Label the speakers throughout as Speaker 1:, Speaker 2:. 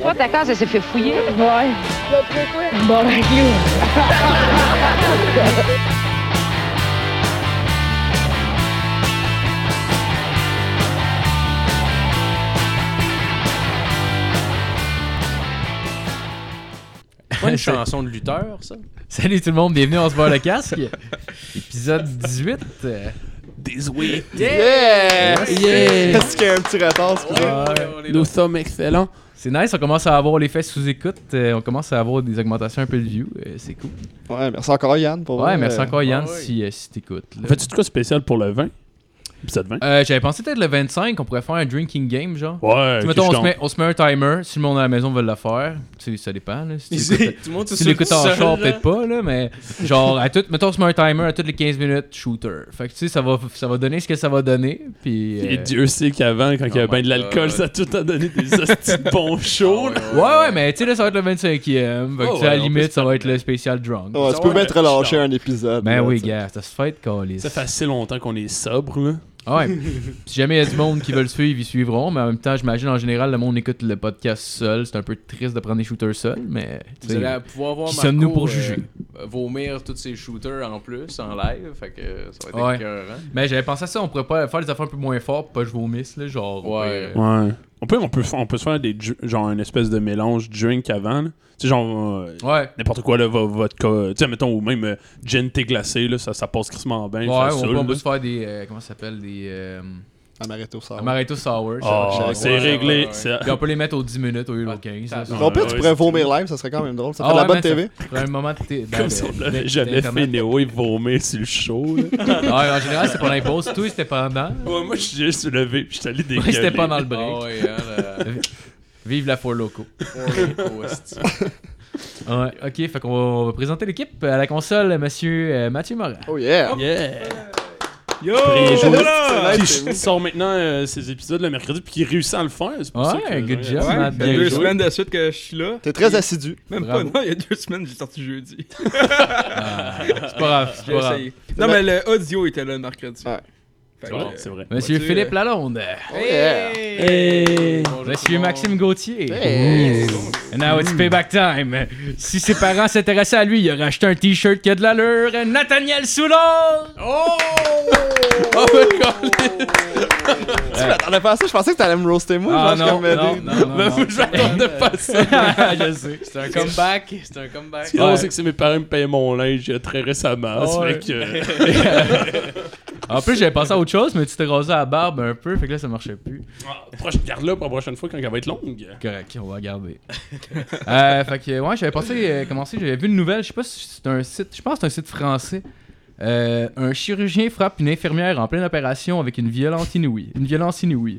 Speaker 1: Toi, ta case, elle s'est fait fouiller.
Speaker 2: Ouais. Bon, ben, you.
Speaker 3: Pas une
Speaker 4: C'est-
Speaker 3: chanson de lutteur, ça.
Speaker 4: Salut tout le monde, bienvenue, on se voit le casque. Épisode 18. euh,
Speaker 3: Désolé.
Speaker 5: Yeah!
Speaker 4: Ah, Yeah! Ah.
Speaker 5: Est-ce qu'il y a un petit retard? excusez-moi? Nous sommes excellents.
Speaker 4: C'est nice, on commence à avoir les faits sous écoute, euh, on commence à avoir des augmentations un peu de views, euh, c'est cool.
Speaker 5: Ouais, merci encore Yann pour
Speaker 4: Ouais, merci
Speaker 5: euh,
Speaker 4: encore Yann
Speaker 3: ouais.
Speaker 4: si, euh, si t'écoutes. là.
Speaker 6: Fais-tu de quoi spécial pour le 20 Épisode 20
Speaker 4: Euh, J'avais pensé peut-être le 25, on pourrait faire un drinking game genre.
Speaker 6: Ouais, ok,
Speaker 4: Tu mettons,
Speaker 6: je
Speaker 4: on, se
Speaker 6: tombe.
Speaker 4: met, on se met un timer, si le monde à la maison veut le faire, tu sais, ça dépend. Là, si tu
Speaker 3: Tout
Speaker 4: l'écoutes-
Speaker 3: le monde
Speaker 4: si tu l'écoutes en char, peut-être pas, là, mais genre, à tout, mettons, on se met un timer à toutes les 15 minutes, shooter. Fait que tu sais, ça va, ça va donner ce que ça va donner, puis...
Speaker 6: Et
Speaker 4: euh,
Speaker 6: Dieu sait qu'avant, quand il y avait
Speaker 3: Oh
Speaker 6: bien de
Speaker 3: my
Speaker 6: l'alcool,
Speaker 3: God. Ah
Speaker 6: ça a tout a donné des hosties de bons shows. là.
Speaker 4: Ouais, ouais, mais tu sais, là, ça va être le 25e. Fait que,
Speaker 6: Oh,
Speaker 4: tu sais, à la
Speaker 6: ouais, on peut
Speaker 4: limite,
Speaker 6: se
Speaker 4: ça va
Speaker 6: permettre.
Speaker 4: être le spécial drunk.
Speaker 6: Oh,
Speaker 5: Ouais, tu peux bien te relâcher un épisode.
Speaker 4: Ben
Speaker 5: là,
Speaker 4: oui,
Speaker 5: t'sais.
Speaker 4: gars, ça se fait, Calis.
Speaker 6: Ça fait assez longtemps qu'on est sobre, là.
Speaker 4: Ouais. si jamais il y a du monde qui veut le suivre, ils suivront. Mais en même temps, j'imagine, en général, le monde écoute le podcast seul. C'est un peu triste de prendre des shooters seuls, mais. tu
Speaker 3: Vous
Speaker 4: sais,
Speaker 3: allez pouvoir voir
Speaker 4: Qui
Speaker 3: Marco
Speaker 4: sommes-nous pour
Speaker 3: euh,
Speaker 4: juger?
Speaker 3: vomir tous ces shooters en plus en live, fait que ça va être
Speaker 4: Ouais.
Speaker 3: écœurant.
Speaker 4: Mais j'avais pensé à ça, on pourrait pas faire des affaires un peu moins fortes, pas que je vomisse, là, genre. on
Speaker 3: Ouais.
Speaker 4: peut-
Speaker 6: Ouais. On peut, on peut, fa- on peut se faire des, ju- genre, une espèce de mélange drink avant, là. Tu sais, genre, euh,
Speaker 4: Ouais.
Speaker 6: n'importe quoi, là, va- vodka, euh, tu sais, mettons, ou même euh, gin thé glacé, là, ça, ça passe crissement bien,
Speaker 4: Ouais,
Speaker 6: facile,
Speaker 4: on, peut- on peut
Speaker 6: là.
Speaker 4: se faire des. euh, comment ça s'appelle Des. Euh,
Speaker 5: Amaretto sour.
Speaker 4: Amaretto Sour. ça
Speaker 6: Ah,
Speaker 4: marche avec
Speaker 6: c'est
Speaker 4: moi.
Speaker 3: ouais,
Speaker 6: réglé.
Speaker 3: ouais, ouais.
Speaker 6: c'est-
Speaker 4: Puis on peut les mettre aux 10 minutes au lieu aux 15. là, Ah, ça.
Speaker 5: En plus,
Speaker 6: Ouais,
Speaker 5: tu
Speaker 6: ouais,
Speaker 5: pourrais
Speaker 6: c'est
Speaker 5: vomir live, ça serait quand même drôle. Ça
Speaker 4: Ah
Speaker 5: ferait de
Speaker 4: ouais,
Speaker 5: la bonne
Speaker 4: man, ça
Speaker 5: TV.
Speaker 4: ferait un moment de t- ben,
Speaker 6: Comme
Speaker 4: de-
Speaker 6: si on l'avait
Speaker 4: de-
Speaker 6: jamais fait,
Speaker 4: d'Internet.
Speaker 6: Néo, il vomit sur le show, là.
Speaker 4: Ouais, Ah, en général, c'est pas l'impose. Tout, c'était pendant.
Speaker 6: Ouais, moi, je suis juste levé, puis je suis allé dégueuler.
Speaker 4: Moi, c'était pendant le break.
Speaker 3: Ah ouais, hein, la-
Speaker 4: Vive la four loco.
Speaker 3: Oh, hostie.
Speaker 4: Ouais, ok, fait qu'on va, on va présenter l'équipe à la console, monsieur euh, Mathieu Morin.
Speaker 5: Oh yeah!
Speaker 6: Yeah! Yo!
Speaker 5: voilà!
Speaker 6: Qui ch- sort maintenant euh, ses épisodes le mercredi, puis qui réussit à le faire. C'est pour ça que,
Speaker 4: Ouais, good job,
Speaker 7: Ouais,
Speaker 4: Matt.
Speaker 7: ça fait
Speaker 4: Bien
Speaker 7: deux
Speaker 4: joué.
Speaker 7: semaines de suite que je suis là.
Speaker 5: T'es très assidu.
Speaker 7: Même
Speaker 4: Bravo.
Speaker 7: pas, non, il y a deux semaines, j'ai sorti jeudi.
Speaker 4: Ah, c'est pas grave, c'est
Speaker 7: J'ai
Speaker 4: pas grave.
Speaker 7: essayé. Non, mais le audio était là le mercredi.
Speaker 5: Ouais.
Speaker 7: Fait
Speaker 6: C'est
Speaker 7: que,
Speaker 6: vrai,
Speaker 7: euh,
Speaker 6: c'est vrai.
Speaker 4: Monsieur
Speaker 7: Mathieu,
Speaker 4: Philippe
Speaker 7: euh,
Speaker 4: Lalonde.
Speaker 5: Oh yeah!
Speaker 3: Bonjour tout le
Speaker 4: Monsieur
Speaker 3: monde.
Speaker 4: Maxime Gauthier.
Speaker 5: Hey.
Speaker 4: And now it's payback time. Si ses parents s'intéressaient à lui, il aurait acheté un t-shirt qui a de l'allure. Nathaniel Soulon!
Speaker 3: Oh!
Speaker 4: Oh,
Speaker 5: Tu m'attendais pas à ça, je pensais que t'allais me roaster moi.
Speaker 4: Ah,
Speaker 5: je pense
Speaker 4: non,
Speaker 5: comme, euh,
Speaker 4: non,
Speaker 5: des-
Speaker 4: non, non,
Speaker 6: Ben,
Speaker 4: non.
Speaker 6: moi, je m'attendais pas à ça.
Speaker 4: Je sais.
Speaker 3: C'est un comeback, c'est un comeback.
Speaker 6: Ce qui est drôle,
Speaker 4: Ouais.
Speaker 6: c'est Ah, que c'est mes parents me payaient mon linge euh, très récemment. ça
Speaker 4: Ouais.
Speaker 6: fait que- euh,
Speaker 4: En plus, j'avais pensé à autre chose, mais tu t'es rasé à la barbe un peu, fait que là, ça marchait plus.
Speaker 6: Ah, proche- Garde-la pour la prochaine fois quand elle va être longue.
Speaker 4: Correct, on va regarder. euh, fait que, ouais, j'avais pensé, euh, commencer, j'avais vu une nouvelle, je sais pas si c'est un site, je pense que c'est un site français. Euh, un chirurgien frappe une infirmière en pleine opération avec une violence inouïe. Une violence inouïe.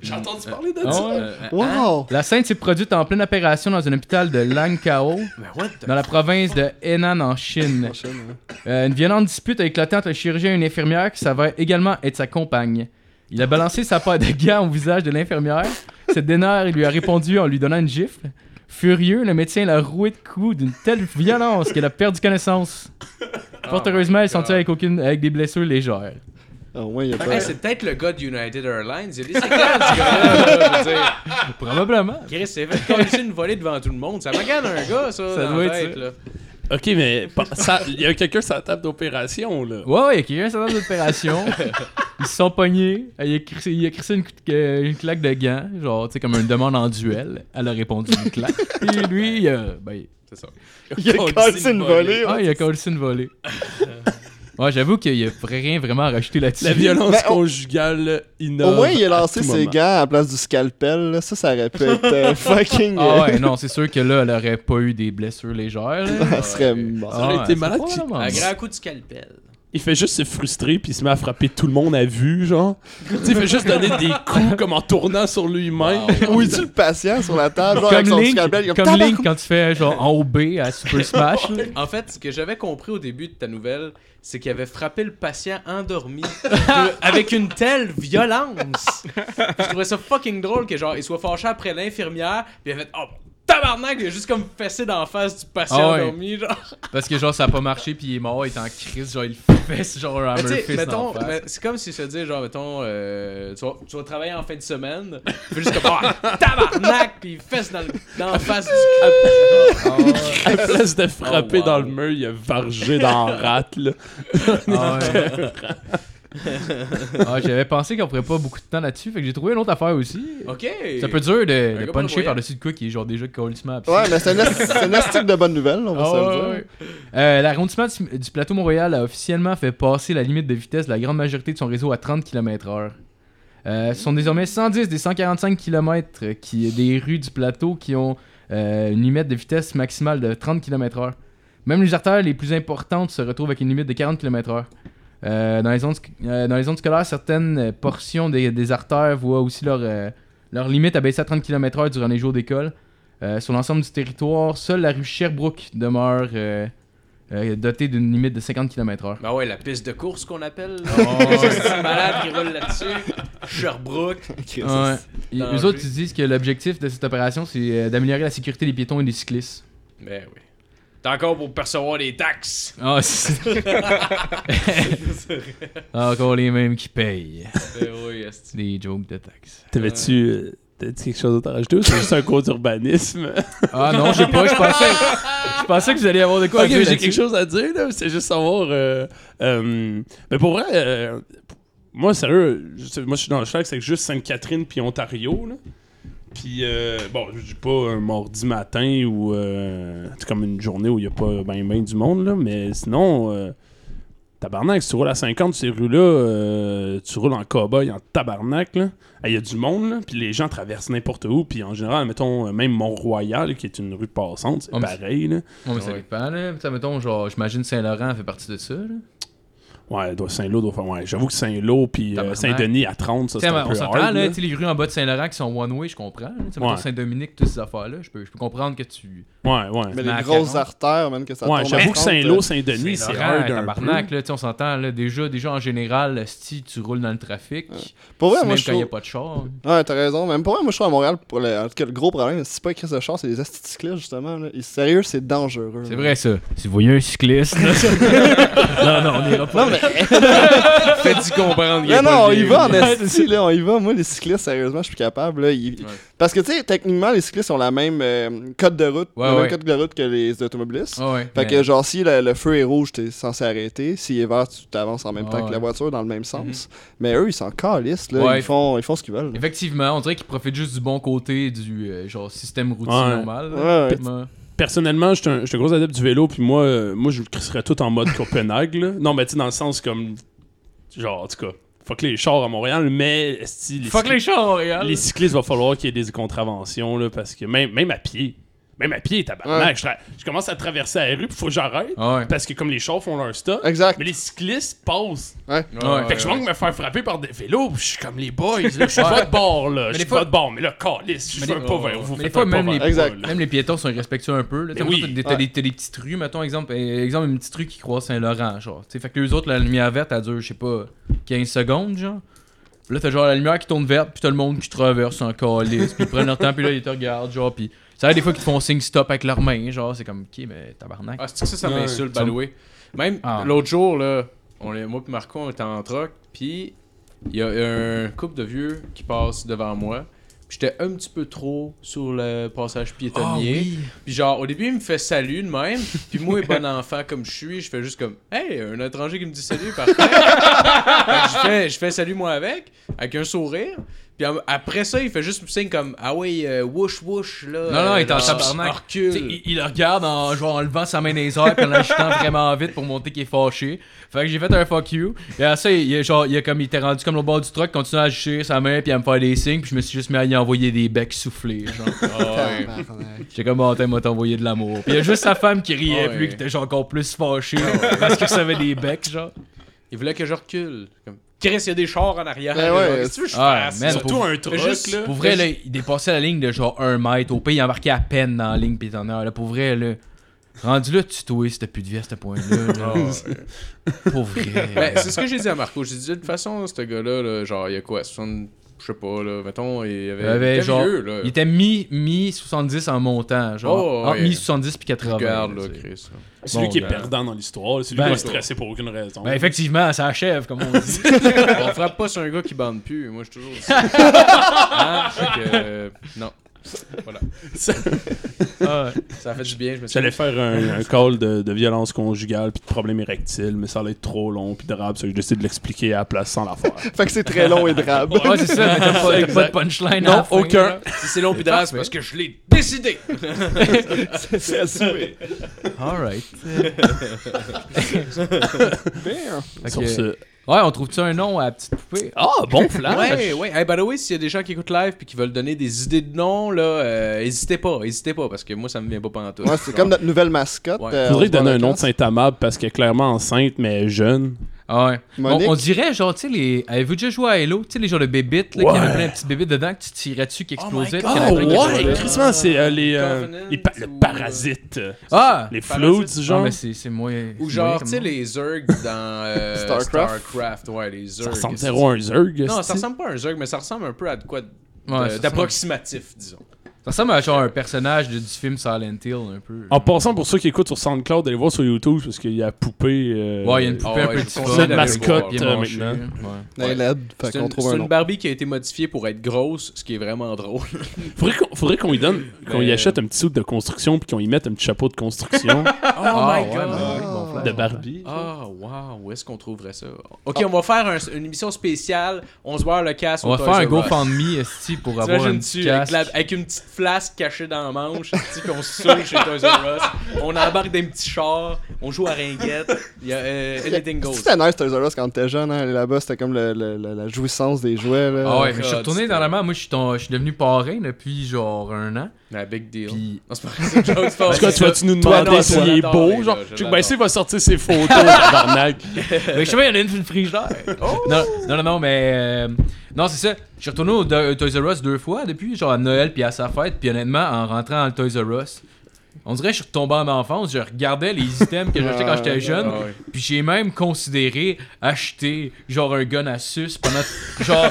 Speaker 6: J'ai entendu parler de
Speaker 4: Ah
Speaker 6: ça.
Speaker 4: ouais?
Speaker 5: Wow!
Speaker 4: La scène s'est produite en pleine opération dans un hôpital de Langkao, dans la province de Henan en Chine. Euh, une violente dispute a éclaté entre le chirurgien et une infirmière qui s'avère également être sa compagne. Il a balancé sa paire de gants au visage de l'infirmière. Cette dernière lui a répondu en lui donnant une gifle. Furieux, le médecin l'a roué de coups d'une telle violence qu'elle a perdu connaissance. Fort
Speaker 3: Oh my
Speaker 4: heureusement, elle est
Speaker 3: God.
Speaker 4: sortie avec, aucune, avec des blessures légères. Ah.
Speaker 5: Au moins, Ah, il y a pas.
Speaker 3: Hey, c'est peut-être le gars de United Airlines. Il y a des éclats, ce gars-là. là, je veux dire.
Speaker 4: Probablement.
Speaker 3: Chris, c'est fait coller une volée devant tout le monde. Ça m'agace un gars, ça. dans
Speaker 4: doit
Speaker 3: la
Speaker 4: être
Speaker 3: tête,
Speaker 4: ça.
Speaker 3: là.
Speaker 6: Ok, mais pa- ça- il y a quelqu'un sur la table d'opération, là.
Speaker 4: Ouais, ouais, il y a eu un certain nombre d'opérations. Ils se sont pognés. Il a crissé, il a crissé une, cou- euh, une claque de gants, genre, tu sais, comme une demande en duel. Elle a répondu une claque. Puis lui, il a, ben, il-
Speaker 3: C'est ça.
Speaker 5: Il a cassé une volée.
Speaker 4: ah, il a collé une volée. Ouais, j'avoue qu'il y a rien vraiment à rajouter là-dessus.
Speaker 6: La violence
Speaker 5: Ben, on-
Speaker 6: conjugale innove.
Speaker 5: Au moins, il a
Speaker 6: à
Speaker 5: lancé
Speaker 6: tout
Speaker 5: ses
Speaker 6: moment.
Speaker 5: gants à la place du scalpel. là. Ça, ça aurait pu être euh, fucking.
Speaker 4: Ah ouais,
Speaker 5: euh,
Speaker 4: non, c'est sûr que là, elle aurait pas eu des blessures légères. là.
Speaker 5: Ça serait
Speaker 3: Ouais.
Speaker 5: mort.
Speaker 6: aurait
Speaker 4: Ah,
Speaker 6: été
Speaker 4: c'est
Speaker 6: malade
Speaker 4: pas
Speaker 6: qu'il-
Speaker 4: vraiment
Speaker 3: Un
Speaker 4: bon.
Speaker 3: grand coup de scalpel.
Speaker 6: Il fait juste se frustrer puis il se met à frapper tout le monde à vue, genre. tu sais, il fait juste donner des coups comme en tournant sur lui-même.
Speaker 5: Où est-tu le patient sur la table? Genre, avec
Speaker 4: Comme
Speaker 5: son
Speaker 4: Link,
Speaker 5: scalpel, il est
Speaker 4: comme
Speaker 5: tabarnak,
Speaker 4: Link quand tu fais genre en OB à Super Smash. là.
Speaker 3: En fait, ce que j'avais compris au début de ta nouvelle, c'est qu'il avait frappé le patient endormi de- avec une telle violence. Je trouvais ça fucking drôle que genre il soit fâché après l'infirmière, puis il avait fait oh tabarnak, il a juste comme fessé d'en face du patient
Speaker 4: Ah ouais.
Speaker 3: endormi, genre.
Speaker 4: Parce que genre, ça a pas marché, puis il est mort, il est en crise, genre, il le fesse, genre, un
Speaker 3: Mais tu
Speaker 4: hammer
Speaker 3: sais,
Speaker 4: fist en
Speaker 3: mettons,
Speaker 4: face.
Speaker 3: mais c'est comme si je te dis, genre, mettons, euh, tu, vas, tu vas travailler en fin de semaine, puis juste comme, ah, tabarnak, puis il fesse dans, le- dans la face du
Speaker 4: Ah.
Speaker 3: cap.
Speaker 6: À la place de frapper
Speaker 3: Oh, wow.
Speaker 6: dans le mur, il a vargé dans la rate, là.
Speaker 4: Ah ouais.
Speaker 5: euh,
Speaker 4: Ah, J'avais pensé qu'on ferait pas beaucoup de temps là-dessus, fait que j'ai trouvé une autre affaire aussi.
Speaker 3: Ok.
Speaker 4: C'est un peu dur de, de
Speaker 3: gars pas
Speaker 4: puncher
Speaker 3: voyant.
Speaker 4: par-dessus de quoi qui est genre déjà colissement absurde.
Speaker 5: Ouais, mais c'est un esti- c'est un esti de bonne nouvelle, on va
Speaker 4: Ah
Speaker 5: se le
Speaker 4: ouais,
Speaker 5: dire.
Speaker 4: ouais. Euh, L'arrondissement du, du plateau Montréal a officiellement fait passer la limite de vitesse de la grande majorité de son réseau à 30 km/h. Euh, ce sont désormais 110 des 145 km qui, des rues du plateau qui ont euh, une limite de vitesse maximale de 30 km/h. Même les artères les plus importantes se retrouvent avec une limite de 40 km/h. Euh, dans, les zones, sc- euh, dans les zones scolaires, certaines euh, portions des, des artères voient aussi leur, euh, leur limite abaissée à 30 km/h durant les jours d'école. Euh, sur l'ensemble du territoire, seule la rue Sherbrooke demeure euh, euh, dotée d'une limite de 50 km/h.
Speaker 3: Ben ouais, la piste de course qu'on appelle, là.
Speaker 4: ouais.
Speaker 3: C'est malade qui roule là-dessus. Sherbrooke.
Speaker 5: Ok, ça,
Speaker 4: Ouais. Et
Speaker 3: danger.
Speaker 4: Eux autres, ils disent que l'objectif de cette opération, c'est euh, d'améliorer la sécurité des piétons et des cyclistes.
Speaker 3: Ben oui. T'es encore pour percevoir des taxes.
Speaker 4: Ah, c'est... Encore les mêmes qui payent.
Speaker 3: Ben oui, esti.
Speaker 4: C'est des jokes de taxes.
Speaker 6: T'avais-tu euh, t'avais-tu quelque chose d'autre à rajouter ou c'est juste un cours d'urbanisme?
Speaker 4: Ah non, j'ai pas, je pensais... Je pensais que vous alliez avoir de quoi à
Speaker 6: ok,
Speaker 4: dire
Speaker 6: mais j'ai
Speaker 4: là-dessus.
Speaker 6: quelque chose à dire, là. C'est juste savoir. euh, euh, mais pour vrai, euh, moi, sérieux, je, sais- moi, je suis dans le choc, c'est que juste Sainte-Catherine puis Ontario, là. Puis, euh, bon, je dis pas un mardi matin ou. euh, c'est comme une journée où il y a pas ben, ben du monde, là. Mais sinon. euh, Tabarnak, si tu roules à 50 ces rues-là, euh, tu roules en cow-boy, en tabarnak, là. Ah, Il y a du monde, là, puis les gens traversent n'importe où, puis en général, mettons, euh, même Mont-Royal, qui est une rue passante, c'est
Speaker 4: Oh, mais-
Speaker 6: pareil, là.
Speaker 4: Bon, mais ça
Speaker 3: Ouais.
Speaker 4: dépend, là. Putain, mettons, genre, j'imagine Saint-Laurent fait partie de ça, là.
Speaker 6: Ouais, doit- Saint-Lô doit faire. Ouais, j'avoue que Saint-Lô puis euh,
Speaker 4: Tabarnak.
Speaker 6: Saint-Denis à 30, ça c'est
Speaker 4: T'sais,
Speaker 6: un
Speaker 4: on
Speaker 6: peu
Speaker 4: s'entend,
Speaker 6: hard,
Speaker 4: là,
Speaker 6: là.
Speaker 4: t'sais, les rues en bas de Saint-Laurent qui sont one-way, je comprends. là. T'sais, mettons
Speaker 6: Ouais.
Speaker 4: Saint-Dominique, toutes ces affaires-là, je peux, je peux comprendre que tu...
Speaker 6: Ouais, ouais.
Speaker 5: Mais
Speaker 4: Mais à
Speaker 5: les grosses
Speaker 4: Caron.
Speaker 5: artères, man, que ça
Speaker 6: ouais,
Speaker 5: tombe
Speaker 6: j'avoue
Speaker 5: à
Speaker 6: que
Speaker 5: 30,
Speaker 6: Saint-Lô,
Speaker 5: euh,
Speaker 6: Saint-Denis, c'est
Speaker 4: Saint-Laurent,
Speaker 6: hard un
Speaker 4: tabarnak,
Speaker 6: peu.
Speaker 4: là, t'sais, on s'entend, là, déjà, déjà, en général, là, si tu roules dans le trafic,
Speaker 5: euh. Pour vrai,
Speaker 4: même
Speaker 5: moi, je
Speaker 4: quand il n'y a
Speaker 5: trouve...
Speaker 4: pas de char...
Speaker 5: Ouais, t'as raison. Même pour vrai, moi, je suis à Montréal pour le... En tout cas, le gros problème, c'est pas écrit ce char, c'est les esti de cyclistes, justement. Là. Et sérieux, c'est dangereux.
Speaker 4: C'est
Speaker 5: là.
Speaker 4: vrai ça. Si vous voyez un cycliste. non, non, on ira pas.
Speaker 5: Non, mais...
Speaker 3: Faites-y comprendre.
Speaker 5: Non, non, on y va en
Speaker 3: mais
Speaker 5: esti, là, on y va. Moi, les cyclistes, sérieusement, je suis plus capable. Là, ils-
Speaker 3: Ouais.
Speaker 5: Parce que, tu sais, techniquement, les cyclistes ont la même euh, code de route,
Speaker 4: Ouais,
Speaker 5: le
Speaker 4: ouais.
Speaker 5: même code de route que les automobilistes.
Speaker 4: Ah ouais.
Speaker 5: Fait
Speaker 4: mais-
Speaker 5: que, genre, si le, le feu est rouge, t'es censé arrêter. S'il est vert, tu t'avances en même
Speaker 4: Ah
Speaker 5: temps que
Speaker 4: ouais. Mhm.
Speaker 5: la voiture, dans le même sens. Mais eux, ils s'en calissent, là.
Speaker 4: Ouais.
Speaker 5: Ils, font, ils font ce qu'ils veulent. là.
Speaker 4: Effectivement, on dirait qu'ils profitent juste du bon côté du euh, genre système routier
Speaker 6: Ouais.
Speaker 4: normal. là.
Speaker 5: Ouais, ouais.
Speaker 4: Mais-
Speaker 6: Personnellement, je suis un, je suis un gros adepte du vélo, puis moi, euh, moi je le crisserais tout en mode Copenhague, là. Non, mais tu sais, dans le sens comme. Genre, en tout cas, fuck les chars à Montréal, mais. esti, les
Speaker 4: Fuck
Speaker 6: cycli-
Speaker 4: les chars, Montréal.
Speaker 6: les cyclistes, va falloir qu'il y ait des contraventions, là, parce que même, même à pied. Même à pied, tabarnak. Je, tra- je commence à traverser la rue, puis faut que j'arrête,
Speaker 4: Ah ouais.
Speaker 6: parce que comme les chars font leur stop,
Speaker 5: Exact.
Speaker 6: mais les cyclistes passent.
Speaker 7: euh,
Speaker 4: Ouais.
Speaker 6: Fait que je manque de me faire frapper par des vélos, pis je suis comme les boys, là, je suis
Speaker 4: Ouais.
Speaker 6: pas de bord, là, je
Speaker 4: des
Speaker 6: suis
Speaker 4: fois-
Speaker 6: pas de bord, mais là, calice, je
Speaker 4: Mais
Speaker 6: fais
Speaker 4: des-
Speaker 6: un pas
Speaker 4: oh,
Speaker 6: vers vous,
Speaker 4: mais des
Speaker 6: faites
Speaker 4: fois,
Speaker 6: un pas
Speaker 4: même
Speaker 6: vers
Speaker 5: les-
Speaker 6: moi,
Speaker 5: Exact.
Speaker 6: là.
Speaker 4: Même les piétons sont irrespectueux un peu. là.
Speaker 6: Mais
Speaker 4: T'as
Speaker 6: oui.
Speaker 4: t'as des, t'as des- t'as des petites rues, mettons, exemple, euh, exemple une petite rue qui croise Saint-Laurent, genre. T'sais, fait que les autres, la lumière verte, elle dure, je sais pas, 15 secondes, genre. Puis Là, t'as genre la lumière qui tourne verte, puis t'as le monde qui traverse en calice, puis ils prennent leur temps, puis là, ils te regardent, genre, puis ça arrive des fois qu'ils te font signe stop avec leurs mains, genre, c'est comme, ok, mais tabarnak.
Speaker 3: Ah, c'est que ça, ça
Speaker 6: Ouais.
Speaker 3: m'insulte, by the way. Même
Speaker 4: Ah.
Speaker 3: l'autre jour, là, on est, moi et Marco, on était en troc, puis il y a un couple de vieux qui passe devant moi. Puis J'étais un petit peu trop sur le passage piétonnier. Puis genre, au début, il me fait salut de même. Puis moi, bon enfant comme je suis, je fais juste comme « Hey, un étranger qui me dit salut, parfait! » Fait que je fais, je fais salut moi avec, avec un sourire. Puis en- après ça, il fait juste me signe comme « Ah oui, euh, wouch wouch, là! »
Speaker 4: Non, non, il est en
Speaker 3: genre,
Speaker 4: tabarnak.
Speaker 3: recule.
Speaker 4: T'sais, il, il le regarde en, genre, en levant sa main dans les airs puis en l'agitant vraiment vite pour monter qu'il est fâché. Fait que j'ai fait un fuck you. Et à ça, il, il, est genre, il, est comme, il était rendu comme au bord du truck, continuait à agiter sa main puis à me faire des signes. Puis je me suis juste mis à y envoyer des becs soufflés. Genre.
Speaker 3: Ouais.
Speaker 4: J'ai comme, oh, t'as- m'a t'envoyer de l'amour. Puis il y a juste sa femme qui riait
Speaker 3: Ah ouais. Ah
Speaker 4: plus, qui était genre encore plus fâchée parce que ça avait des becs, genre.
Speaker 3: Il voulait que je recule. Comme, Chris, il y a des chars en arrière.
Speaker 5: Ben ouais,
Speaker 3: Genre, Qu'est-ce que tu veux que je
Speaker 4: Ah,
Speaker 3: fasse?
Speaker 4: man,
Speaker 3: Surtout-
Speaker 6: Surtout un truc,
Speaker 3: Mais juste-
Speaker 6: là.
Speaker 4: Pour vrai, là, il dépassait la ligne de genre 1 mètre. Au pays, il embarquait à peine dans la ligne puis il était en heure, là. Pour vrai, là. Rendu là, tutoé, c'était plus de vie à ce point-là. là.
Speaker 3: Ah
Speaker 4: Pour vrai.
Speaker 3: Ben, c'est ce que j'ai dit à Marco. J'ai dit, de toute façon, ce gars-là, là, genre, il y a quoi, 60, je je sais pas, là, mettons, il y avait,
Speaker 4: Il y avait
Speaker 3: il était
Speaker 4: genre-
Speaker 3: vieux, là.
Speaker 4: Il était mi, mi 70 en montant, genre
Speaker 3: Oh,
Speaker 4: entre
Speaker 3: ouais.
Speaker 4: mi 70 puis 80.
Speaker 3: Regarde,
Speaker 4: là,
Speaker 3: là,
Speaker 4: tu sais.
Speaker 3: Chris. là.
Speaker 6: C'est
Speaker 4: Bon,
Speaker 6: lui qui
Speaker 4: ben.
Speaker 6: est perdant dans l'histoire. là. C'est lui
Speaker 4: Ben,
Speaker 6: qui va stresser pour aucune raison.
Speaker 4: Ben effectivement, ça achève comme on dit.
Speaker 3: On frappe pas sur un gars qui bande plus, moi, je suis toujours dit ça. Hein? Fait que, euh, non. Voilà.
Speaker 4: Ah,
Speaker 3: Ça a fait du bien, je me suis
Speaker 6: J'allais faire un, un call de, de violence conjugale puis de problème érectile, mais ça allait être trop long puis drabe, ça que je décide de l'expliquer à la place sans la faire.
Speaker 5: Fait que c'est très long et drabe.
Speaker 4: ouais, c'est ça, mais t'as pas, t'as pas de punchline. à la
Speaker 3: Non,
Speaker 4: fin,
Speaker 3: aucun.
Speaker 4: là.
Speaker 3: Si c'est long pis drôle, c'est parce que je l'ai décidé.
Speaker 5: c'est assumé.
Speaker 4: Alright. Fait
Speaker 6: Sur
Speaker 4: que-
Speaker 6: ce-
Speaker 4: Ouais, on trouve-tu un nom à la petite poupée?
Speaker 6: Ah, bon flash!
Speaker 3: Ben Ouais, ouais. Hey, by the way, s'il y a des gens qui écoutent live puis qui veulent donner des idées de noms, là, euh, hésitez pas, hésitez pas, parce que moi, ça me vient pas pendant tout.
Speaker 5: Ouais, c'est comme notre nouvelle mascotte.
Speaker 3: Ouais.
Speaker 5: euh,
Speaker 6: Faudrait
Speaker 5: on se voit
Speaker 6: donner
Speaker 5: à
Speaker 6: un
Speaker 5: la
Speaker 6: nom de
Speaker 5: classe.
Speaker 6: Saint-Amable parce qu'elle est clairement enceinte, mais jeune.
Speaker 4: Ah ouais. Bon,
Speaker 5: Monique?
Speaker 4: on dirait, genre, tu sais, les. Avez-vous déjà joué à Hello? Tu sais, les genres de bébites, là, qui avaient plein de petites bébites dedans, que tu tirais dessus, qui explosaient. puis qu'il y en avait
Speaker 6: Oh,
Speaker 4: plein qui
Speaker 6: ouais!
Speaker 4: volaient.
Speaker 6: Christmas, c'est euh, les, euh,
Speaker 3: Covenant
Speaker 6: les pa- le
Speaker 3: ou, euh,
Speaker 6: parasite. euh,
Speaker 4: Ah!
Speaker 6: les
Speaker 3: Parasite.
Speaker 6: floods,
Speaker 4: Genre,
Speaker 6: genre.
Speaker 4: mais c'est c'est moi.
Speaker 3: Ou
Speaker 4: c'est moi
Speaker 3: genre,
Speaker 4: comme
Speaker 3: tu sais,
Speaker 4: nom.
Speaker 3: les Zerg dans euh,
Speaker 5: Starcraft?
Speaker 3: Starcraft, Ouais, les
Speaker 6: ça
Speaker 3: Zerg.
Speaker 6: ressemble zéro à un Zerg.
Speaker 3: Non,
Speaker 6: c'est-
Speaker 3: ça ressemble pas à un Zerg, mais ça ressemble un peu à de quoi de- euh,
Speaker 4: Ouais, ça
Speaker 3: d'approximatif, disons.
Speaker 4: Ça ressemble à genre un personnage de- du film Silent Hill, un peu.
Speaker 6: En passant, pour ceux qui écoutent sur SoundCloud, allez voir sur YouTube parce qu'il y a Poupée. euh,
Speaker 4: Ouais, il y a une poupée
Speaker 3: Ah
Speaker 4: un
Speaker 3: ouais,
Speaker 4: peu
Speaker 3: je
Speaker 4: petite.
Speaker 3: conseille
Speaker 4: folle,
Speaker 3: d'aller
Speaker 4: avec
Speaker 6: le voir.
Speaker 4: une bien
Speaker 6: euh,
Speaker 4: manchée,
Speaker 6: maintenant.
Speaker 4: ouais.
Speaker 5: Elle est laide, fait
Speaker 3: C'est
Speaker 5: qu'on
Speaker 3: une,
Speaker 5: trouve
Speaker 3: c'est
Speaker 5: un
Speaker 3: une
Speaker 5: nom.
Speaker 3: Barbie qui a été modifiée pour être grosse, ce qui est vraiment drôle.
Speaker 6: Faudrait qu'on, faudrait qu'on y donne, qu'on y
Speaker 3: Mais-
Speaker 6: achète un petit soude de construction puis qu'on y mette un petit chapeau de construction
Speaker 3: Oh
Speaker 4: Ah, ouais, ben
Speaker 5: God.
Speaker 4: oui, mon frère.
Speaker 6: de Barbie.
Speaker 3: Ah, wow, où est-ce qu'on trouverait ça? Ah. Ok, on va faire un- une émission spéciale. On se voit le casque.
Speaker 4: On va faire un GoFundMe, esti, pour avoir un petit
Speaker 3: T'imagines-tu avec,
Speaker 4: casque.
Speaker 3: la- avec une petite flasque cachée dans la manche, esti, qu'on se saoule chez Toys R Us, on embarque des petits chars, on joue à ringuette, il y a euh, Anything Goes.
Speaker 5: C'était nice Toys R Us quand t'étais jeune, hein, aller là-bas, c'était comme le- le- le- la jouissance des jouets. Là.
Speaker 4: Ah ouais, mais je suis
Speaker 3: God,
Speaker 4: retourné
Speaker 3: c'était-
Speaker 4: dans la main. Moi, je suis, ton- je suis devenu parrain depuis genre un an.
Speaker 3: Ah, big deal.
Speaker 4: Puis
Speaker 3: Non, c'est pas vrai, c'est une joke, c'est pas
Speaker 6: En tout cas,
Speaker 3: vrai.
Speaker 6: tu vas-tu nous
Speaker 3: Toi,
Speaker 6: demander
Speaker 3: non,
Speaker 6: s'il
Speaker 3: je
Speaker 6: est
Speaker 3: l'adore, les
Speaker 6: beau?
Speaker 3: gars,
Speaker 6: Genre,
Speaker 3: je
Speaker 6: Chuck
Speaker 3: l'adore.
Speaker 6: Bassey va sortir ses photos, tabarnak.
Speaker 4: Mais je savais, il y en a une sur le frigidaire.
Speaker 3: Oh!
Speaker 4: Non, non, non, non, mais. euh, non, c'est ça. Je suis retourné au Do- au Toys R Us deux fois depuis, genre à Noël puis à sa fête. Puis honnêtement, en rentrant dans le Toys R Us, on dirait que je suis retombé en enfance. Je regardais les items que j'achetais quand j'étais jeune.
Speaker 3: Ah, ouais.
Speaker 4: Puis j'ai même considéré acheter genre un gun à sus pendant, genre,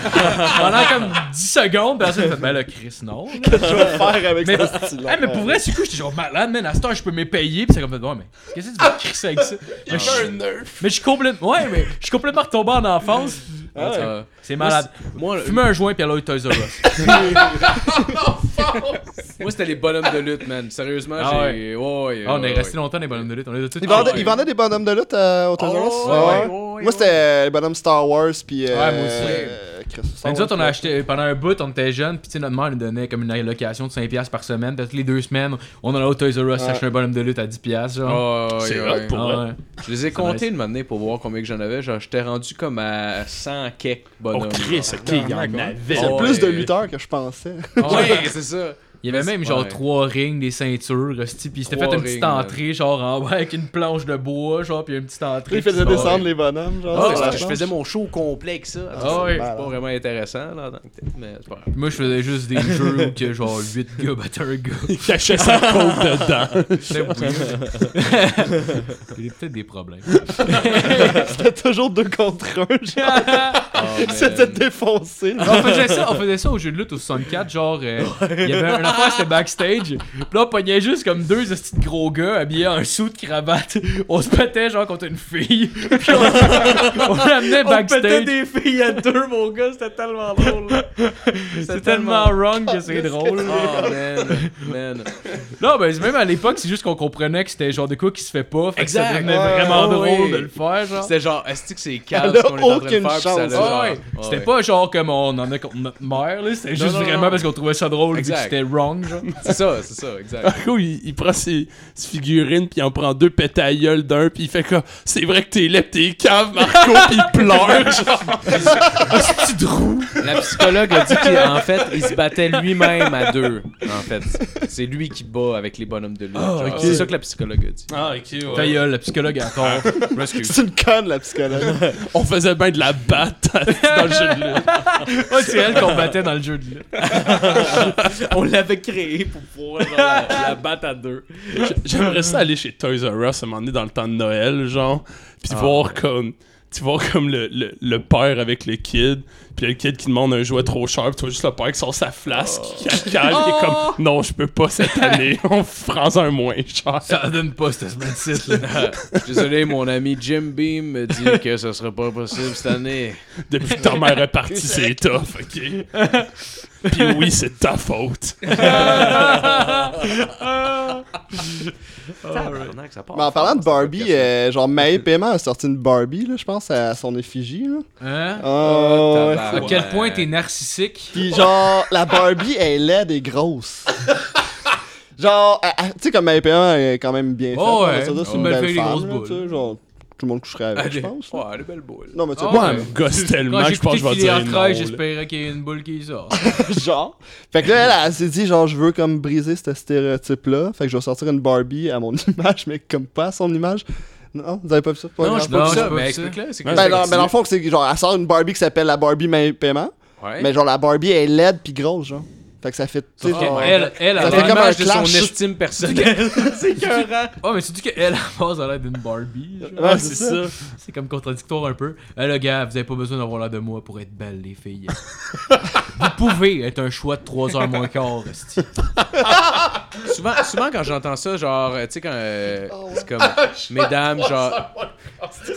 Speaker 4: pendant comme 10 secondes. Puis ensuite, j'ai fait, ben là, Chris, non. là.
Speaker 5: Qu'est-ce que je vais faire avec
Speaker 4: Mais-
Speaker 5: ce style
Speaker 4: Hey, mais pour vrai, du coup, j'étais genre malade, man. À ce temps, je peux me payer. Puis c'est comme, fait, ouais, mais qu'est-ce que tu vas crisser avec
Speaker 3: Ah,
Speaker 4: ça? Mais je suis- mais je suis complètement. Ouais, mais je suis complètement retombé en enfance.
Speaker 3: Euh,
Speaker 4: C'est malade.
Speaker 3: Moi, le-
Speaker 4: Fumer un joint, puis aller au Toys R Us.
Speaker 3: moi, c'était les bonhommes de lutte, man. Sérieusement,
Speaker 4: Ah
Speaker 3: j'ai. Ouais, ouais,
Speaker 4: Ah, on
Speaker 3: ouais,
Speaker 4: est
Speaker 3: ouais.
Speaker 4: resté longtemps dans les bonhommes de lutte. On est de tout.
Speaker 5: Ils vendaient,
Speaker 3: Ah, ouais.
Speaker 5: ils vendaient des bonhommes de lutte euh, au Toys R Us?
Speaker 3: Oh,
Speaker 5: Ouais,
Speaker 3: ouais,
Speaker 5: ouais.
Speaker 3: ouais, ouais.
Speaker 5: Moi, c'était euh, les bonhommes Star Wars, puis. euh,
Speaker 4: Ouais, moi aussi.
Speaker 5: euh, Chris, Star
Speaker 4: Mais nous
Speaker 5: Wars,
Speaker 4: autres, on a
Speaker 5: là.
Speaker 4: acheté pendant un bout, on était jeunes, puis tu sais, notre mère nous donnait comme une allocation de 5$ par semaine. Puis toutes les deux semaines, on allait au Toys R Us
Speaker 5: Ouais.
Speaker 4: acheter un bonhomme de lutte à 10$.
Speaker 3: Ouais,
Speaker 4: Genre.
Speaker 3: ouais,
Speaker 6: C'est
Speaker 3: ouais, ouais.
Speaker 6: hot pour
Speaker 4: Ah
Speaker 6: vrai.
Speaker 4: ouais.
Speaker 3: Je les ai comptés une année pour voir combien que j'en avais. Genre, j'étais rendu comme à 100 quelques
Speaker 6: Oh,
Speaker 3: bonhommes.
Speaker 6: Chris, ok, il y en avait.
Speaker 5: C'est
Speaker 3: Oh,
Speaker 5: plus de
Speaker 3: ouais.
Speaker 5: lutteurs que je pensais.
Speaker 3: Ouais, c'est ça.
Speaker 4: Il y avait même genre
Speaker 3: Ouais.
Speaker 4: trois rings, des ceintures, hostie, puis c'était fait
Speaker 3: Trois
Speaker 4: une petite
Speaker 3: rings, man.
Speaker 4: entrée, genre en bas avec une planche de bois, genre, puis une petite entrée.
Speaker 5: Ils faisaient
Speaker 4: puis-
Speaker 5: descendre les bonhommes, genre.
Speaker 3: Ah,
Speaker 5: sur
Speaker 3: c'est
Speaker 5: la
Speaker 3: parce que je
Speaker 5: planche.
Speaker 3: faisais mon show complet avec ça.
Speaker 4: Ah ouais.
Speaker 3: C'est pas vraiment intéressant, là, en tant que tel, mais c'est pas grave.
Speaker 4: Puis Moi, je faisais juste des jeux où que genre 8 gars battaient un gars.
Speaker 6: Il cachait sa côte dedans.
Speaker 4: C'était weird. Il y a peut-être des problèmes.
Speaker 5: C'était toujours deux contre un, genre.
Speaker 3: Ah,
Speaker 5: C'était défoncé.
Speaker 4: Ah, on faisait ça, on faisait ça au jeu de lutte au 64, genre euh, il y avait un affaire c'était backstage. Puis là on pognait juste comme deux petits gros gars habillés en sou de cravate. On se battait genre contre une fille. Puis on, on l'amenait backstage.
Speaker 3: des filles à deux, mon gars, c'était tellement drôle.
Speaker 4: C'est tellement wrong que c'est drôle.
Speaker 3: Oh man, man.
Speaker 4: Non, ben c'est même à l'époque, c'est juste qu'on comprenait que c'était genre de quoi qui se fait pas. Fait que ça
Speaker 3: Exact.
Speaker 4: devenait
Speaker 5: Ouais,
Speaker 4: vraiment
Speaker 3: ouais,
Speaker 4: drôle
Speaker 3: ouais.
Speaker 4: de le faire, genre.
Speaker 3: C'était genre, est-ce que c'est calme
Speaker 5: Elle a
Speaker 3: ce qu'on est en train de
Speaker 5: aucune
Speaker 3: faire? puis ça a
Speaker 5: chance.
Speaker 3: le genre-
Speaker 4: Ah, Ouais, ouais. C'était pas genre comme on en a contre notre mère, là. C'était juste
Speaker 3: non, non.
Speaker 4: vraiment parce qu'on trouvait ça drôle vu que
Speaker 3: Exact.
Speaker 4: c'était wrong, genre.
Speaker 3: C'est ça, c'est ça, exact.
Speaker 6: Marco, il, il prend ses, ses figurines, puis il en prend deux pétailles d'un, puis il fait comme C'est vrai que t'es laid, pis t'es cave, Marco, puis il pleure. genre.
Speaker 4: C'est drôle.
Speaker 3: La psychologue a dit qu'en fait, il se battait lui-même à deux. En fait, c'est lui qui bat avec les bonhommes de lutte. genre.
Speaker 6: ok.
Speaker 3: C'est ça que la psychologue a dit.
Speaker 6: Ah, ok,
Speaker 4: Ta gueule, la psychologue a encore.
Speaker 5: C'est une conne, la psychologue.
Speaker 6: On faisait bien de la batte dans le jeu de lutte.
Speaker 4: Ouais, c'est elle qu'on battait dans le jeu de lutte.
Speaker 3: On l'avait créé pour pouvoir genre, la, la battre à deux.
Speaker 6: J- J'aimerais ça aller chez Toys R Us à un moment donné dans le temps de Noël, genre, puis voir comme. tu vois comme le, le, le père avec le kid, puis le kid qui demande un jouet trop cher, puis tu vois juste le père qui sort sa flasque, qui calcale, qui est comme non, je peux pas cette année, on prend un moins cher.
Speaker 4: Ça donne pas cette semaine là.
Speaker 3: Désolé, mon ami Jim Beam me dit que ce sera pas possible cette année.
Speaker 6: Depuis que ta mère est partie, c'est tough, ok? Puis oui, c'est de ta faute.
Speaker 1: Tabarnak, ça part
Speaker 5: Mais en parlant de
Speaker 1: fort,
Speaker 3: Ah,
Speaker 5: Barbie,
Speaker 1: ce
Speaker 5: euh, genre Maë Paiement a sorti une Barbie, là, je pense, à son effigie. Là.
Speaker 4: Hein?
Speaker 6: Ah,
Speaker 5: Oh, ouais.
Speaker 4: À quel point t'es narcissique?
Speaker 5: Puis genre, la Barbie elle est laide et grosse. genre, elle- elle- tu sais, comme Maë Paiement elle est quand quand même bien faite.
Speaker 4: Oh,
Speaker 5: on va
Speaker 4: ouais.
Speaker 5: dire ça, c'est
Speaker 4: Oh,
Speaker 5: une
Speaker 4: ouais.
Speaker 5: belle
Speaker 4: Elle fait des grosses
Speaker 5: femme, là,
Speaker 4: boules.
Speaker 5: tu sais, genre, tout le monde coucherait avec, je pense. là.
Speaker 3: Ouais, elle est belle boule.
Speaker 5: Non, mais tu sais,
Speaker 4: Ah,
Speaker 5: pas-
Speaker 4: ouais.
Speaker 6: Gosse tellement,
Speaker 4: Quand j'ai
Speaker 6: je pense que
Speaker 4: écouté
Speaker 6: je vais
Speaker 4: Filière
Speaker 6: dire non.
Speaker 4: 13,
Speaker 6: là.
Speaker 4: j'espérais qu'il y ait une boule qui sort.
Speaker 5: genre. Fait que là, elle, elle s'est dit, genre, je veux comme briser ce stéréotype-là. Fait que je vais sortir une Barbie à mon image, mais comme pas à son image. Non, vous avez pas vu ça? Pas
Speaker 3: Non,
Speaker 5: grave.
Speaker 3: je peux pas
Speaker 4: Non,
Speaker 3: ça,
Speaker 4: j'ai pas
Speaker 3: mais
Speaker 4: vu
Speaker 3: explique-le. c'est
Speaker 6: Ben,
Speaker 3: quoi
Speaker 5: Ben,
Speaker 3: ça
Speaker 5: non,
Speaker 3: continue?
Speaker 5: mais dans le fond, c'est que, genre, elle sort une Barbie qui s'appelle la Barbie Main Paiement.
Speaker 3: Ouais.
Speaker 5: Mais genre, la Barbie est laide puis grosse, genre. Fait que ça fait. tu sais,
Speaker 4: Sauf que
Speaker 5: genre,
Speaker 4: elle, elle,
Speaker 5: ça
Speaker 4: elle,
Speaker 5: fait
Speaker 4: elle,
Speaker 5: comme un
Speaker 3: L'image de son
Speaker 5: clash.
Speaker 3: estime personnelle. c'est écœurant.
Speaker 4: Oh, mais tu dis qu'elle, à la base, elle a l'air d'une Barbie. genre.
Speaker 5: Ouais,
Speaker 6: C'est ça.
Speaker 4: C'est comme contradictoire un peu. Eh le gars, vous avez pas besoin d'avoir l'air de moi pour être belle, les filles. vous pouvez être un choix de 3h moins quart, esti.
Speaker 3: souvent, souvent quand j'entends ça, genre, euh, tu sais, quand. euh, C'est comme. mesdames, genre.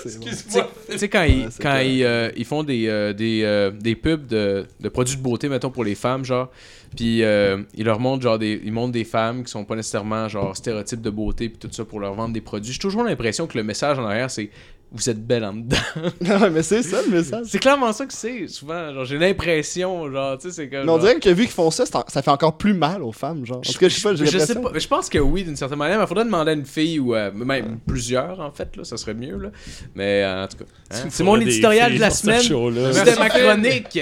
Speaker 6: Excuse-moi.
Speaker 3: Tu sais, quand, ils,
Speaker 5: Ouais, c'est
Speaker 3: quand
Speaker 5: clair.
Speaker 3: ils, euh, ils font des, euh, des, euh, des pubs de, de produits de beauté, mettons, pour les femmes, genre. Puis euh, ils leur montrent, genre, des, ils montrent des femmes qui sont pas nécessairement, genre, stéréotypes de beauté, puis tout ça, pour leur vendre des produits. J'ai toujours l'impression que le message en arrière, c'est. Vous êtes belle en dedans.
Speaker 5: Ouais, mais c'est ça le message.
Speaker 3: C'est clairement ça que c'est, souvent. Genre, j'ai l'impression, genre, tu sais, c'est comme.
Speaker 5: Mais on
Speaker 3: genre-
Speaker 5: dirait que vu qu'ils font ça, c'est en- ça fait encore plus mal aux femmes, genre. En tout cas, je sais pas, j'ai
Speaker 3: je sais
Speaker 5: l'impression.
Speaker 3: pas. Je pense que oui, d'une certaine manière. Mais faudrait demander à une fille ou à même plusieurs, en fait. Là, ça serait mieux. Là. Mais euh, en tout cas, hein. c'est mon éditorial de la semaine.
Speaker 6: semaine.
Speaker 3: C'était ma chronique.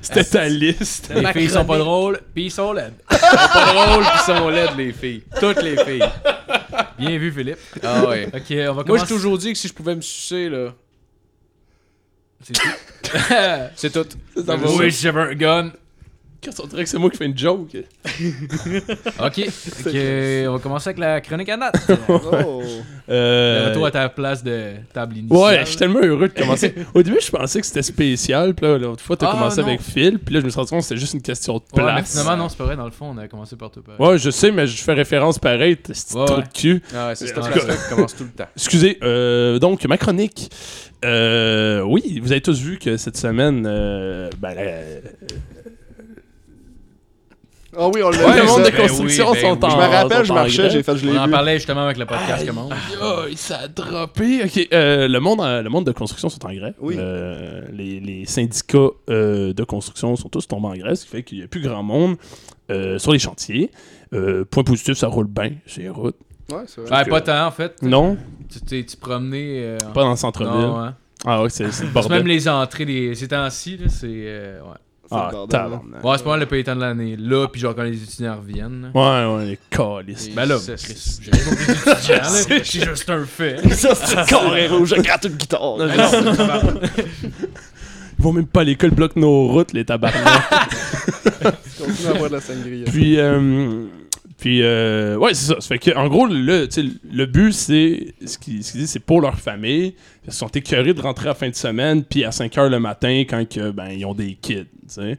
Speaker 6: C'était ta liste.
Speaker 4: Les filles sont pas drôles, pis ils sont laides.
Speaker 3: Pas drôle, qui sont laides, les filles. Toutes les filles.
Speaker 4: Bien vu, Philippe.
Speaker 3: Ah ouais.
Speaker 4: Ok, on va
Speaker 3: Moi,
Speaker 4: commencer.
Speaker 3: j'ai toujours dit que si je pouvais me sucer, là,
Speaker 4: C'est tout.
Speaker 3: c'est tout.
Speaker 4: Oui, j'avais un gun.
Speaker 6: Qu'est-ce qu'on dirait que c'est moi qui fais une joke?
Speaker 4: Ok, ok, on va commencer avec la chronique à Nat.
Speaker 5: Oh.
Speaker 6: Euh,
Speaker 4: Le retour à ta place de table initiale.
Speaker 6: Ouais, je suis tellement heureux de commencer. Au début, je pensais que c'était spécial, puis là, l'autre fois, t'as
Speaker 4: Ah,
Speaker 6: commencé
Speaker 4: non.
Speaker 6: avec Phil, puis là, je me suis rendu compte que c'était juste une question de
Speaker 4: Ouais, mais
Speaker 6: place.
Speaker 4: finalement, non, c'est pas vrai. Dans le fond, on a commencé par tout. pareil.
Speaker 6: Ouais, je sais, mais je fais référence pareil, t'as ce petit
Speaker 4: Ouais,
Speaker 6: trou
Speaker 4: ouais.
Speaker 6: de cul.
Speaker 3: Ah ouais, c'est cette
Speaker 6: En tout
Speaker 3: place-là qui commence tout le temps.
Speaker 6: Excusez, euh, donc, ma chronique. Euh, oui, vous avez tous vu que cette semaine, euh, ben, la-
Speaker 5: Ah oui, on l'a
Speaker 6: le
Speaker 5: vu,
Speaker 6: monde
Speaker 5: ça.
Speaker 6: de construction
Speaker 4: oui, ben
Speaker 6: sont en
Speaker 4: oui.
Speaker 5: Je me rappelle, je
Speaker 6: sont en
Speaker 5: marchais,
Speaker 6: grève.
Speaker 5: j'ai fait, je l'ai
Speaker 4: On en
Speaker 5: vu.
Speaker 4: parlait justement avec le podcast.
Speaker 6: Aïe,
Speaker 4: Comment
Speaker 6: aïe, ça a droppé. Ok, euh, le, monde, euh, le monde de construction sont en grève.
Speaker 5: Oui.
Speaker 6: Euh, les, les syndicats euh, de construction sont tous tombés en grève, ce qui fait qu'il n'y a plus grand monde euh, sur les chantiers. Euh, point positif, ça roule bien sur les routes.
Speaker 5: Ouais, c'est
Speaker 4: Ouais,
Speaker 5: vrai.
Speaker 4: pas tant en fait.
Speaker 6: Non,
Speaker 4: Tu t'es tu promenais. euh,
Speaker 6: pas dans le centre-ville.
Speaker 4: non, hein.
Speaker 6: Ah ouais, c'est c'est le
Speaker 4: C'est même
Speaker 6: bordel.
Speaker 4: les entrées des... ces temps-ci, là, c'est. euh, ouais.
Speaker 5: C'est le
Speaker 6: Ah,
Speaker 5: bordel, là.
Speaker 6: tabarnak.
Speaker 4: Ouais, c'est pas mal le pays temps de l'année. Là, puis genre quand les étudiants reviennent. là.
Speaker 6: Ouais, ouais, les calices.
Speaker 4: Ben là,
Speaker 3: C'est-
Speaker 4: Chris, j'ai pas oublié les étudiants, là. C'est juste un fait.
Speaker 5: Ça, c'est carré rouge, je gratte une guitare.
Speaker 6: Ils vont même pas à l'école, bloquent nos routes, les tabarnak.
Speaker 5: Je continue à boire de la sangria.
Speaker 6: Puis, euh, puis euh, ouais, c'est ça. Ça fait que, en gros, le, tu sais, le but, c'est ce qu'ils ce qu'ils disent, c'est pour leur famille. Ils sont écœurés de rentrer à la fin de semaine, puis à 5 h le matin, quand que, ben, ils ont des kids. tu sais.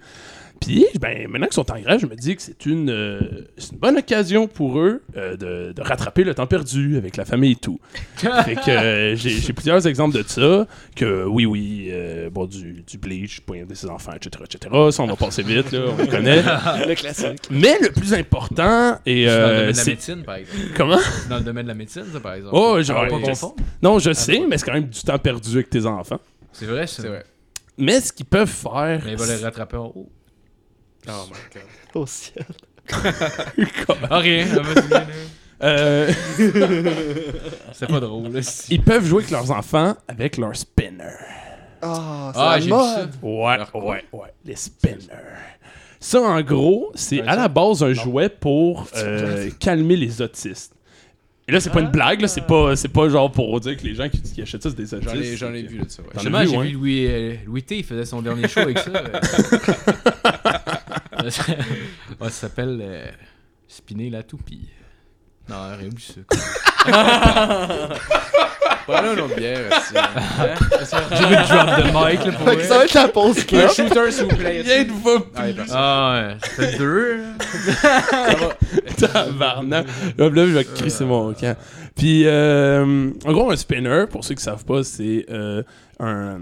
Speaker 6: Puis, ben, maintenant qu'ils sont en grève, je me dis que c'est une, euh, c'est une bonne occasion pour eux euh, de, de rattraper le temps perdu avec la famille et tout. fait que euh, j'ai j'ai plusieurs exemples de ça. Que oui, oui, euh, bon, du, du bleach, poignarder ses enfants, etc., etc. Ça, on va passer vite, là, on le connaît.
Speaker 5: Le classique.
Speaker 6: Mais le plus important, et
Speaker 4: C'est dans le
Speaker 6: euh,
Speaker 4: domaine de la
Speaker 6: c'est
Speaker 4: médecine, par exemple.
Speaker 6: comment
Speaker 4: C'est Dans le domaine de la médecine, ça, par exemple.
Speaker 6: Oh,
Speaker 4: On
Speaker 6: genre,
Speaker 4: va pas
Speaker 6: je-
Speaker 4: confondre.
Speaker 6: non,
Speaker 4: Ah
Speaker 6: je sais, mais c'est quand même du temps perdu avec tes enfants.
Speaker 4: C'est vrai, ça.
Speaker 3: C'est vrai.
Speaker 6: Mais ce qu'ils peuvent faire,
Speaker 4: Mais il va les rattraper en haut.
Speaker 3: Oh my god.
Speaker 5: Au ciel.
Speaker 4: Ah, rien. ah, vas-y, là.
Speaker 6: euh,
Speaker 4: C'est pas drôle, là. si.
Speaker 6: ils peuvent jouer avec leurs enfants avec leur spinner.
Speaker 5: Ah,
Speaker 4: Ah,
Speaker 5: c'est
Speaker 4: j'ai
Speaker 5: la
Speaker 4: vu ça.
Speaker 5: mode.
Speaker 6: Ouais,
Speaker 3: Alors quoi?
Speaker 6: ouais, ouais, les spinners. Ça, en gros, c'est à la base un jouet pour euh, calmer les autistes. Et là, c'est pas une blague, là, c'est pas, c'est pas genre pour dire que les gens qui, qui achètent ça, c'est des autistes.
Speaker 3: J'en ai, j'en ai vu là, ça. Ouais.
Speaker 6: J'en ai
Speaker 4: Justement,
Speaker 6: vu,
Speaker 4: j'ai
Speaker 6: ouais.
Speaker 4: vu Louis, euh, Louis T, il faisait son dernier show avec ça. euh. Ouais, ça s'appelle euh, Spinner la toupie. Non, rien oublie ça. quoi.
Speaker 3: Voilà une autre bière. aussi. Hein?
Speaker 4: J'ai vu le drop de mic, là, pour
Speaker 5: Fait que ça
Speaker 4: vrai.
Speaker 5: va être la pause
Speaker 3: Un
Speaker 5: club.
Speaker 3: shooter, s'il vous plaît.
Speaker 6: Viens de vous
Speaker 3: Ah, ouais, personne.
Speaker 4: Ah ouais, ça fait deux, là.
Speaker 6: Tabarnak. Là, là, je vais crisser mon camp. Puis, euh, en gros, un spinner, pour ceux qui savent pas, c'est euh, un,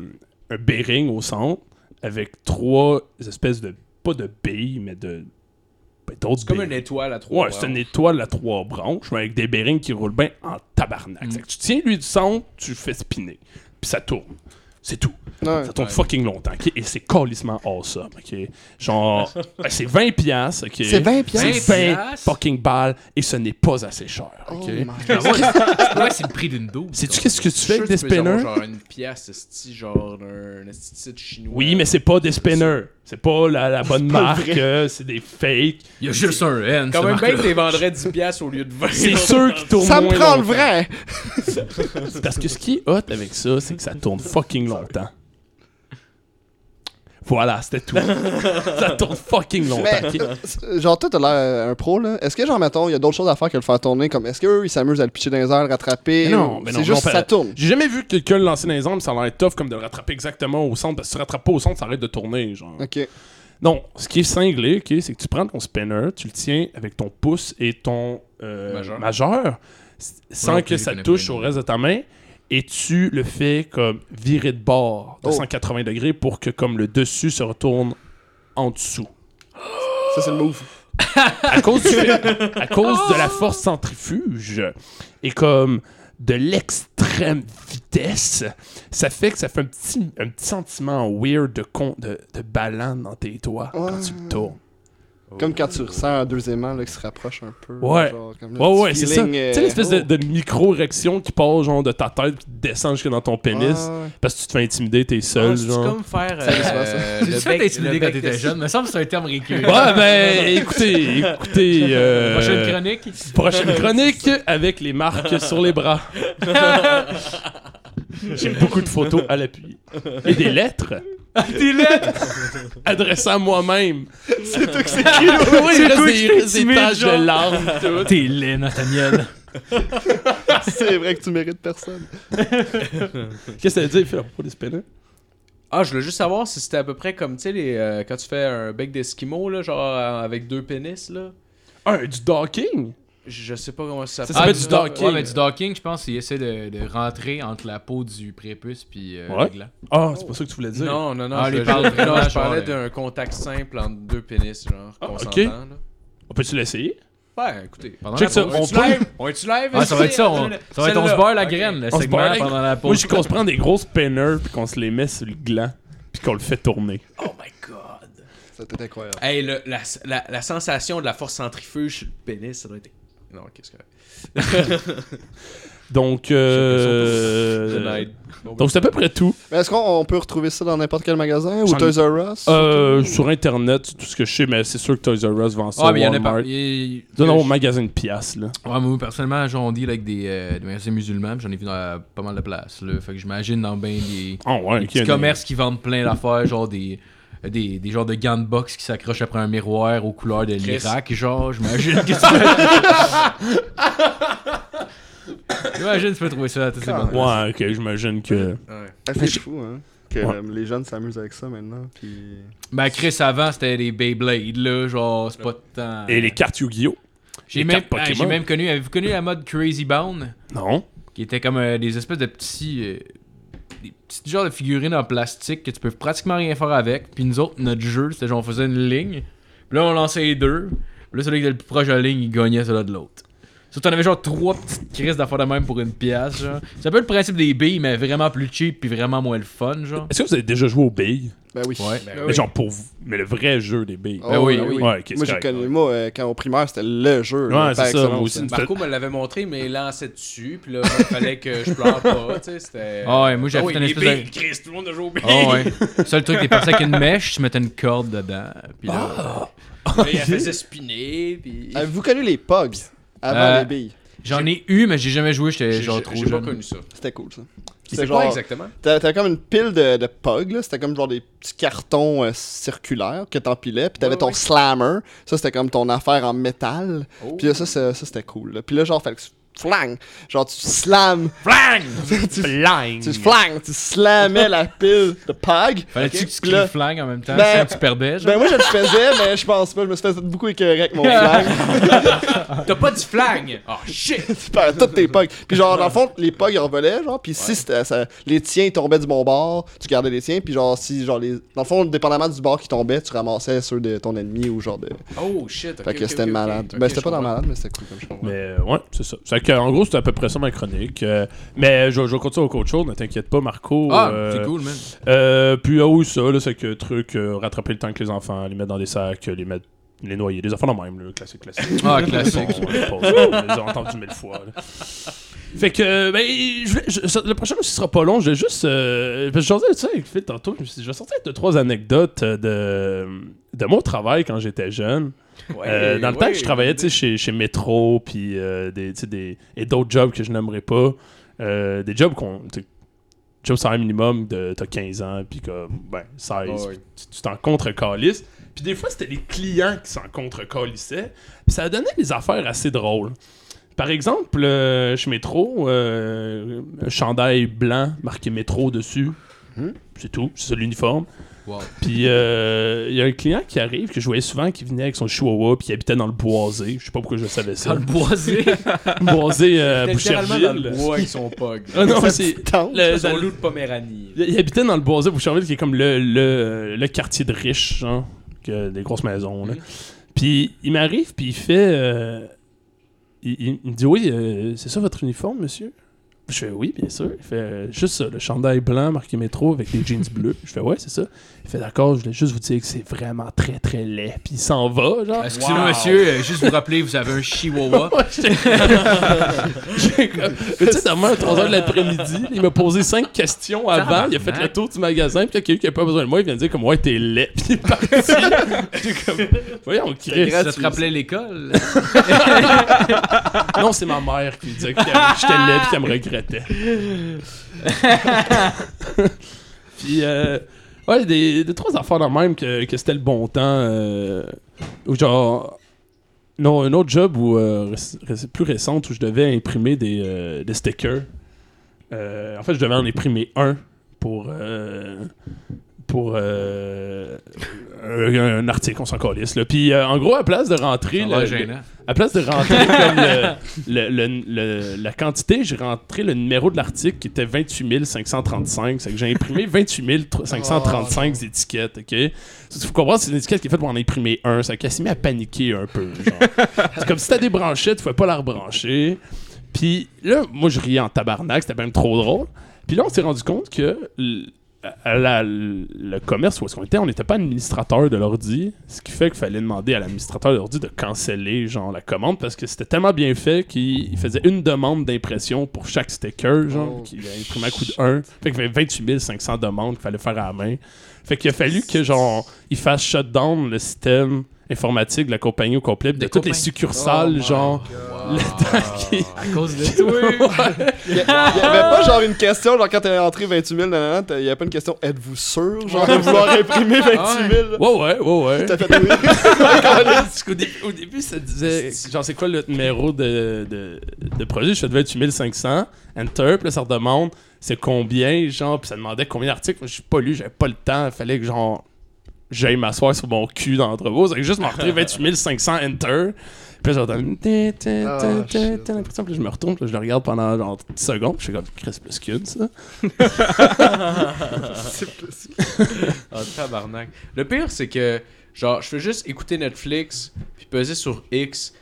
Speaker 6: un bearing au centre avec trois espèces de. pas de billes, mais de. ben, d'autres
Speaker 3: C'est comme une
Speaker 6: billes.
Speaker 3: étoile à trois.
Speaker 6: Ouais, c'est une étoile à trois branches, mais avec des bearings qui roulent bien en tabarnak. C'est que tu tiens lui du centre, tu le fais spinner, puis ça tourne. C'est tout.
Speaker 5: Ouais.
Speaker 6: Ça tourne
Speaker 3: Ouais.
Speaker 6: fucking longtemps, ok? Et c'est colissement awesome, ok? Genre, ben, c'est 20 piastres, ok?
Speaker 5: C'est 20 piastres.
Speaker 6: C'est 20
Speaker 4: piastres?
Speaker 6: fucking balles, et ce n'est pas assez cher, ok?
Speaker 5: Oh
Speaker 4: Ouais, c'est le prix d'une douce.
Speaker 6: Sais-tu qu'est-ce que tu fais
Speaker 3: Fake
Speaker 6: avec des spinners?
Speaker 3: genre une pièce, c'est genre d'un un esti de site chinois.
Speaker 6: Oui, mais c'est pas des spinners. C'est pas la, la bonne marque, euh, c'est des fakes.
Speaker 4: Il y a juste un N,
Speaker 3: Quand
Speaker 4: ce
Speaker 3: même bien que
Speaker 4: marque-là.
Speaker 3: t'es vendrais 10 pièces au lieu de 20.
Speaker 6: C'est ceux qui tournent
Speaker 5: Ça me
Speaker 6: moins
Speaker 5: prend le
Speaker 6: longtemps.
Speaker 5: vrai.
Speaker 6: Parce que ce qui est hot avec ça, c'est que ça tourne fucking longtemps. Voilà, c'était tout. ça tourne fucking longtemps. ok?
Speaker 5: Mais, euh, genre, toi, t'as l'air euh, un pro, là. Est-ce que, genre, mettons, il y a d'autres choses à faire que le faire tourner? Comme, est-ce qu'eux, ils s'amusent à le pitcher dans les airs, le rattraper?
Speaker 6: Mais non, mais non,
Speaker 5: C'est juste
Speaker 6: non,
Speaker 5: que ça
Speaker 6: pas-
Speaker 5: tourne.
Speaker 6: J'ai jamais vu quelqu'un le lancer dans les arbres, ça a l'air tough comme de le rattraper exactement au centre, parce que si tu rattrapes pas au centre, ça arrête de tourner, genre.
Speaker 5: Ok.
Speaker 6: Non, ce qui est cinglé, ok, c'est que tu prends ton spinner, tu le tiens avec ton pouce et ton euh,
Speaker 3: Majeur.
Speaker 6: majeur, s- sans
Speaker 4: Ouais, ok,
Speaker 6: que
Speaker 4: je
Speaker 6: ça
Speaker 4: connais
Speaker 6: touche
Speaker 4: pas,
Speaker 6: au
Speaker 4: non.
Speaker 6: reste de ta main, et tu le fais comme virer de bord de
Speaker 5: Oh.
Speaker 6: 180 degrés pour que comme le dessus se retourne en dessous.
Speaker 5: Ça, c'est le move.
Speaker 6: à cause, du fait- à cause de la force centrifuge et comme de l'extrême vitesse, ça fait que ça fait un petit, un petit sentiment weird de, con, de, de ballon dans tes doigts quand tu le tournes.
Speaker 5: Comme quand tu ressens un deuxième là, qui se rapproche un peu.
Speaker 6: Oh. Ouais.
Speaker 5: Genre, comme le
Speaker 6: Ouais,
Speaker 5: petit
Speaker 6: ouais, c'est ça.
Speaker 5: feeling, euh,
Speaker 6: Tu sais, l'espèce de,
Speaker 5: oh.
Speaker 6: de micro-érection qui part genre de ta tête qui descend jusque dans ton pénis
Speaker 5: Ouais, ouais.
Speaker 6: parce que tu te fais intimider, t'es seul,
Speaker 3: Ah, C'est
Speaker 6: genre.
Speaker 3: comme faire.
Speaker 5: se passe,
Speaker 3: Euh,
Speaker 4: Tu te fais intimider quand t'étais jeune, me semble que c'est un terme récurrent.
Speaker 6: Ouais, ben, écoutez, écoutez. euh,
Speaker 4: Prochaine chronique.
Speaker 6: Prochaine chronique avec les marques sur les bras. J'ai beaucoup de photos à l'appui. Et des lettres. Ah, Des lettres adressées à moi-même. C'est toi qui c'est Oui, il reste des- il reste des, taches de larmes. tout.
Speaker 4: T'es laid, Nathaniel.
Speaker 3: Ah,
Speaker 5: C'est vrai que tu mérites personne.
Speaker 6: Qu'est-ce que ça veut dire, Phil, à propos des spinners?
Speaker 3: Ah, je voulais juste savoir si c'était à peu près comme, tu sais, les, euh, quand tu fais un bec d'esquimau, là, genre euh, avec deux pénis, là.
Speaker 6: Ah, du docking?
Speaker 3: Je je sais pas comment ça
Speaker 6: Ça
Speaker 3: s'appelle.
Speaker 6: s'appelle
Speaker 3: là.
Speaker 6: du docking.
Speaker 4: Ouais, mais du docking, je pense qu'il essaie de, de rentrer entre la peau du prépuce puis euh,
Speaker 6: Ouais.
Speaker 4: les glands.
Speaker 6: Ah, c'est pas ça que tu voulais dire.
Speaker 3: Non, non, non.
Speaker 4: Ah,
Speaker 3: je,
Speaker 4: les
Speaker 3: je-
Speaker 4: parles
Speaker 3: non,
Speaker 4: vraiment,
Speaker 3: je parlais
Speaker 4: genre,
Speaker 3: d'un contact simple entre deux pénis, genre,
Speaker 6: Ah,
Speaker 3: qu'on
Speaker 6: ok.
Speaker 3: s'entend, là.
Speaker 6: On peut-tu l'essayer?
Speaker 3: Ben, écoutez.
Speaker 4: Pendant
Speaker 6: Check
Speaker 4: la
Speaker 6: ça,
Speaker 4: pause.
Speaker 6: on
Speaker 3: est-tu
Speaker 6: peut-
Speaker 3: live? On est-tu live?
Speaker 4: Ouais, Ah, ça va être ça. On, ça va être on se beurre la
Speaker 3: Ok.
Speaker 4: graine, le
Speaker 6: On se
Speaker 4: segment
Speaker 6: beurre la-
Speaker 4: pendant la
Speaker 6: Moi,
Speaker 4: pause.
Speaker 6: je qu'on se prend des gros spinners puis qu'on se les met sur le gland puis qu'on le fait tourner.
Speaker 3: Oh my god.
Speaker 5: C'était incroyable.
Speaker 3: Hey, le- la, la, la sensation de la force centrifuge sur le pénis, ça doit être. Non, qu'est-ce que.
Speaker 6: Donc, euh, Donc, c'est à peu près tout.
Speaker 5: Mais est-ce qu'on on peut retrouver ça dans n'importe quel magasin ou
Speaker 6: J'en-
Speaker 5: Toys R Us?
Speaker 6: Euh, sur internet, c'est tout ce que je sais, mais c'est sûr que Toys R Us vend ça.
Speaker 4: Ah, mais il y en a
Speaker 6: Walmart.
Speaker 4: par. il-
Speaker 6: Donne au
Speaker 4: je-
Speaker 6: magasin de pièces, là.
Speaker 4: Ouais, moi, personnellement, genre, on dit là, avec des, euh, des magasins musulmans, puis j'en ai vu dans euh, pas mal de places. Là. Fait que j'imagine dans bien des,
Speaker 6: Ah ouais,
Speaker 4: des
Speaker 6: ok,
Speaker 4: petits
Speaker 6: mais-
Speaker 4: commerces qui vendent plein d'affaires, genre des, des, des genres de gants de boxe qui s'accrochent après un miroir aux couleurs de
Speaker 3: Chris.
Speaker 4: l'Irak, genre, j'imagine que tu peux... J'imagine que tu peux trouver ça à toutes ces bonnes places.
Speaker 6: Ouais, ok, j'imagine que.
Speaker 5: Ah, C'est fou, hein? Que
Speaker 6: Ouais.
Speaker 5: euh, les jeunes s'amusent avec ça maintenant. Puis...
Speaker 4: Ben, Chris, avant, c'était des Beyblade, là, genre, c'est pas tant...
Speaker 6: Et les cartes Yu-Gi-Oh!
Speaker 4: J'ai
Speaker 6: les
Speaker 4: même,
Speaker 6: cartes
Speaker 4: ah,
Speaker 6: Pokémon.
Speaker 4: j'ai même connu... Avez-vous connu la mode Crazy Bound?
Speaker 6: Non.
Speaker 4: qui était comme euh, des espèces de petits euh, des petits genres de figurines en plastique que tu peux pratiquement rien faire avec. Puis nous autres, notre jeu, c'était genre on faisait une ligne, puis là on lançait les deux, puis là celui qui était le plus proche de la ligne, il gagnait celui de l'autre. Ça, t'en avais genre trois petites crises d'affaires de même pour une pièce, genre. C'est un peu le principe des billes, mais vraiment plus cheap puis vraiment moins le fun, genre.
Speaker 6: Est-ce que vous avez déjà joué aux billes?
Speaker 5: Ben oui.
Speaker 4: Ouais.
Speaker 7: Ah
Speaker 6: Mais
Speaker 7: oui.
Speaker 6: genre pour vous. Mais le vrai jeu des billes.
Speaker 5: Oh,
Speaker 4: Ben oui,
Speaker 5: ben
Speaker 4: oui.
Speaker 6: Ouais, ok, c'est
Speaker 5: moi, j'ai
Speaker 6: correct.
Speaker 5: connu. Moi, euh, quand au primaire, c'était le jeu.
Speaker 6: Ouais,
Speaker 5: là, par
Speaker 6: c'est ça, moi
Speaker 5: excellence,
Speaker 6: aussi.
Speaker 5: là.
Speaker 3: Marco me l'avait montré, mais il lançait dessus, puis là, il fallait que je pleure pas, tu sais, c'était...
Speaker 4: Ah ouais, moi, j'ai fait une
Speaker 3: les
Speaker 4: espèce de-
Speaker 3: billes, Chris, tout le monde a joué aux billes!
Speaker 4: Oh ouais. Seul truc, t'es passé avec une mèche, tu mettais une corde dedans. Puis là,
Speaker 3: Ah. Là, il la faisait spinner, puis...
Speaker 5: Avez-vous connu les Pogs avant
Speaker 4: Euh,
Speaker 5: les billes?
Speaker 4: j'en ai eu, mais j'ai jamais joué, j'étais
Speaker 3: J'ai-
Speaker 4: genre
Speaker 3: J'ai
Speaker 4: trop
Speaker 3: j'ai pas
Speaker 4: jeune.
Speaker 3: connu ça.
Speaker 5: C'était cool, ça.
Speaker 3: C'est
Speaker 5: genre-
Speaker 3: quoi exactement?
Speaker 5: T'avais t'avais comme une pile de, de pugs, là. C'était comme genre des petits cartons euh, circulaires que t'empilais. Puis t'avais
Speaker 3: Ouais,
Speaker 5: ton
Speaker 3: ouais.
Speaker 5: slammer. Ça, c'était comme ton affaire en métal.
Speaker 3: Oh.
Speaker 5: Puis là, ça, c'est- ça, c'était cool. là. Puis là, genre, fallait que tu flang. Genre, tu slams,
Speaker 6: Flang!
Speaker 5: tu-
Speaker 6: Flang!
Speaker 5: tu flang, tu slammais la pile de PAG.
Speaker 4: Fallait-tu
Speaker 5: Ok.
Speaker 4: que tu
Speaker 5: Puis là-
Speaker 4: cries flingue en même temps?
Speaker 5: Ben-
Speaker 4: Sinon, tu perdais, genre.
Speaker 5: Ben moi je le faisais, mais je pense pas, je me suis fait beaucoup écœurer avec mon flag.
Speaker 3: T'as pas du flag! Oh shit!
Speaker 5: tu perds toutes tes pugs. Puis genre, dans le fond, les pugs ils revelaient, genre, puis si c'était- ça- les tiens tombaient du bon bord, tu gardais les tiens, puis genre, si, genre, les, dans le fond, dépendamment du bord qui tombait, tu ramassais ceux de ton ennemi ou genre de.
Speaker 3: Oh shit! ok,
Speaker 5: Fait que
Speaker 3: ok,
Speaker 5: c'était
Speaker 3: ok, ok.
Speaker 5: malade.
Speaker 3: Ok,
Speaker 5: ben c'était
Speaker 3: je
Speaker 5: pas dans
Speaker 3: comprends.
Speaker 5: malade, mais c'était cool comme chose.
Speaker 6: Mais euh, ouais, c'est ça. C'est que, en gros, c'était à peu près ça ma chronique. Euh, mais je, je vais continuer au coach show, ne t'inquiète pas, Marco.
Speaker 3: Ah,
Speaker 6: Euh,
Speaker 3: c'est cool, man.
Speaker 6: euh, puis, ah oui, ça, là, c'est que truc, euh, rattraper le temps que les enfants, les mettre dans des sacs, les mettre les noyer, les enfants dans le même, là, classique, classique.
Speaker 4: Ah, classique.
Speaker 6: Bon, on les pose, on les a entendus mille fois. là. Fait que, euh, ben, je vais- je- ça- le prochain, ce sera pas long. Je vais juste. Euh, parce que je sortais de ça avec Phil tantôt. Je me suis dit, je vais sortir deux, trois anecdotes euh, de, de mon travail quand j'étais jeune. Euh, dans le temps que je travaillais tu sais, chez, chez Métro puis, euh, des, tu sais, des- et d'autres jobs que je nommerai pas, euh, des jobs qu'on. tu sais, Job salaire minimum de t'as 15 ans, puis comme, ben, 16,
Speaker 3: Ah ouais.
Speaker 6: puis tu tu t'en contre-calisses. Puis des fois, c'était les clients qui s'en contre-calissaient, puis ça donnait des affaires assez drôles. Par exemple, euh, chez Métro, euh, un chandail blanc marqué Métro dessus, c'est tout, c'est ça l'uniforme.
Speaker 3: Hmm? Wow.
Speaker 6: Puis euh, il y a un client qui arrive que je voyais souvent qui venait avec son chihuahua puis qui habitait dans le boisé. Je sais pas pourquoi je savais ça.
Speaker 4: Dans le boisé.
Speaker 6: boisé euh,
Speaker 3: T'es littéralement dans le
Speaker 6: Boucherville.
Speaker 3: bois avec son pug.
Speaker 6: Ah non,
Speaker 5: Cette
Speaker 6: c'est
Speaker 5: petite tente.
Speaker 6: le-
Speaker 3: Son
Speaker 6: dans le-
Speaker 3: loup de Poméranie.
Speaker 6: il il habitait dans le boisé Boucherville qui est comme le, le, le quartier de riches, genre, que des grosses maisons. Là. Puis il m'arrive puis il fait euh, il, il- il me dit oui, euh, c'est ça votre uniforme monsieur je fais oui, bien sûr. Il fait euh, juste ça, le chandail blanc marqué métro avec des jeans bleus. Je fais ouais, c'est ça. Il fait d'accord, je voulais juste vous dire que c'est vraiment très très laid. Puis il s'en va, genre.
Speaker 4: Excusez-moi,
Speaker 3: Wow.
Speaker 4: monsieur, euh, juste vous rappeler, vous avez un chihuahua.
Speaker 6: Ouais, j'étais- J'ai comme- Mais tu sais, demain, à 3h de l'après-midi, il m'a posé 5 questions avant. Il a fait le tour du magasin. Puis quelqu'un qui a pas besoin de moi, il vient de dire comme ouais, t'es laid. Puis il est parti. J'ai comme voyons, Chris.
Speaker 4: Ça te rappelait l'école?
Speaker 6: Non, c'est ma mère qui me disait que j'étais laid et qu'elle me regrettait. Puis, euh, ouais, des, des trois affaires dans le même que, que c'était le bon temps. euh, ou genre. Non, un autre job où, euh, réc- réc- plus récente où je devais imprimer des, euh, des stickers. Euh, en fait, je devais en imprimer un pour. euh, pour euh, un, un article, on s'en calisse. là. Puis, euh, en gros, à place de rentrer.
Speaker 4: Ça a
Speaker 6: le-
Speaker 4: l'air gênant.
Speaker 6: à place de rentrer comme le- le- le- le- la quantité, j'ai rentré le numéro de l'article qui était 28 535. C'est que j'ai imprimé 28 535 étiquettes, OK? Il faut comprendre, c'est une étiquette qui est faite pour en imprimer un. Ça qu'elle s'est mis à paniquer un peu. genre. c'est comme si t'as débranché, tu pouvais pas la rebrancher. Puis là, moi, je riais en tabarnak. C'était même trop drôle. Puis là, on s'est rendu compte que l- à la- le commerce où est-ce qu'on était, on n'était pas administrateur de l'ordi, ce qui fait qu'il fallait demander à l'administrateur de l'ordi de canceller genre la commande parce que c'était tellement bien fait qu'il il faisait une demande d'impression pour chaque sticker, genre,
Speaker 5: Oh,
Speaker 6: qu'il imprimait à coup de 1. Fait qu'il y avait 28 500 demandes qu'il fallait faire à la main. Fait qu'il a fallu que genre il fasse shutdown le système informatique de la compagnie au complet, puis de
Speaker 4: De
Speaker 6: toutes les
Speaker 4: compagnie.
Speaker 6: succursales, genre, le temps qui-
Speaker 4: À cause de toi.
Speaker 5: Il y avait pas genre une question, genre quand t'es entré 28 000, nanana, t'as- il y avait pas une question, êtes-vous sûr, genre, de vouloir
Speaker 3: Ah
Speaker 5: imprimer 28 000?
Speaker 6: Ouais, ouais, ouais, ouais.
Speaker 5: T'as fait oui.
Speaker 6: Parce qu'au dé- au début, ça disait, genre, c'est quoi le numéro de, de, de produit? Je fais 28 500, enter, puis là, ça redemande, c'est combien, genre, puis ça demandait combien d'articles. Moi, j'ai pas lu, j'avais pas le temps, il fallait que, genre, j'aille m'asseoir sur mon cul dans l'entrepôt. C'est que juste m'entrer 28 500, enter. Puis là, j'entends. tin, tin, tin, tin,
Speaker 5: shit.
Speaker 6: tin, l'impression que je me retourne, puis je le regarde pendant genre 10 secondes, puis je suis comme, Chris plus qu'une, ça.
Speaker 3: Ah, tabarnak. Le pire, c'est que, genre, je fais juste écouter Netflix, puis peser sur X,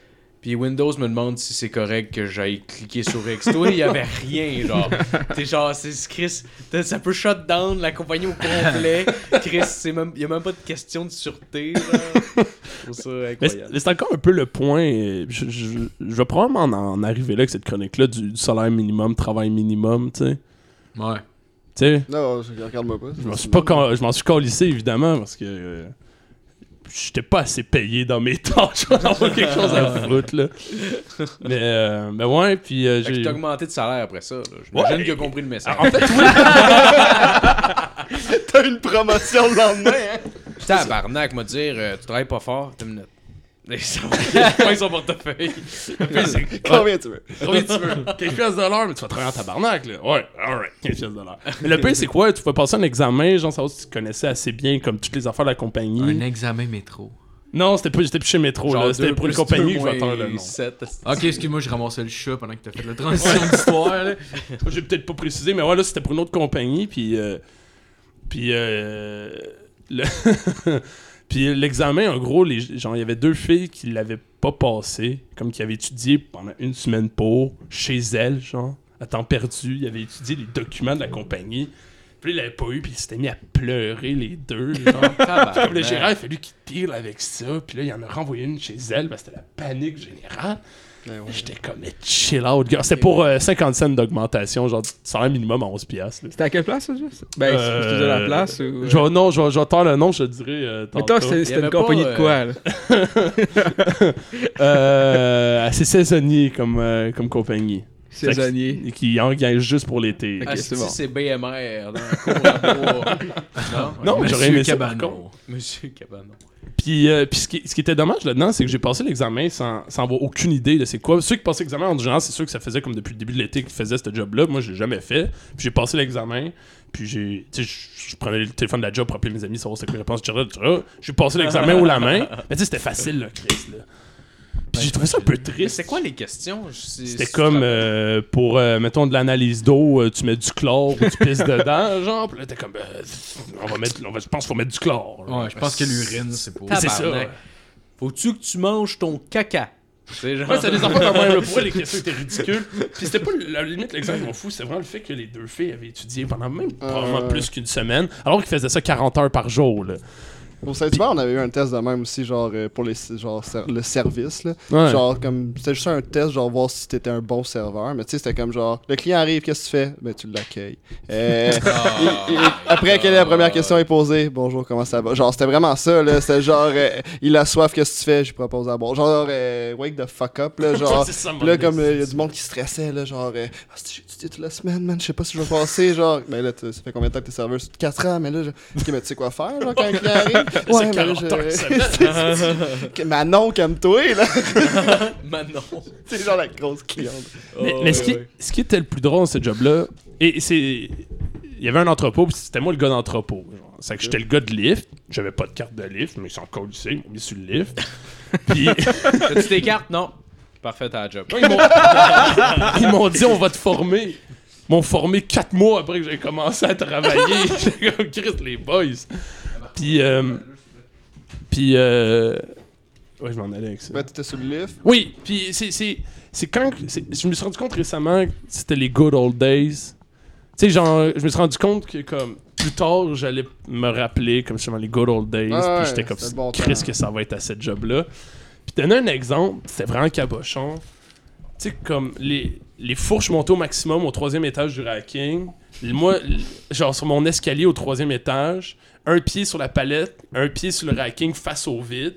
Speaker 3: puis Windows me demande si c'est correct que j'aille cliquer sur X. Toi, il y avait rien, genre. T'es genre, c'est c'est Chris, t'as- ça peut shut down la compagnie au complet. Chris, c'est même, y a même pas de question de sûreté, là. Je trouve ça
Speaker 6: Mais c'est-
Speaker 3: incroyable.
Speaker 6: mais c'est encore un peu le point. euh, Je, je- je vais probablement en, en arriver là avec cette chronique-là du, du salaire minimum, travail minimum, tu sais.
Speaker 4: Ouais.
Speaker 6: Tu sais,
Speaker 5: Non, je- regarde-moi pas.
Speaker 6: je m'en suis pas con- je m'en suis collissé évidemment parce que euh, j'étais pas assez payé dans mes tâches. J'en avais quelque chose à foutre là. Mais euh, mais ouais, puis euh,
Speaker 3: Fait que
Speaker 6: j'ai
Speaker 3: t'as augmenté de salaire après ça, là. J'imagine
Speaker 6: Ouais.
Speaker 3: qu'il a compris le message.
Speaker 6: en fait,
Speaker 5: T'as une promotion le lendemain, hein?
Speaker 3: Tabarnak, m'a dire, euh, tu travailles pas fort, t'as une minute. Il s'en va- il prend son portefeuille. Puis c'est-
Speaker 5: Combien tu veux?
Speaker 3: Combien tu veux?
Speaker 6: 15 piastres de l'heure, mais tu vas travailler en tabarnak, là. Ouais, alright, 15 piastres de l'heure. Mais le pire, c'est quoi? Tu vas passer un examen, genre, savoir si tu connaissais assez bien, comme toutes les affaires de la compagnie.
Speaker 4: Un examen métro.
Speaker 6: Non, c'était pas, j'étais plus chez Métro,
Speaker 3: Genre
Speaker 6: là. C'était
Speaker 3: deux
Speaker 6: pour une
Speaker 3: plus
Speaker 6: compagnie que
Speaker 3: deux
Speaker 6: je vais attendre
Speaker 3: moins
Speaker 6: le nom.
Speaker 3: sept.
Speaker 4: Ok, excuse-moi, je ramassais le chat pendant que t'as fait la transition d'histoire. là.
Speaker 6: Moi, J'ai peut-être pas précisé, mais ouais, là, c'était pour une autre compagnie, puis... euh, puis... euh, le- puis euh, l'examen, en gros, les, genre, il y avait deux filles qui l'avaient pas passé, comme qui avaient étudié pendant une semaine pour, chez elles, genre, à temps perdu. Ils avaient étudié les documents de la compagnie. Puis là, il l'avait pas eu, puis il s'était mis à pleurer, les deux, genre. Comme le gérant, il a fallu qu'il deal avec ça. Puis là, il en a renvoyé une chez elle parce que c'était la panique générale.
Speaker 7: Ben
Speaker 6: J'étais comme, mais chill out, gars. C'était pour euh, 50 cents d'augmentation, genre salaire minimum à 11 piastres. là.
Speaker 7: C'était à quelle place, ça, juste Ben,
Speaker 6: Euh,
Speaker 7: excusez la place ou. euh,
Speaker 6: Je vais, non, je vais, je vais taire le nom, je te dirai. euh,
Speaker 7: Mais toi,
Speaker 6: tantôt.
Speaker 7: c'était
Speaker 3: Il y
Speaker 7: c'était
Speaker 3: avait
Speaker 7: une compagnie
Speaker 3: pas,
Speaker 7: de quoi, là
Speaker 6: Euh, assez saisonnier comme, euh, comme compagnie.
Speaker 7: Saisonnier.
Speaker 6: Et qui engage juste pour l'été.
Speaker 7: Ok.
Speaker 3: Ah,
Speaker 7: c'est
Speaker 3: si,
Speaker 7: bon.
Speaker 3: c'est BMR dans un cours à bois. Non,
Speaker 6: Non, mais
Speaker 4: Monsieur
Speaker 6: j'aurais aimé ça, par
Speaker 4: Cabano.
Speaker 6: contre.
Speaker 3: Monsieur Cabanon.
Speaker 6: Puis, euh, puis ce, qui, ce qui était dommage là-dedans, c'est que j'ai passé l'examen sans, sans avoir aucune idée de c'est quoi. Ceux qui passaient l'examen en général, c'est sûr que ça faisait comme depuis le début de l'été qu'ils faisaient ce job-là. Moi, je l'ai jamais fait. Puis j'ai passé l'examen. Puis j'ai. Tu sais, je- je prenais le téléphone de la job pour appeler mes amis, savoir c'était quoi les réponses, etc. etc. J'ai passé l'examen haut la main. Mais tu sais, c'était facile, là, Chris. Là. Puis j'ai trouvé ça un peu
Speaker 3: Mais
Speaker 6: triste.
Speaker 3: c'est quoi les questions?
Speaker 6: C'était comme euh, pour, euh, mettons, de l'analyse d'eau, euh, tu mets du chlore ou tu pisses dedans, genre. Puis là, t'es comme, euh, on va mettre, on va- je pense qu'il faut mettre du chlore. là.
Speaker 4: Ouais, je pense que l'urine, c'est pour.
Speaker 6: C'est ça.
Speaker 3: Tabarnak. Faut-tu que tu manges ton caca? C'est genre...
Speaker 6: Ouais, c'était des enfants comme moi, pour les questions étaient ridicules. Puis c'était pas la limite, l'exemple, je m'en fous, c'était vraiment le fait que les deux filles avaient étudié pendant même
Speaker 5: Euh.
Speaker 6: probablement plus qu'une semaine, alors qu'ils faisaient ça 40 heures par jour. Là.
Speaker 5: Au Saint-Hubert, on avait eu un test de même aussi, genre euh, pour les, genre, ser- le service. Là.
Speaker 6: Ouais.
Speaker 5: Genre, comme, c'était juste un test, genre voir si t'étais un bon serveur. Mais tu sais, c'était comme genre, le client arrive, qu'est-ce que tu fais Ben, tu l'accueilles. Euh,
Speaker 4: Ah.
Speaker 5: et-
Speaker 3: Ah,
Speaker 5: et- après, quelle est la première question est posée Bonjour, comment ça va Genre, c'était vraiment ça, là. C'était genre, euh, il a soif, qu'est-ce que tu fais Je lui propose à boire. Genre, euh, wake the fuck up, là. Genre,
Speaker 6: C'est ça, mon
Speaker 5: Puis là, comme
Speaker 6: Dieu.
Speaker 5: il y a du monde qui stressait, là, genre, euh, Ah, c'est-tu, j'ai étudié toute la semaine, man, je sais pas si je vais passer, genre, mais là, tu- ça fait combien de temps que t'es serveur 4 ans, mais là, je... ok, mais tu sais quoi faire, genre, quand un client arrive
Speaker 6: C'est 40 heures
Speaker 5: je-
Speaker 6: semaine.
Speaker 5: Ok, Manon, calme-toi, là,
Speaker 3: Manon.
Speaker 5: c'est genre la grosse cliente.
Speaker 6: Mais, mais ce, qui, ce qui était le plus drôle dans ce job-là, et c'est. Il y avait un entrepôt, puis c'était moi le gars d'entrepôt. genre. C'est que j'étais le gars de lift, j'avais pas de carte de lift, mais ils sont encore lycée, ils m'ont mis sur le lift. Puis
Speaker 3: T'as-tu tes cartes? Non. Parfait, t'as la job.
Speaker 6: ils m'ont- ils m'ont dit on va te former. Ils m'ont formé quatre mois après que j'ai commencé à travailler. J'étais comme Chris les boys. Puis euh, puis euh, ouais je m'en allais avec ça.
Speaker 5: Ben, t'étais sur le lift,
Speaker 6: Oui, puis c'est c'est c'est quand que- c'est- je me suis rendu compte récemment que c'était les good old days. Tu sais genre je me suis rendu compte que comme plus tard j'allais me rappeler comme justement les good old days
Speaker 5: Ah ouais,
Speaker 6: puis j'étais comme
Speaker 5: c'était le bon
Speaker 6: Chris
Speaker 5: temps.
Speaker 6: que ça va être à cette job là. Puis donner un exemple, c'était vraiment cabochon. Tu sais comme les les fourches montées au maximum au troisième étage du racking. Moi, l- genre sur mon escalier au troisième étage, un pied sur la palette, un pied sur le racking face au vide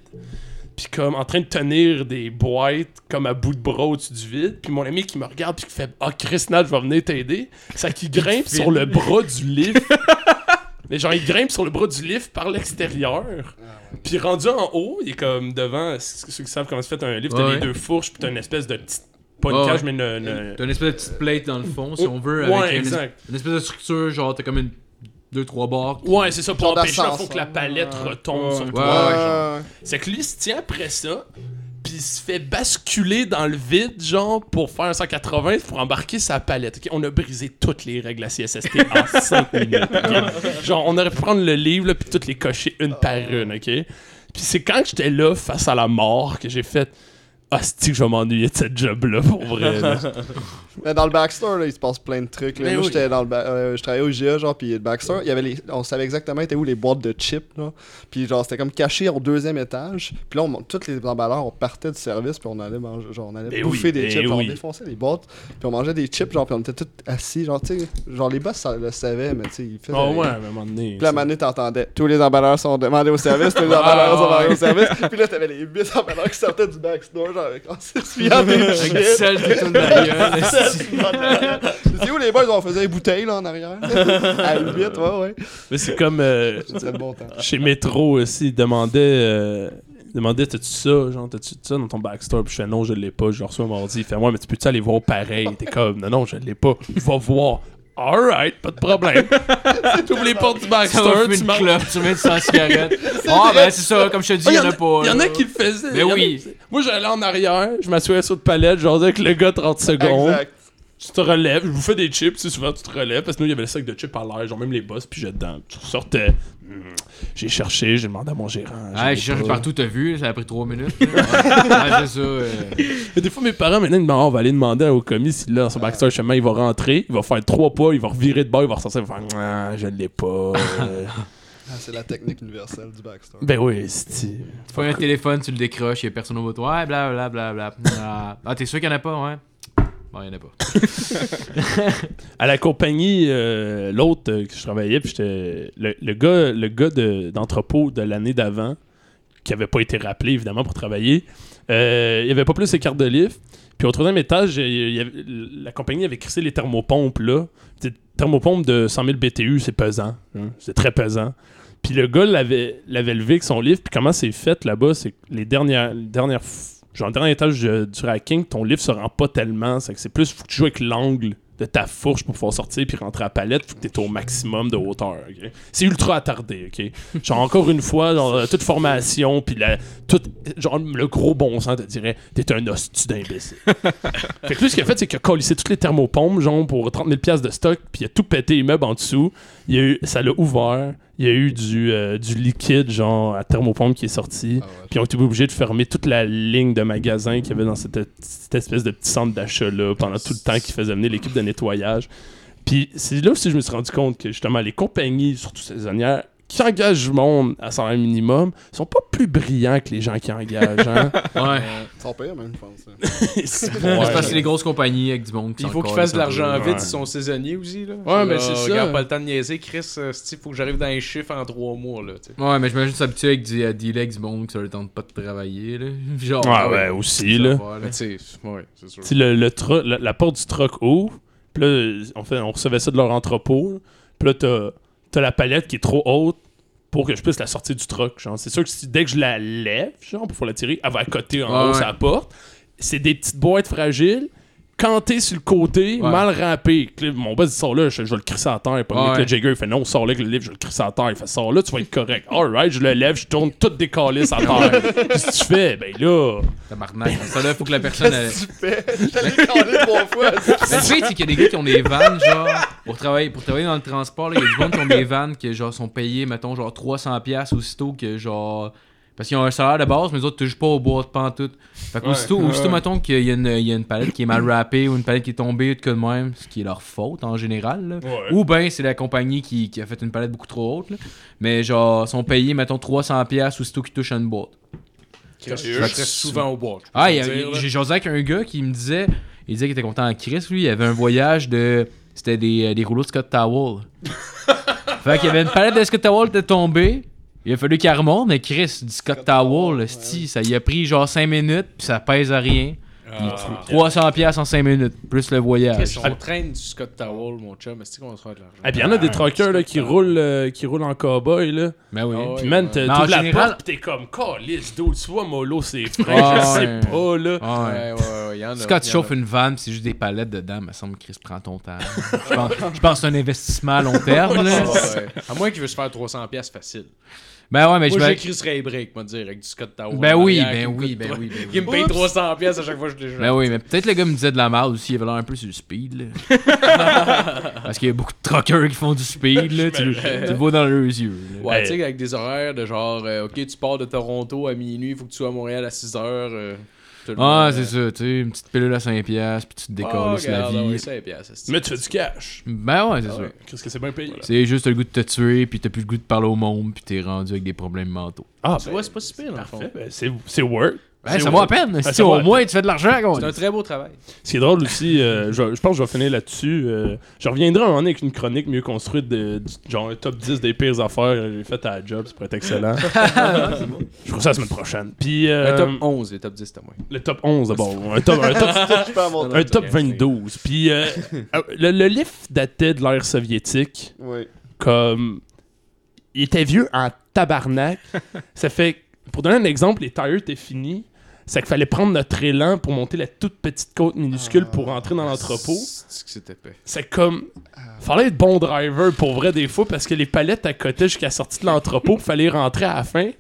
Speaker 6: puis comme en train de tenir des boîtes comme à bout de bras au-dessus du vide, puis mon ami qui me regarde puis qui fait ah Chris Nat, je vais venir t'aider, ça qui grimpe sur le bras du lift. Mais genre il grimpe sur le bras du lift par l'extérieur. Puis rendu en haut, il est comme devant c- ceux qui savent comment se fait un lift, t'as
Speaker 4: Ouais.
Speaker 6: les deux fourches, puis t'as une espèce de petite pas une
Speaker 4: Ouais,
Speaker 6: cage
Speaker 4: ouais.
Speaker 6: mais une, une-
Speaker 4: T'as une espèce de petite plate dans le fond, si
Speaker 6: Oh,
Speaker 4: on veut,
Speaker 6: ouais,
Speaker 4: avec une,
Speaker 6: exact.
Speaker 4: une espèce de structure, genre t'as comme une 2-3 barres.
Speaker 6: Ouais, c'est ça pour
Speaker 5: Genre
Speaker 6: empêcher il
Speaker 5: d'ascenseur.
Speaker 6: faut que la palette retombe sur
Speaker 7: Ouais.
Speaker 4: Ouais, ouais, genre.
Speaker 6: C'est que lui, il se tient après ça, puis il se fait basculer dans le vide, genre, pour faire un 180, pour embarquer sa palette. Ok, On a brisé toutes les règles à CSST en 5 minutes. ok? Genre, on aurait pu prendre le livre, là, puis toutes les cocher une par une, OK? Puis c'est quand j'étais là, face à la mort, que j'ai fait... Ah, c'est que je vais m'ennuyer de cette job-là, pour vrai. là.
Speaker 5: Mais dans le Baxter, là, il se passe plein de trucs. Là.
Speaker 6: Mais
Speaker 5: Moi,
Speaker 6: Ben oui.
Speaker 5: j'étais dans le ba- euh, je travaillais au GA, genre, puis le Baxter, il y avait les... on savait exactement étaient où les boîtes de chips, là. Puis genre, c'était comme caché au deuxième étage. Puis là, on... tous les emballeurs, on partait du service, puis on allait manger, genre, on allait
Speaker 6: Mais
Speaker 5: bouffer
Speaker 6: Ben oui, mais
Speaker 5: des chips, genre,
Speaker 6: oui.
Speaker 5: on défonçait les boîtes, puis on mangeait des chips, genre, puis on était tous assis, genre, tu sais, genre, les boss ça, le savaient, mais tu sais, ils faisaient...
Speaker 6: Ah ouais, à un moment donné.
Speaker 5: Puis la manée, t'entendais. Tous les emballeurs sont demandés au service, tous les
Speaker 6: Ah.
Speaker 5: emballeurs sont demandés au service. Puis là, t'avais les 8 emballeurs qui sortaient du backstore, genre, avec. Oh, c'est suivant des
Speaker 4: Avec
Speaker 5: chips.
Speaker 4: du sel, des tonnes d'ailleurs.
Speaker 5: C'est où les boys on faisait les bouteilles là en arrière? à 8, ouais, ouais.
Speaker 6: Mais c'est comme... euh,
Speaker 5: C'était le bon temps.
Speaker 6: Chez Métro aussi, ils demandaient euh, demandait T'as-tu ça Genre, t'as-tu ça dans ton backstore Puis je fais Non, je l'ai pas. Je le reçois mardi. Il fait Ouais, mais tu peux-tu aller voir pareil T'es comme Non, non, je l'ai pas. Va voir. Alright, pas de problème. T'ouvres les portes du
Speaker 4: Ça va
Speaker 6: backstore,
Speaker 4: fumer
Speaker 6: tu
Speaker 4: une
Speaker 6: marches.
Speaker 4: clope, tu mets du sans-cigarette. Ah, ben c'est ça, comme je te dis,
Speaker 6: Ah,
Speaker 4: il y en
Speaker 6: y'en
Speaker 4: a pas.
Speaker 6: Il y en
Speaker 4: là.
Speaker 6: a qui le faisaient.
Speaker 4: Mais
Speaker 6: y'en a-
Speaker 4: oui.
Speaker 6: Moi, j'allais en arrière, je m'assoyais sur le palette, je jasais avec le gars 30 secondes.
Speaker 5: Exact.
Speaker 6: Tu te relèves, je vous fais des chips, tu sais, souvent tu te relèves, parce que nous, il y avait le sac de chips à l'air, genre même les boss, puis j'étais dedans. Tu sortais. Hmm. J'ai cherché, j'ai demandé à mon gérant. j'en ai
Speaker 4: Ouais, je cherche
Speaker 6: pas.
Speaker 4: partout, t'as vu, ça a pris 3 minutes. là. Ouais, ouais, c'est ça. euh.
Speaker 6: Et des fois, mes parents, maintenant, ils me demandent, Ah, on va aller demander au commis si là, dans son backstore, chemin, il va rentrer, il va faire trois pas, il va revirer de bord, il va ressortir, il va faire, ah, je l'ai pas. euh.
Speaker 5: Ah, c'est la technique universelle du backstore.
Speaker 6: ben oui, c'est.
Speaker 4: Tu prends un téléphone, tu le décroches, il y a personne au bout de toi. Ouais, bla bla bla bla. Ah, Ah, t'es sûr qu'il y en a pas, ouais? Bon, il y en a pas.
Speaker 6: à la compagnie, euh, l'autre euh, que je travaillais, puis j'étais. Le, le gars, le gars de- d'entrepôt de, l'année d'avant, qui avait pas été rappelé, évidemment, pour travailler, euh, il avait pas plus ses cartes de livre. Puis au troisième étage, il y- il y avait- la compagnie avait crissé les thermopompes, là. Des thermopompes de 100 000 BTU, c'est pesant. hein, C'est très pesant. Puis le gars l'avait l'avait levé avec son livre. Puis comment c'est fait là-bas, c'est que les dernières, les dernières f- genre le dernier étage euh, du racking, ton livre se rend pas tellement. C'est que c'est plus faut que tu joues avec l'angle de ta fourche pour pouvoir sortir puis rentrer à la palette. Faut que t'es au maximum de hauteur. ok? C'est ultra attardé. ok? Genre encore une fois, genre, euh, toute formation puis la, toute, genre le gros bon sens te dirait t'es un hostie d'imbécile. fait que lui ce qu'il a fait c'est qu'il a collissé toutes les thermopompes genre pour 30 000 pièces de stock puis il a tout pété les meubles en dessous. Il y a eu, ça l'a ouvert. Il y a eu du, euh, du liquide, genre à thermopompe qui est sorti.
Speaker 5: Ah ouais.
Speaker 6: Puis on été obligé de fermer toute la ligne de magasins qu'il y avait dans cette, cette espèce de petit centre d'achat-là pendant tout le temps qu'ils faisaient venir l'équipe de nettoyage. Puis c'est là aussi que je me suis rendu compte que justement les compagnies, surtout saisonnières, qui engagent du monde à salaire minimum, sont pas plus brillants que les gens qui engagent. hein.
Speaker 4: Ouais.
Speaker 5: Ils sont pires, même, je pense. hein.
Speaker 6: C'est-
Speaker 4: C'est
Speaker 6: ouais.
Speaker 4: parce que c'est les grosses compagnies avec du monde qui
Speaker 3: Puis il
Speaker 4: sont
Speaker 3: faut qu'ils
Speaker 4: collés,
Speaker 3: fassent de
Speaker 4: ça.
Speaker 3: l'argent
Speaker 6: Ouais.
Speaker 3: vite, ils sont saisonniers aussi. Là.
Speaker 6: Ouais, mais
Speaker 3: Là,
Speaker 6: c'est ça.
Speaker 3: Regarde, pas le temps de niaiser. Chris, euh, il faut que j'arrive dans les chiffres en trois mois. Là, tu sais.
Speaker 4: Ouais, mais j'imagine s'habituer avec des euh, dealers avec du monde qui ça le tente pas de travailler, là. Genre.
Speaker 6: Ouais, ouais, aussi,
Speaker 4: ça
Speaker 6: là.
Speaker 4: va,
Speaker 3: Mais tu sais, ouais, c'est sûr.
Speaker 6: Tu sais, le, le tro- la, la porte du truck ouvre, puis là, on, fait, on recevait ça de leur entrepôt, là. puis là, t'as, t'as la palette qui est trop haute pour que je puisse la sortir du truck. Genre. C'est sûr que si- dès que je la lève, genre, pour la tirer, elle va à côté en
Speaker 4: Ouais,
Speaker 6: haut
Speaker 4: ouais.
Speaker 6: sur la porte. C'est des petites boîtes fragiles, cantées sur le côté,
Speaker 4: Ouais.
Speaker 6: mal râpées. Puis là, Mon boss dit sors là, je, je vais le crisser à terre. Puis
Speaker 4: Ouais,
Speaker 6: le mec, le
Speaker 4: ouais.
Speaker 6: Jagger, il fait non, sors là avec le livre, je vais le crisse à terre. Il fait sors là, tu vas être correct. Alright, je le lève, je tourne toutes des calices à terre. Qu'est-ce que tu fais? Ben là.
Speaker 4: Tabarnak. Ça, là, faut que la personne. elle-
Speaker 5: Qu'est-ce que tu fais? J'allais caler trois fois.
Speaker 4: Mais tu sais, c'est qu'il y a des gars qui ont des vannes, genre, pour travailler, pour travailler dans le transport, là, il y a du monde qui ont des vannes qui, genre, sont payés, mettons, genre 300$ aussitôt que, genre. Parce qu'ils ont un salaire de base, mais les autres touchent pas au bois de pantoute. Fait qu'aussitôt,
Speaker 7: Ouais.
Speaker 4: aussitôt,
Speaker 7: Ouais.
Speaker 4: mettons, qu'il y, a une- il y a une palette qui est mal rappée ou une palette qui est tombée, tout de même, ce qui est leur faute en général, là. Ou ben c'est la compagnie qui, qui a fait une palette beaucoup trop haute, là. Mais genre, sont payés, mettons, 300$ aussitôt qu'ils touchent une boîte.
Speaker 3: Chris, je serais souvent au bois. je peux
Speaker 4: Ah,
Speaker 3: te
Speaker 4: il y a-
Speaker 3: dire,
Speaker 4: il-
Speaker 3: là.
Speaker 4: j'ai jasé avec un gars qui me disait, il disait qu'il était content en Chris, lui, il avait un voyage de, c'était des, des rouleaux de Scott Towel. fait qu'il y avait une palette de Scott Towel qui était tombée, il a fallu qu'elle remonte, mais Chris, du Scott Towel, esti, ça y a pris genre 5 minutes, puis ça pèse à rien.
Speaker 3: Ah.
Speaker 4: 300 pièces en 5 minutes, plus le voyage.
Speaker 3: Chris, on traîne du Scott Towel, mon chum. mais C'est qu'on se fera de l'argent.
Speaker 6: Et puis Eh y en a des truckers là, qui, roulent, euh, qui roulent en cowboy là.
Speaker 4: Mais Ben oui.
Speaker 3: Ah ouais.
Speaker 6: Puis man,
Speaker 3: ouais.
Speaker 6: t'es-
Speaker 4: Mais en
Speaker 6: t'ouvres la
Speaker 4: général-
Speaker 6: porte pis t'es comme Calice, d'où tu vois mollo c'est
Speaker 4: Ah
Speaker 6: frais, je sais
Speaker 4: ouais.
Speaker 6: pas là.
Speaker 4: Ah ouais.
Speaker 3: Ouais, ouais, ouais, il y en a.
Speaker 4: Scott
Speaker 3: il y en a.
Speaker 4: chauffe une vanne, pis c'est juste des palettes dedans, me semble Chris prend ton temps. Je pense, je pense que c'est un investissement à long terme. là.
Speaker 3: Ah, ouais. À moins qu'il veut se faire 300$ piastres facile.
Speaker 4: Ben ouais, mais je
Speaker 3: Moi,
Speaker 4: vais.
Speaker 3: j'écrirais les breaks, moi, dire, avec du Scott Towel.
Speaker 4: Ben
Speaker 3: en
Speaker 4: oui, ben
Speaker 3: arrière, qui me
Speaker 4: oui,
Speaker 3: coûte
Speaker 4: ben
Speaker 3: trois-
Speaker 4: oui, ben oui.
Speaker 3: Qui me paye 300$ piastres à chaque fois que je déjeune.
Speaker 4: Ben oui, mais peut-être le gars me disait de la merde aussi, il avait l'air un peu sur le speed. Là. Parce qu'il y a beaucoup de truckers qui font du speed, là. tu, le- tu le vois dans leurs yeux. là.
Speaker 3: Ouais,
Speaker 6: Hey.
Speaker 3: tu sais, avec des horaires de genre, euh, ok, tu pars de Toronto à minuit, faut que tu sois à Montréal à 6 heures. euh, tout le
Speaker 4: Ah,
Speaker 3: monde,
Speaker 4: c'est
Speaker 3: euh,
Speaker 4: ça, tu sais, une petite pilule à 5$, piastres, puis tu te décolles
Speaker 3: Ah,
Speaker 4: sur la
Speaker 3: regarde, ah
Speaker 4: vie.
Speaker 3: oui, cinq piastres, c'est-
Speaker 6: Mais tu fais du cash.
Speaker 4: ben ouais, c'est
Speaker 3: Ah
Speaker 4: ça.
Speaker 3: ouais.
Speaker 6: Qu'est-ce que c'est bien payé? là.
Speaker 4: C'est juste t'as le goût de te tuer, puis t'as plus le goût de parler au monde, puis t'es rendu avec des problèmes mentaux.
Speaker 6: Ah,
Speaker 3: Tu
Speaker 6: ben,
Speaker 3: vois, c'est pas si pire, dans le fond.
Speaker 6: parfait, ben, c'est c'est work.
Speaker 4: Ben,
Speaker 6: C'est
Speaker 4: ça vaut à
Speaker 6: work.
Speaker 4: peine.
Speaker 6: ça
Speaker 4: si
Speaker 6: vaut
Speaker 4: au
Speaker 6: la
Speaker 4: moins tu fais de l'argent, quoi.
Speaker 3: C'est un très beau travail.
Speaker 6: Ce qui est drôle aussi, euh, je, je pense que je vais finir là-dessus. euh, je reviendrai un moment donné avec une chronique mieux construite, de, du- genre un top 10 des pires affaires que j'ai faites à la job, ça pourrait être excellent. je ferai ça la semaine prochaine. Puis euh,
Speaker 3: Un top 11 et top 10, t'as moins.
Speaker 6: le top 11 d'abord. Un top, un top
Speaker 5: Je peux avoir
Speaker 6: un top 22. Puis euh, euh, le, le lift datait de l'ère soviétique.
Speaker 5: Oui.
Speaker 6: Comme. Il était vieux en tabarnak. Ça fait. pour donner un exemple, les tires étaient finis. C'est qu'il fallait prendre notre élan pour monter la toute petite côte minuscule pour rentrer dans l'entrepôt.
Speaker 3: C'est que c'était épais.
Speaker 6: C'est comme. Fallait être bon driver pour vrai des fois parce que les palettes à côté jusqu'à la sortie de l'entrepôt, fallait rentrer à la fin.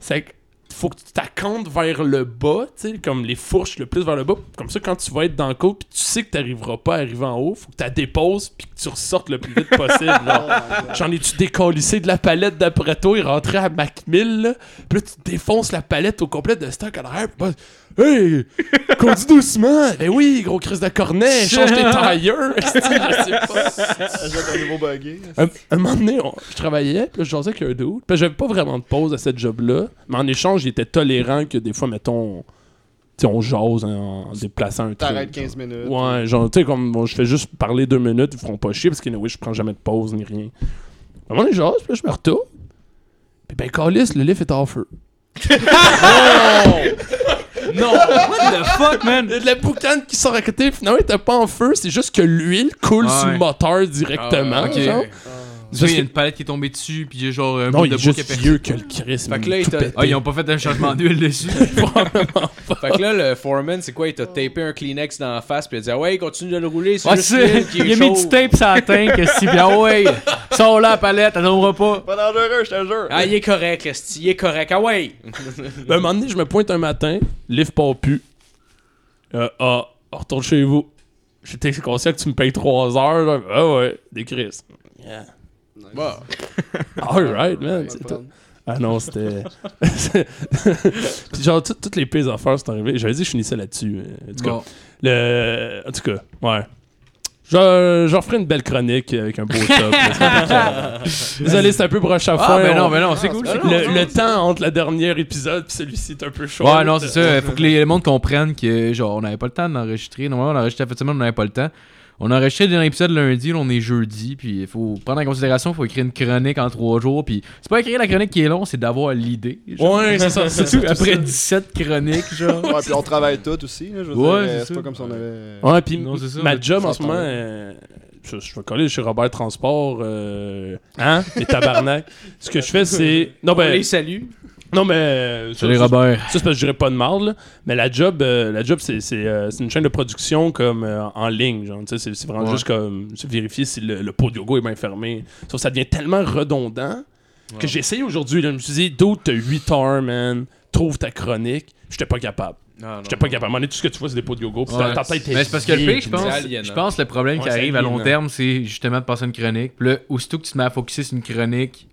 Speaker 6: C'est que faut que tu t'accomptes vers le bas, tu sais, comme les fourches le plus vers le bas. Comme ça, quand tu vas être dans le coup, puis tu sais que t'arriveras pas à arriver en haut, faut que tu la déposes puis que tu ressortes le plus vite possible. là. J'en ai-tu décollissé de la palette d'après toi et rentré à Macmill, là? Puis là, tu défonces la palette au complet de stock à l'arrière. puis bah, Hey! Conduis doucement! Ben oui, gros crise de cornet! Change tes tailleurs! Esti,
Speaker 3: Ah,
Speaker 6: je sais pas.
Speaker 5: J'ai un nouveau bugué.
Speaker 6: Un, un moment donné, on- je travaillais, puis là, je jasais avec un dude. Puis j'avais pas vraiment de pause à cette job-là. Mais en échange, il était tolérant que des fois, mettons, tu sais, on jase hein, en déplaçant un truc.
Speaker 5: T'arrêtes 15 minutes.
Speaker 6: Ouais, genre, tu sais, comme bon, je fais juste parler deux minutes, ils feront pas chier parce que, oui, je prends jamais de pause ni rien. À un moment donné, je jase, puis là, je me retourne. Puis ben, Calis, le lift est en feu.
Speaker 7: Non! What the fuck, man?
Speaker 6: Il y a de la boucane qui sort à côté, finalement, il était pas en feu, c'est juste que l'huile coule
Speaker 4: Ouais.
Speaker 6: sur le moteur directement.
Speaker 3: Ah, ok.
Speaker 6: genre.
Speaker 4: Parce qu'il y a une palette qui est tombée dessus, puis il y a genre un
Speaker 6: Non,
Speaker 4: bout
Speaker 6: il
Speaker 4: de
Speaker 6: est
Speaker 4: bois qui a
Speaker 6: juste
Speaker 4: perdu.
Speaker 6: vieux que le Chris.
Speaker 3: Fait que là, il
Speaker 6: tout
Speaker 3: t'a-
Speaker 6: pété.
Speaker 4: Ah, ils ont pas fait un changement d'huile dessus.
Speaker 3: Fait que là, le foreman, c'est quoi Il t'a tapé un Kleenex dans la face, puis il a dit Ah Ouais, continue de le rouler, c'est
Speaker 4: Ouais,
Speaker 3: juste
Speaker 4: Ah, c'est-
Speaker 3: l'huile qui est
Speaker 4: il a mis
Speaker 3: chaude.
Speaker 4: du tape sur la teinte, que si bien, ouais, sors là, la palette, elle tombera pas.
Speaker 5: Pas dangereux, je te jure.
Speaker 3: Ah, il est correct, Esti, il est correct. Ah ouais
Speaker 6: Ben, un moment donné, je me pointe un matin, livre pas pu. Euh, ah, retourne chez vous. J'étais conscient que tu me payes 3 heures. là. Ah ouais, des crises. Yeah.
Speaker 3: Bon.
Speaker 6: Alright, man. c'est tout. Ah non, c'était. Puis genre, tout- toutes les pires affaires sont arrivées. J'avais dit que je finissais là-dessus. mais En tout cas,
Speaker 4: Bon.
Speaker 6: le... en tout cas ouais. Je, je referai une belle chronique avec un beau top. là. Désolé, c'est un peu broche à
Speaker 4: Ah,
Speaker 6: foin.
Speaker 4: ben non,
Speaker 6: on-
Speaker 4: ben non, c'est cool. c'est cool.
Speaker 6: le, le temps entre le dernier épisode et celui-ci est un peu chaud.
Speaker 4: Ouais, non, c'est ça. Faut que les, le monde comprenne que, genre, on n'avait pas le temps d'enregistrer. Normalement, on enregistrait la fin de semaine, on n'avait pas le temps. On a enregistré le dernier épisode lundi, là, on est jeudi, puis il faut prendre en considération, il faut écrire une chronique en trois jours, puis c'est pas écrire la chronique qui est long, c'est d'avoir l'idée. genre.
Speaker 6: Ouais, c'est ça. C'est tout.
Speaker 4: Après 17 chroniques, genre.
Speaker 5: Ouais, puis on travaille tous aussi. Là, je veux
Speaker 4: Ouais,
Speaker 5: dire,
Speaker 4: c'est
Speaker 5: euh,
Speaker 4: ça.
Speaker 5: c'est pas comme si on avait.
Speaker 6: Ouais, puis
Speaker 4: Non, c'est ça,
Speaker 6: ma
Speaker 4: mais-
Speaker 6: job
Speaker 5: ça
Speaker 6: en
Speaker 5: se
Speaker 6: ce moment,
Speaker 5: parle.
Speaker 6: euh, je, je vais coller chez Robert Transport. euh, hein? Les tabarnak. ce que je fais, c'est. Non,
Speaker 3: On
Speaker 6: ben.
Speaker 3: les salue.
Speaker 6: Non, mais. euh,
Speaker 4: Salut
Speaker 6: ça-
Speaker 4: Robert.
Speaker 6: Ça, c'est parce que je dirais pas de marde, là. Mais la job, euh, la job c'est c'est, euh, c'est une chaîne de production comme euh, en ligne. genre, tu sais, C'est c'est vraiment
Speaker 4: Ouais.
Speaker 6: juste comme c'est vérifier si le, le pot de yoga est bien fermé. Sauf que ça devient tellement redondant que j'ai essayé aujourd'hui. là, Je me suis dit, d'autres, t'as 8 heures, man. Trouve ta chronique. J'étais pas capable.
Speaker 3: Non, non.
Speaker 6: J'étais pas capable. À un moment donné, tout ce que tu vois, c'est des pots de yoga. puis ta-
Speaker 4: Ouais.
Speaker 6: ta tête est
Speaker 4: Mais c'est parce que le
Speaker 6: vide,
Speaker 4: pire, je
Speaker 6: puis
Speaker 4: pense,
Speaker 3: c'est aliénant.
Speaker 4: je pense que le problème
Speaker 6: Ouais,
Speaker 4: qui
Speaker 6: c'est
Speaker 4: arrive à long
Speaker 6: aliénant.
Speaker 4: terme, c'est justement de passer une chronique. Puis là, aussitôt que tu te mets à focuser sur une chronique,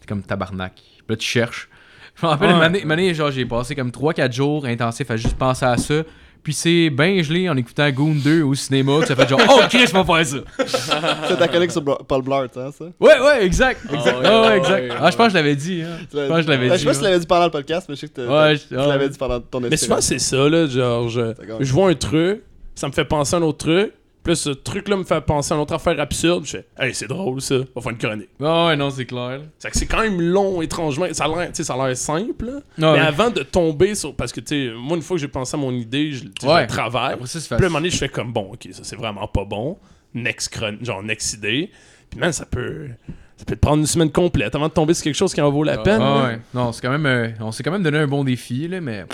Speaker 4: t'es comme tabarnak. Puis là, tu cherches. Je me rappelle,
Speaker 6: Ouais.
Speaker 4: une année- une année, genre, j'ai passé comme 3-4 jours intensifs à juste penser à ça. Puis c'est ben gelé en écoutant Goon 2 au cinéma. Tu as fait genre, oh Chris, va faire ça.
Speaker 5: C'est ta collègue sur Bla- Paul Blart, hein, ça?
Speaker 4: Ouais, ouais, exact. exact.
Speaker 3: ouais,
Speaker 4: Ah ouais,
Speaker 3: ah
Speaker 4: exact.
Speaker 3: ouais,
Speaker 4: Ah, je pense que je l'avais dit. hein.
Speaker 5: Tu l'as
Speaker 4: pense que je l'avais
Speaker 5: Ben, Je sais
Speaker 4: dit,
Speaker 5: pas si tu l'avais dit pendant le podcast, mais je sais que t'as- t'as-
Speaker 4: Ouais, je-
Speaker 5: tu
Speaker 4: ouais.
Speaker 5: l'avais dit pendant ton
Speaker 6: Mais
Speaker 5: essai.
Speaker 6: souvent, c'est ça, là. Genre, je,
Speaker 5: D'accord.
Speaker 6: je vois un truc, ça me fait penser à un autre truc. Puis là, ce truc-là me fait penser à une autre affaire absurde. Je fais, hey, c'est drôle, ça. On va faire une chronique.
Speaker 4: Ah ouais, non, c'est clair.
Speaker 6: C'est que c'est quand même long, étrangement. Ça a l'air, tu sais, ça a l'air simple. là.
Speaker 4: Non,
Speaker 6: mais
Speaker 4: ouais.
Speaker 6: avant de tomber sur. Parce que, tu sais, moi, une fois que j'ai pensé à mon idée, je, tu sais, je
Speaker 4: Ouais.
Speaker 6: la travaille.
Speaker 4: Après ça, c'est
Speaker 6: Puis là, à un
Speaker 4: facile.
Speaker 6: moment donné, je fais comme bon, ok, ça c'est vraiment pas bon. Next chron- genre next idée. Puis man, ça peut, ça peut te prendre une semaine complète avant de tomber sur quelque chose qui en vaut la
Speaker 3: Ah,
Speaker 6: peine.
Speaker 4: Ah
Speaker 6: là.
Speaker 4: ouais. Non, c'est quand même. euh, on s'est quand même donné un bon défi, là, mais.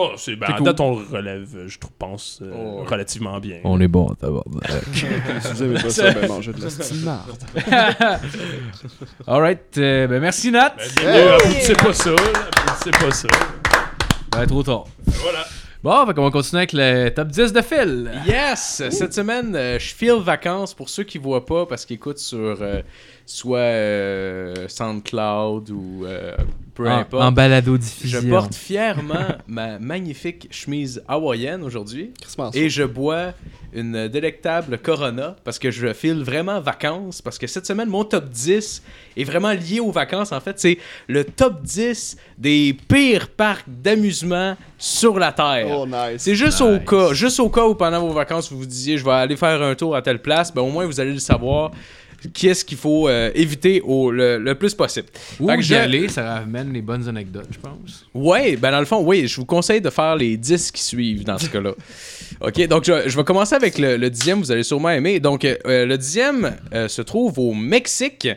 Speaker 6: Oh, c'est ben,
Speaker 4: C'est
Speaker 6: à
Speaker 4: cool.
Speaker 6: date, on le relève, je trouve, pense, euh,
Speaker 3: Oh.
Speaker 6: relativement bien.
Speaker 4: On est bon, d'abord.
Speaker 5: Si vous aimez pas ça, ben mangez de la petite marde.
Speaker 4: Alright, euh, ben merci Nat.
Speaker 6: Ben, bienvenue,
Speaker 5: Hey!
Speaker 6: applaudissez pas ça, là, applaudissez pas ça.
Speaker 4: Ben, trop tard.
Speaker 6: Voilà.
Speaker 4: Bon, fait qu'on va continuer avec le top 10 de Phil.
Speaker 3: Yes! Cette semaine, euh, je file vacances pour ceux qui voient pas parce qu'ils écoutent sur euh, soit euh, SoundCloud ou euh, peu
Speaker 4: En,
Speaker 3: importe.
Speaker 4: en balado
Speaker 3: je
Speaker 4: diffusion.
Speaker 3: porte fièrement ma magnifique chemise hawaïenne aujourd'hui
Speaker 5: Christmas.
Speaker 3: et je bois une délectable Corona parce que je file vraiment vacances parce que cette semaine mon top 10 est vraiment lié aux vacances en fait, c'est le top 10 des pires parcs d'amusement sur la terre.
Speaker 5: Oh, nice.
Speaker 3: C'est juste au
Speaker 4: Nice.
Speaker 3: cas, juste au cas où pendant vos vacances vous vous disiez je vais aller faire un tour à telle place, ben au moins vous allez le savoir. qu'est-ce qu'il faut euh, éviter au, le, le plus possible.
Speaker 4: Ou
Speaker 3: Fait que
Speaker 4: y
Speaker 3: je-
Speaker 4: aller, ça ramène les bonnes anecdotes, je pense.
Speaker 3: Ouais, ben dans le fond, oui, je vous conseille de faire les 10 qui suivent dans ce cas-là. OK, donc je, je vais commencer avec le, le dixième, vous allez sûrement aimer. Donc, euh, le dixième euh, se trouve au Mexique.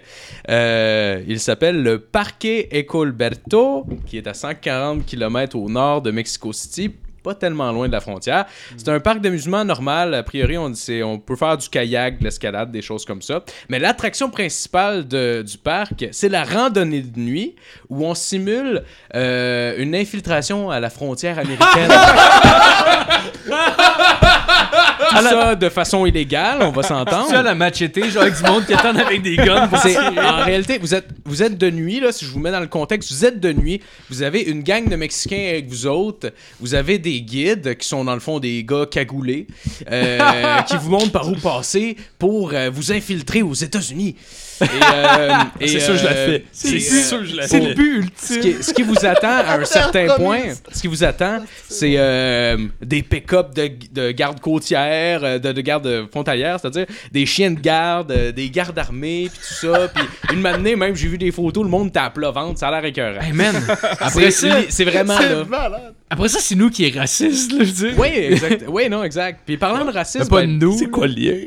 Speaker 3: Euh, il s'appelle le Parque Ecolberto, qui est à 140 km au nord de Mexico City, pas tellement loin de la frontière. C'est un parc d'amusement normal. A priori, on, c'est- on peut faire du kayak, de l'escalade, des choses comme ça. Mais l'attraction principale de- du parc, c'est la randonnée de nuit où on simule euh, une infiltration à la frontière américaine. Tout ça de façon illégale, on va s'entendre.
Speaker 4: Tu as la macheté, genre avec du monde qui attend avec des guns. pour-
Speaker 3: C'est- en réalité, vous êtes, vous êtes de nuit, là, si je vous mets dans le contexte, vous êtes de nuit, vous avez une gang de Mexicains avec vous autres, vous avez des guides qui sont dans le fond des gars cagoulés, euh, qui vous montrent par où passer pour euh, vous infiltrer aux États-Unis. Et, euh, et,
Speaker 6: C'est sûr, je la
Speaker 3: euh,
Speaker 6: fais. C'est
Speaker 3: c'est,
Speaker 6: sûr, je la
Speaker 3: c'est
Speaker 6: fais.
Speaker 3: le ce qui, ce qui vous attend à un certain point, ce qui vous attend, c'est euh, des pick-up de, de gardes côtières, euh, de, de gardes frontalières, c'est-à-dire des chiens de garde, euh, des gardes armés, puis tout ça. Puis une matinée, même, j'ai vu des photos, le monde était à plat ventre, ça a l'air écœurant.
Speaker 4: Hey man,
Speaker 3: C'est,
Speaker 4: après Ben, ça,
Speaker 3: li- c'est vraiment là.
Speaker 5: malade.
Speaker 4: après ça c'est nous qui est raciste, là, je veux dire.
Speaker 3: Oui, exact. Oui, non, exact. Puis parlant de racisme,
Speaker 4: Mais pas
Speaker 3: ben,
Speaker 4: nous.
Speaker 6: C'est quoi le lien?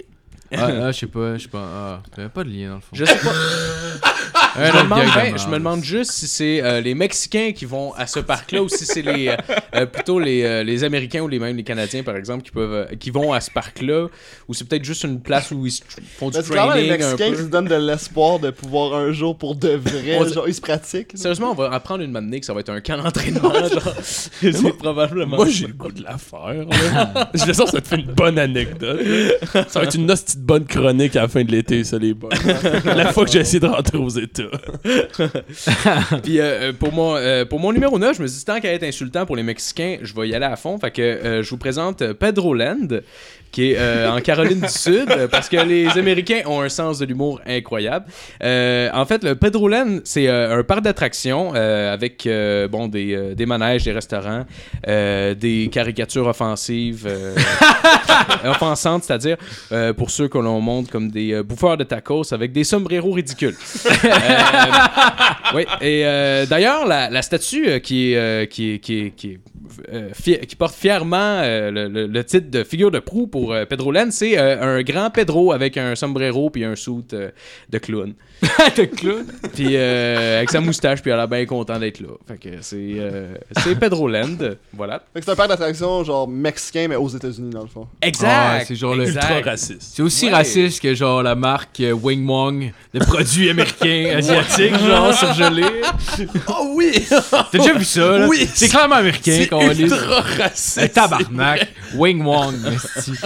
Speaker 4: Ah, ah, je sais pas, je sais pas. Ah, t'avais pas de lien dans le fond.
Speaker 3: je sais pas.
Speaker 4: Ouais,
Speaker 3: Je
Speaker 4: là,
Speaker 3: me, demande,
Speaker 4: le gars,
Speaker 3: ben,
Speaker 4: il
Speaker 3: je
Speaker 4: meurt.
Speaker 3: me demande juste si c'est euh, les Mexicains qui vont à ce parc-là ou si c'est les, euh, euh, plutôt les, euh, les Américains ou les même les Canadiens, par exemple, qui, peuvent, euh, qui vont à ce parc-là ou c'est peut-être juste une place où ils se tr- font du
Speaker 5: C'est clairement les
Speaker 3: training un
Speaker 5: Mexicains
Speaker 3: peu.
Speaker 5: qui se donnent de l'espoir de pouvoir un jour pour de
Speaker 3: On
Speaker 5: vrai.
Speaker 3: dit-
Speaker 5: genre, ils se pratiquent.
Speaker 3: Sérieusement, on va apprendre une matinée que ça va être un camp d'entraînement. genre. c'est probablement.
Speaker 6: Moi, j'ai le goût de la faire. là. je le sens, ça te fait une bonne anecdote. là. Ça va être une petite bonne chronique à la fin de l'été, ça, les boys. la fois que j'ai essayé de rentrer aux États.
Speaker 3: Puis euh, euh, pour, mon, euh, pour mon numéro 9, je me suis dit, tant qu'à être insultant pour les Mexicains, je vais y aller à fond. Fait que euh, je vous présente euh, Pedro Land, qui est euh, en Caroline du Sud, euh, parce que les Américains ont un sens de l'humour incroyable. Euh, en fait, le Pedro Land, c'est euh, un parc d'attractions euh, avec euh, bon, des, euh, des manèges, des restaurants, euh, des caricatures offensives, euh, offensantes, c'est-à-dire euh, pour ceux que l'on montre comme des euh, bouffeurs de tacos avec des sombreros ridicules. Euh, oui, et euh, d'ailleurs, la, la statue euh, qui, est, euh, qui, est- qui, est- qui, est, euh, fi- qui porte fièrement euh, le, le- le titre de figure de proue pour euh, Pedro Len, c'est euh, un grand Pedro avec un sombrero puis un suit euh, de clown. de clown? Puis euh, avec sa moustache, puis elle a bien content d'être là. Fait que c'est euh, c'est Pedro Land, voilà.
Speaker 5: Fait que c'est un parc d'attraction, genre mexicain, mais aux États-Unis dans le fond.
Speaker 3: Oh
Speaker 4: Exact. Ah, c'est genre le
Speaker 6: Ultra raciste.
Speaker 4: C'est aussi
Speaker 3: Ouais.
Speaker 4: raciste que genre la marque euh, Wing Wong de produits américains asiatiques genre surgelés.
Speaker 6: Oh oui!
Speaker 4: T'as déjà vu ça là
Speaker 6: Oui,
Speaker 4: c'est clairement américain
Speaker 6: C'est
Speaker 4: qu'on lit.
Speaker 6: ultra raciste.
Speaker 4: Un tabarnak, Wing Wong, esti.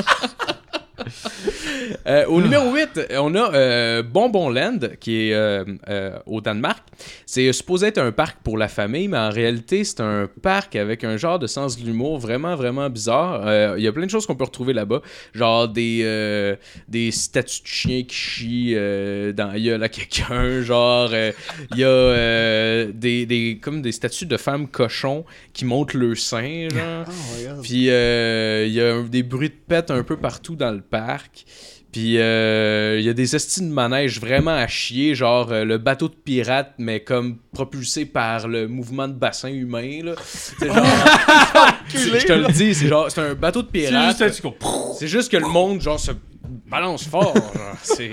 Speaker 3: Euh, au numéro 8, on a euh, Bonbon Land, qui est euh, euh, au Danemark. C'est euh, supposé être un parc pour la famille, mais en réalité, c'est un parc avec un genre de sens de l'humour vraiment, vraiment bizarre. Euh, Il y a plein de choses qu'on peut retrouver là-bas, genre des, euh, des statues de chiens qui chient euh, dans la gueule à quelqu'un, genre euh, il y a euh, des, des, comme des statues de femmes cochons qui montent le sein, genre.
Speaker 5: Oh my god.
Speaker 3: Puis euh, il y a un- des bruits de pète un peu partout dans le parc. Puis euh, il y a des estis de manège vraiment à chier, genre euh, le bateau de pirate, mais comme propulsé par le mouvement de bassin humain. Là. C'est genre- C'est- je te le dis, c'est genre c'est un bateau de pirate. C'est juste que le monde genre se balance fort. genre. C'est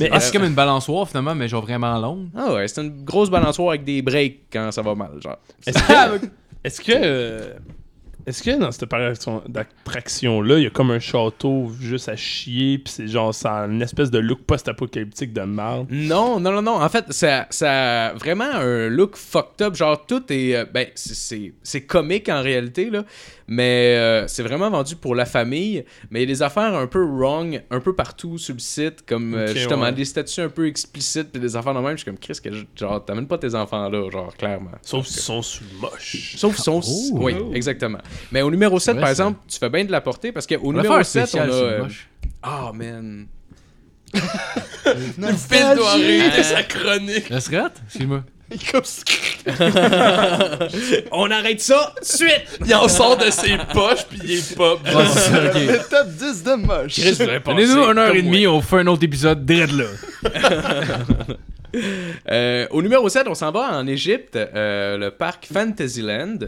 Speaker 4: Mais
Speaker 3: vrai.
Speaker 4: est-ce c'est comme une balançoire finalement mais genre vraiment longue
Speaker 3: ah ouais, c'est une grosse balançoire avec des breaks quand ça va mal, genre.
Speaker 6: Est-ce que, est-ce que, euh, est-ce que dans cette attraction- d'attraction-là, il y a comme un château juste à chier, puis c'est genre, ça a une espèce de look post-apocalyptique de merde?
Speaker 3: Non, non, non, non. En fait, ça, ça a vraiment un look fucked up. Genre, tout est. euh, ben, c'est- c'est c'est comique en réalité, là. Mais euh, c'est vraiment vendu pour la famille. Mais il y a des affaires un peu wrong, un peu partout sur le site. Comme euh,
Speaker 6: Ok,
Speaker 3: justement
Speaker 6: ouais.
Speaker 3: des statuts un peu explicites, puis des affaires de même. Je suis comme, Chris, que je- genre, t'amènes pas tes enfants là, genre, clairement.
Speaker 6: Sauf qu'ils sont sous le moche.
Speaker 3: Sauf, sauf. Oui, exactement. Mais au numéro 7,
Speaker 4: Oh! Ouais,
Speaker 3: par
Speaker 4: ça.
Speaker 3: exemple, tu fais bien de la portée parce qu'au
Speaker 4: On va faire un
Speaker 3: numéro 7, on a.
Speaker 4: spécial, c'est
Speaker 3: euh,
Speaker 4: moche.
Speaker 3: Ah, man.
Speaker 5: Nostalgie.
Speaker 6: sa chronique.
Speaker 3: Ah,
Speaker 4: La serrette Excuse-moi.
Speaker 5: Il coupe-
Speaker 3: On arrête ça tout de suite!
Speaker 6: Il en sort de ses poches, puis il est pop.
Speaker 4: Ah, c'est ça, ok.
Speaker 5: Le top 10 de moche.
Speaker 3: Chris devrait passer
Speaker 4: Donnez-nous une heure
Speaker 3: comme
Speaker 4: et demie, on fait un autre épisode direct là.
Speaker 3: Euh, au numéro 7, on s'en va en Égypte, euh, le parc Fantasyland,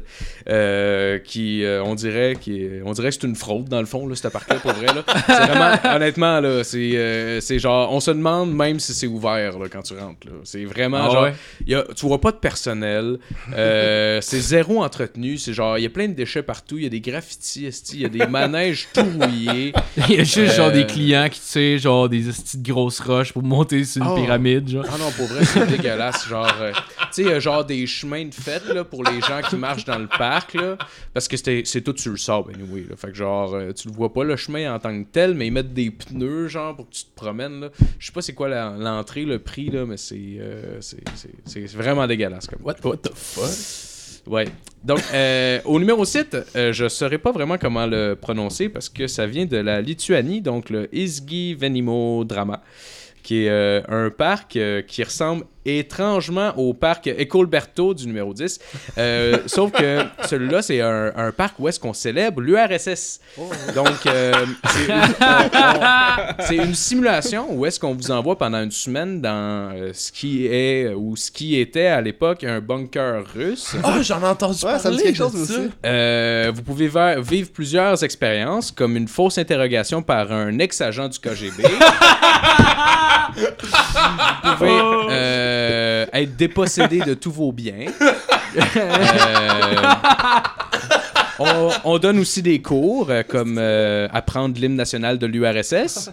Speaker 3: euh, qui, euh, on, dirait, qui est- on dirait que c'est une fraude, dans le fond, là, ce parc-là, pour vrai. là. C'est vraiment, honnêtement, là, c'est, euh, c'est genre, on se demande même si c'est ouvert là, quand tu rentres. là. C'est vraiment
Speaker 4: Ah
Speaker 3: genre,
Speaker 4: ouais?
Speaker 3: y a- tu vois pas de personnel, euh, c'est zéro entretenu, c'est genre, il y a plein de déchets partout, il y a des graffitis, esti, il y a des manèges tout rouillés.
Speaker 4: Il y a juste genre
Speaker 3: Euh.
Speaker 4: des clients qui, tu sais, genre des petites grosses roches pour monter sur une
Speaker 3: Oh.
Speaker 4: pyramide, genre.
Speaker 3: Ah non, pour vrai, c'est dégueulasse. Genre, euh, tu sais, euh, genre des chemins de fête là, pour les gens qui marchent dans le parc. Là, parce que c'était- c'est tout sur le sable, anyway. Là, fait que genre, euh, tu le vois pas le chemin en tant que tel, mais ils mettent des pneus, genre, pour que tu te promènes. là. Je sais pas c'est quoi la- l'entrée, le prix, là, mais c'est euh, c'est- c'est- c'est vraiment dégueulasse. Comme
Speaker 6: What, what the fuck?
Speaker 3: Ouais. Donc, euh, au numéro 7, euh, je ne saurais pas vraiment comment le prononcer parce que ça vient de la Lituanie, donc le Isgi Venimo Drama, qui est euh, un parc euh, qui ressemble étrangement au parc Ecolberto du numéro 10. Euh, sauf que celui-là, c'est un, un parc où est-ce qu'on célèbre l'URSS. Donc, euh, c'est- on- on- c'est une simulation où est-ce qu'on vous envoie pendant une semaine dans euh, ce qui est ou ce qui était à l'époque un bunker russe.
Speaker 6: Ah, j'en ai entendu
Speaker 5: Ouais,
Speaker 6: parler.
Speaker 5: ça me dit quelque chose,
Speaker 6: de
Speaker 5: moi
Speaker 6: ça.
Speaker 5: aussi.
Speaker 3: Euh, vous pouvez ver- vivre plusieurs expériences, comme une fausse interrogation par un ex-agent du KGB. vous pouvez
Speaker 6: Oh.
Speaker 3: euh, être dépossédé de tous vos biens. Euh, on, on donne aussi des cours, euh, comme euh, apprendre l'hymne national de l'URSS.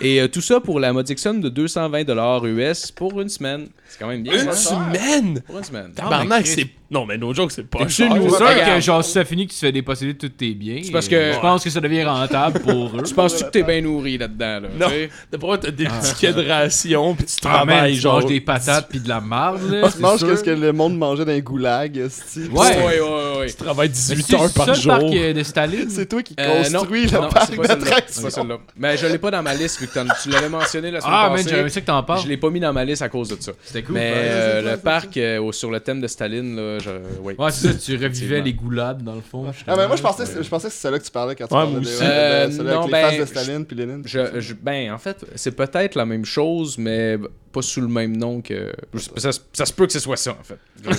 Speaker 3: Et euh, tout ça pour la modique somme de 220 US pour une semaine. C'est quand même bien.
Speaker 6: Une
Speaker 3: hein?
Speaker 6: semaine!
Speaker 3: Pour une semaine.
Speaker 6: Tabarnak, c'est. Non, mais no joke, c'est pas
Speaker 4: C'est
Speaker 6: cher.
Speaker 4: sûr
Speaker 3: ouais,
Speaker 4: que
Speaker 3: regarde.
Speaker 4: genre si ça finit que tu te fais déposséder de tous tes biens. C'est
Speaker 3: parce que-
Speaker 4: je pense que ça devient rentable pour eux.
Speaker 3: Tu penses-tu que t'es bien nourri là-dedans? Là,
Speaker 6: Non.
Speaker 3: tu sais?
Speaker 6: D'abord, t'as des petits tickets de ration, puis tu
Speaker 4: Ah, man,
Speaker 6: travailles,
Speaker 4: tu
Speaker 6: genre.
Speaker 4: manges des patates puis de la marde là.
Speaker 5: Tu manges
Speaker 4: c'est
Speaker 5: que
Speaker 4: sûr.
Speaker 5: ce que le monde mangeait dans les goulags, esti.
Speaker 4: Ouais.
Speaker 3: ouais, ouais, ouais.
Speaker 6: Tu travailles
Speaker 4: Mais
Speaker 6: 18
Speaker 4: c'est
Speaker 6: heures par
Speaker 4: ça, le
Speaker 6: jour.
Speaker 4: parc euh, de Staline.
Speaker 5: C'est toi qui
Speaker 3: Euh, non.
Speaker 5: construis le
Speaker 3: Non, c'est
Speaker 5: parc
Speaker 3: pas celle-là. C'est
Speaker 5: d'attractions.
Speaker 3: pas celle-là. Mais je l'ai pas dans ma liste, vu que t'en- tu l'avais mentionné la semaine
Speaker 4: Ah, man,
Speaker 3: passée.
Speaker 4: j'avais ça que t'en parles.
Speaker 3: je l'ai pas mis dans ma liste à cause de ça.
Speaker 4: C'était cool.
Speaker 3: Mais
Speaker 4: ouais.
Speaker 3: euh, le parc euh, au- sur le thème de Staline, là, je... oui.
Speaker 4: Ouais, c'est ça, tu revivais
Speaker 3: Effectivement.
Speaker 4: les goulades dans le fond.
Speaker 5: Ah, mais moi, je pensais, que- je pensais que c'est celle-là que tu parlais quand tu
Speaker 6: Ouais,
Speaker 5: parlais
Speaker 6: moi
Speaker 5: de,
Speaker 6: aussi.
Speaker 5: de,
Speaker 3: Euh,
Speaker 5: celle avec
Speaker 3: non,
Speaker 5: les
Speaker 3: ben,
Speaker 5: faces de Staline puis Lénine.
Speaker 3: Je- je- ben, en fait, c'est peut-être la même chose, mais pas sous le même nom que. Ça, se- ça se peut que ce soit ça, en fait. Je,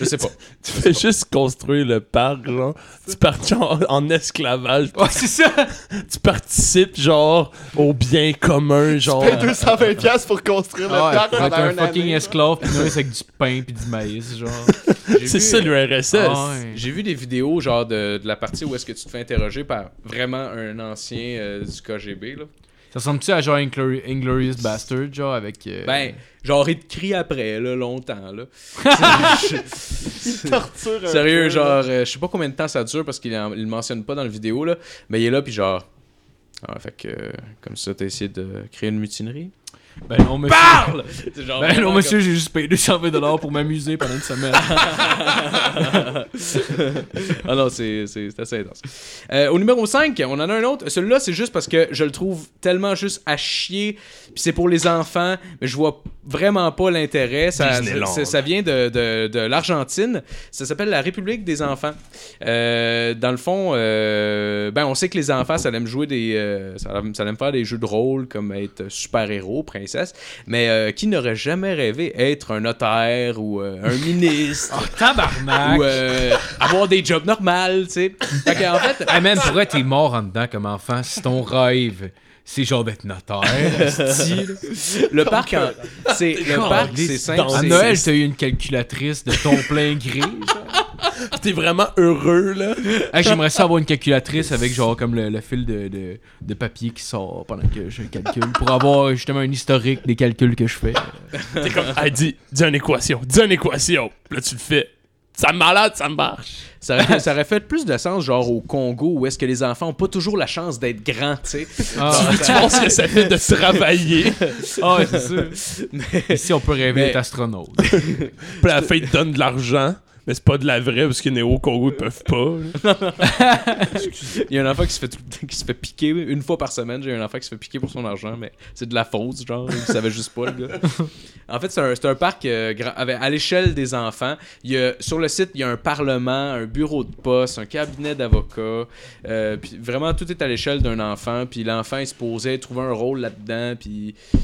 Speaker 3: je sais pas.
Speaker 6: Tu fais juste construire le parc, genre. Tu pars genre en esclavage.
Speaker 4: Ouais, c'est ça.
Speaker 6: Tu participes, genre, au bien commun, genre.
Speaker 5: Paye 220$ piastres pour construire
Speaker 3: Ah
Speaker 5: le parc
Speaker 4: Fait
Speaker 5: pendant
Speaker 4: Ah, un
Speaker 5: un
Speaker 4: fucking
Speaker 5: année.
Speaker 4: esclave puis nourrir avec du pain puis du maïs, genre.
Speaker 3: J'ai
Speaker 6: C'est
Speaker 3: vu-
Speaker 6: ça l'URSS.
Speaker 4: Ah, ouais.
Speaker 3: J'ai vu des vidéos genre de, de la partie où est-ce que tu te fais interroger par vraiment un ancien euh, du KGB là.
Speaker 4: Ça ressemble-tu à genre Inglour- Inglorious Bastard, genre avec. euh,
Speaker 3: Ben, genre il te crie après là longtemps là.
Speaker 5: Torture un
Speaker 3: Sérieux,
Speaker 5: peu,
Speaker 3: genre, euh, je sais pas combien de temps ça dure parce qu'il en- il le mentionne pas dans la vidéo, là, mais il est là, puis genre. Ah, fait que, euh, comme ça, t'as essayé de créer une mutinerie.
Speaker 4: ben non, monsieur.
Speaker 3: C'est genre
Speaker 4: Ben non,
Speaker 3: vraiment
Speaker 4: monsieur, j'ai juste payé 220$ pour m'amuser pendant une semaine.
Speaker 3: comme- Ah non, c'est c'est- c'est assez intense. Euh, au numéro 5, on en a un autre. Celui-là, c'est juste parce que je le trouve tellement juste à chier, puis c'est pour les enfants, mais je vois vraiment pas l'intérêt. Ça,
Speaker 6: Disneyland.
Speaker 3: ça- ça vient de, de- de l'Argentine. Ça s'appelle la République des enfants. Euh, dans le fond, euh, ben on sait que les enfants, ça aime jouer des, euh, ça, aime, ça aime faire des jeux de rôle comme être super-héros, princesse. Mais euh, qui n'aurait jamais rêvé être un notaire ou euh, un ministre
Speaker 4: Tabarnak!
Speaker 3: ou euh, avoir des jobs normaux, tu sais. Fait que, en fait,
Speaker 4: Hey man, pour vrai, t'es mort en dedans comme enfant si ton rêve, c'est genre d'être notaire. esti, là.
Speaker 3: le parc, en- c'est le parc, c'est simple.
Speaker 6: dans
Speaker 4: à
Speaker 3: c'est-
Speaker 4: Noël, t'as eu une calculatrice de ton plein gré.
Speaker 6: Ah, T'es vraiment heureux, là.
Speaker 4: Hey, J'aimerais ça avoir une calculatrice avec genre comme le, le fil de, de- de papier qui sort pendant que je calcule pour avoir justement un historique des calculs que je fais.
Speaker 6: T'es comme, ah, dis, dis une équation, dis une équation. Puis Là, tu le fais. Ça me malade, ça me marche.
Speaker 3: Ça aurait, ça aurait fait plus de sens, genre au Congo, où est-ce que les enfants ont pas toujours la chance d'être grands, tu sais.
Speaker 4: Ah,
Speaker 6: Tu penses que ça fait de travailler. Puis
Speaker 4: ah, ouais, c'est sûr. Ici, on peut rêver
Speaker 3: Mais-
Speaker 4: d'être astronaute.
Speaker 6: la fête donne de l'argent. Mais c'est pas de la vraie parce que Néo Congo ils peuvent pas. là.
Speaker 3: Il y a un enfant qui se fait, tout le temps- qui se fait piquer une fois par semaine. J'ai un enfant qui se fait piquer pour son argent, mais c'est de la fausse, genre. Il savait juste pas, le gars. En fait, c'est un, c'est un parc euh, grand- avec- à l'échelle des enfants. Il y a, sur le site, il y a un parlement, un bureau de poste, un cabinet d'avocats. Euh, puis vraiment, tout est à l'échelle d'un enfant. Puis l'enfant, il se posait, il trouvait un rôle là-dedans. Puis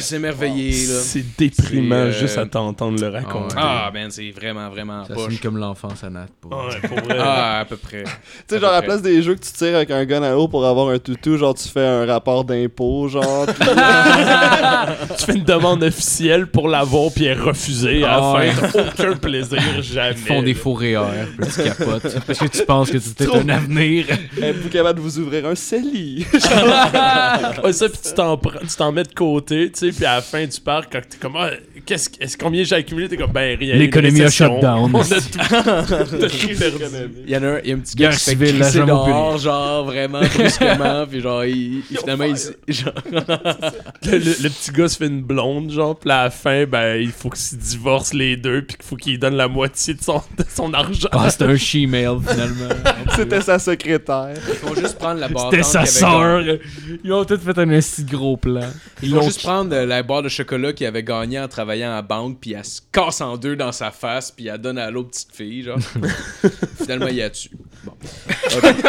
Speaker 3: s'émerveiller, là.
Speaker 6: C'est déprimant
Speaker 3: C'est, euh,
Speaker 6: juste à t'entendre le raconter.
Speaker 3: Ah, man, c'est vraiment, vraiment
Speaker 4: Ça
Speaker 3: poche.
Speaker 4: sonne comme l'enfance à Nat. pour-
Speaker 6: Ouais, pour vrai.
Speaker 3: Ah, à peu près.
Speaker 5: Tu sais, genre, à la place des jeux que tu tires avec un gun à eau pour avoir un toutou, genre, tu fais un rapport d'impôt, genre. pis-
Speaker 6: tu fais une demande officielle pour l'avoir puis elle est refusée à
Speaker 4: Ah
Speaker 6: la
Speaker 4: ouais.
Speaker 6: fin. T'as aucun plaisir jamais.
Speaker 4: Ils font des faux REER, puis tu capotes. Parce que tu penses que c'était un avenir.
Speaker 5: Elle est plus capable de vous ouvrir un CELI.
Speaker 6: Ouais, ça puis tu t'en prends- tu t'en mets de côté, tu sais, puis à la fin du parc quand t'es comme ah, qu'est-ce est-ce combien j'ai accumulé, t'es comme ben rien.
Speaker 4: L'économie
Speaker 6: une
Speaker 4: a
Speaker 6: récession.
Speaker 4: shut down.
Speaker 6: On a tout, t'as tout perdu.
Speaker 3: Il y en a un, il y a un petit
Speaker 4: Guerre
Speaker 3: gars qui se fait
Speaker 4: civile,
Speaker 3: crisser
Speaker 4: la jambe au
Speaker 3: dehors, genre vraiment brusquement, puis genre, il, il- finalement, il, s- genre,
Speaker 6: Le, le- le petit gars se fait une blonde, genre, puis à la fin, ben, il faut qu'ils se divorcent les deux, puis qu'il faut qu'il donne la moitié de son, de son argent.
Speaker 4: Ah, c'était un she-mail, finalement.
Speaker 5: C'était sa secrétaire.
Speaker 3: ils vont juste prendre la barre.
Speaker 4: C'était sa sœur. Ils ont tous fait un esti gros plan.
Speaker 3: Ils vont juste prendre euh, la barre de chocolat qu'il avait gagnée en travaillant à banque, puis elle se casse en deux dans sa face, puis elle donne à l'autre petite fille, genre. Finalement, il a tué. Bon. OK.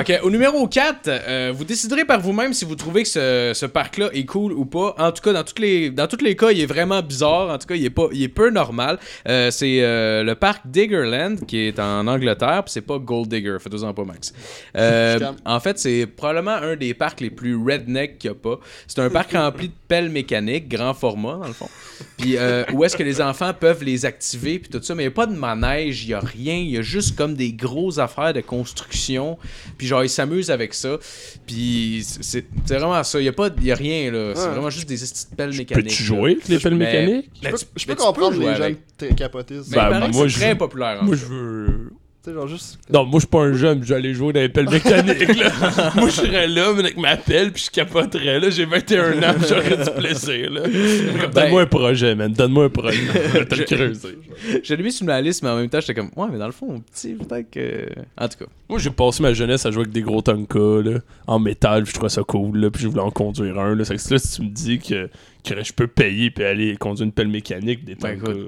Speaker 3: OK, au numéro 4, vous déciderez par vous-même si vous trouvez que ce, ce parc-là est cool ou pas. En tout cas, dans toutes les dans tous les cas, il est vraiment bizarre. En tout cas, il est, pas, il est peu normal. Euh, c'est euh, le parc Diggerland, qui est en Angleterre, puis c'est pas Gold Digger. Faites-en pas, Max. Euh,
Speaker 5: Je calme.
Speaker 3: en fait, c'est probablement un des parcs les plus redneck qu'il n'y a pas. C'est un parc rempli de pelles mécaniques, grand format, dans le fond. Puis euh, où est-ce que les enfants peuvent les activer, puis tout ça. Mais il n'y a pas de manège, il n'y a rien. Il y a juste comme des grosses affaires de construction. Puis genre, ils s'amusent avec ça. Puis c'est- c'est c'est vraiment ça. Il n'y a, pas- il y a rien, là. C'est
Speaker 5: Ouais.
Speaker 3: vraiment juste des petites pelles mécaniques.
Speaker 6: Peux-tu
Speaker 3: là.
Speaker 6: jouer avec les pelles
Speaker 3: Mais-
Speaker 6: mécaniques?
Speaker 5: Je
Speaker 3: Mais
Speaker 5: peux,
Speaker 3: tu-
Speaker 5: je
Speaker 3: mais
Speaker 5: peux
Speaker 3: tu
Speaker 5: comprendre
Speaker 3: jouer
Speaker 5: les gens
Speaker 3: avec.
Speaker 5: qui t- capotisent.
Speaker 3: Mais
Speaker 6: Ben,
Speaker 3: il paraît que
Speaker 6: moi,
Speaker 3: c'est
Speaker 6: je-
Speaker 3: très populaire. hein. en
Speaker 6: Moi,
Speaker 3: fait.
Speaker 6: je veux.
Speaker 5: Tu sais, genre, juste.
Speaker 6: Non, moi, je suis pas un jeune, puis j'allais jouer dans les pelles mécaniques, là. moi, je serais là, mais avec ma pelle, puis je capoterais, là. J'ai 21 ans, puis j'aurais du plaisir, là. Comme, Donne-moi un projet, man. Donne-moi un projet. T'as le creusé.
Speaker 3: Je l'ai mis sur ma liste, mais en même temps, j'étais comme, ouais, mais dans le fond, petit, peut-être que. En tout cas.
Speaker 6: Moi, j'ai passé ma jeunesse à jouer avec des gros Tonka, là, en métal, puis je trouvais ça cool, là, puis je voulais en conduire un, là. C'est que là, si tu me dis que, que je peux payer puis aller conduire une pelle mécanique des
Speaker 3: Ben,
Speaker 6: Tonka...
Speaker 3: écoute.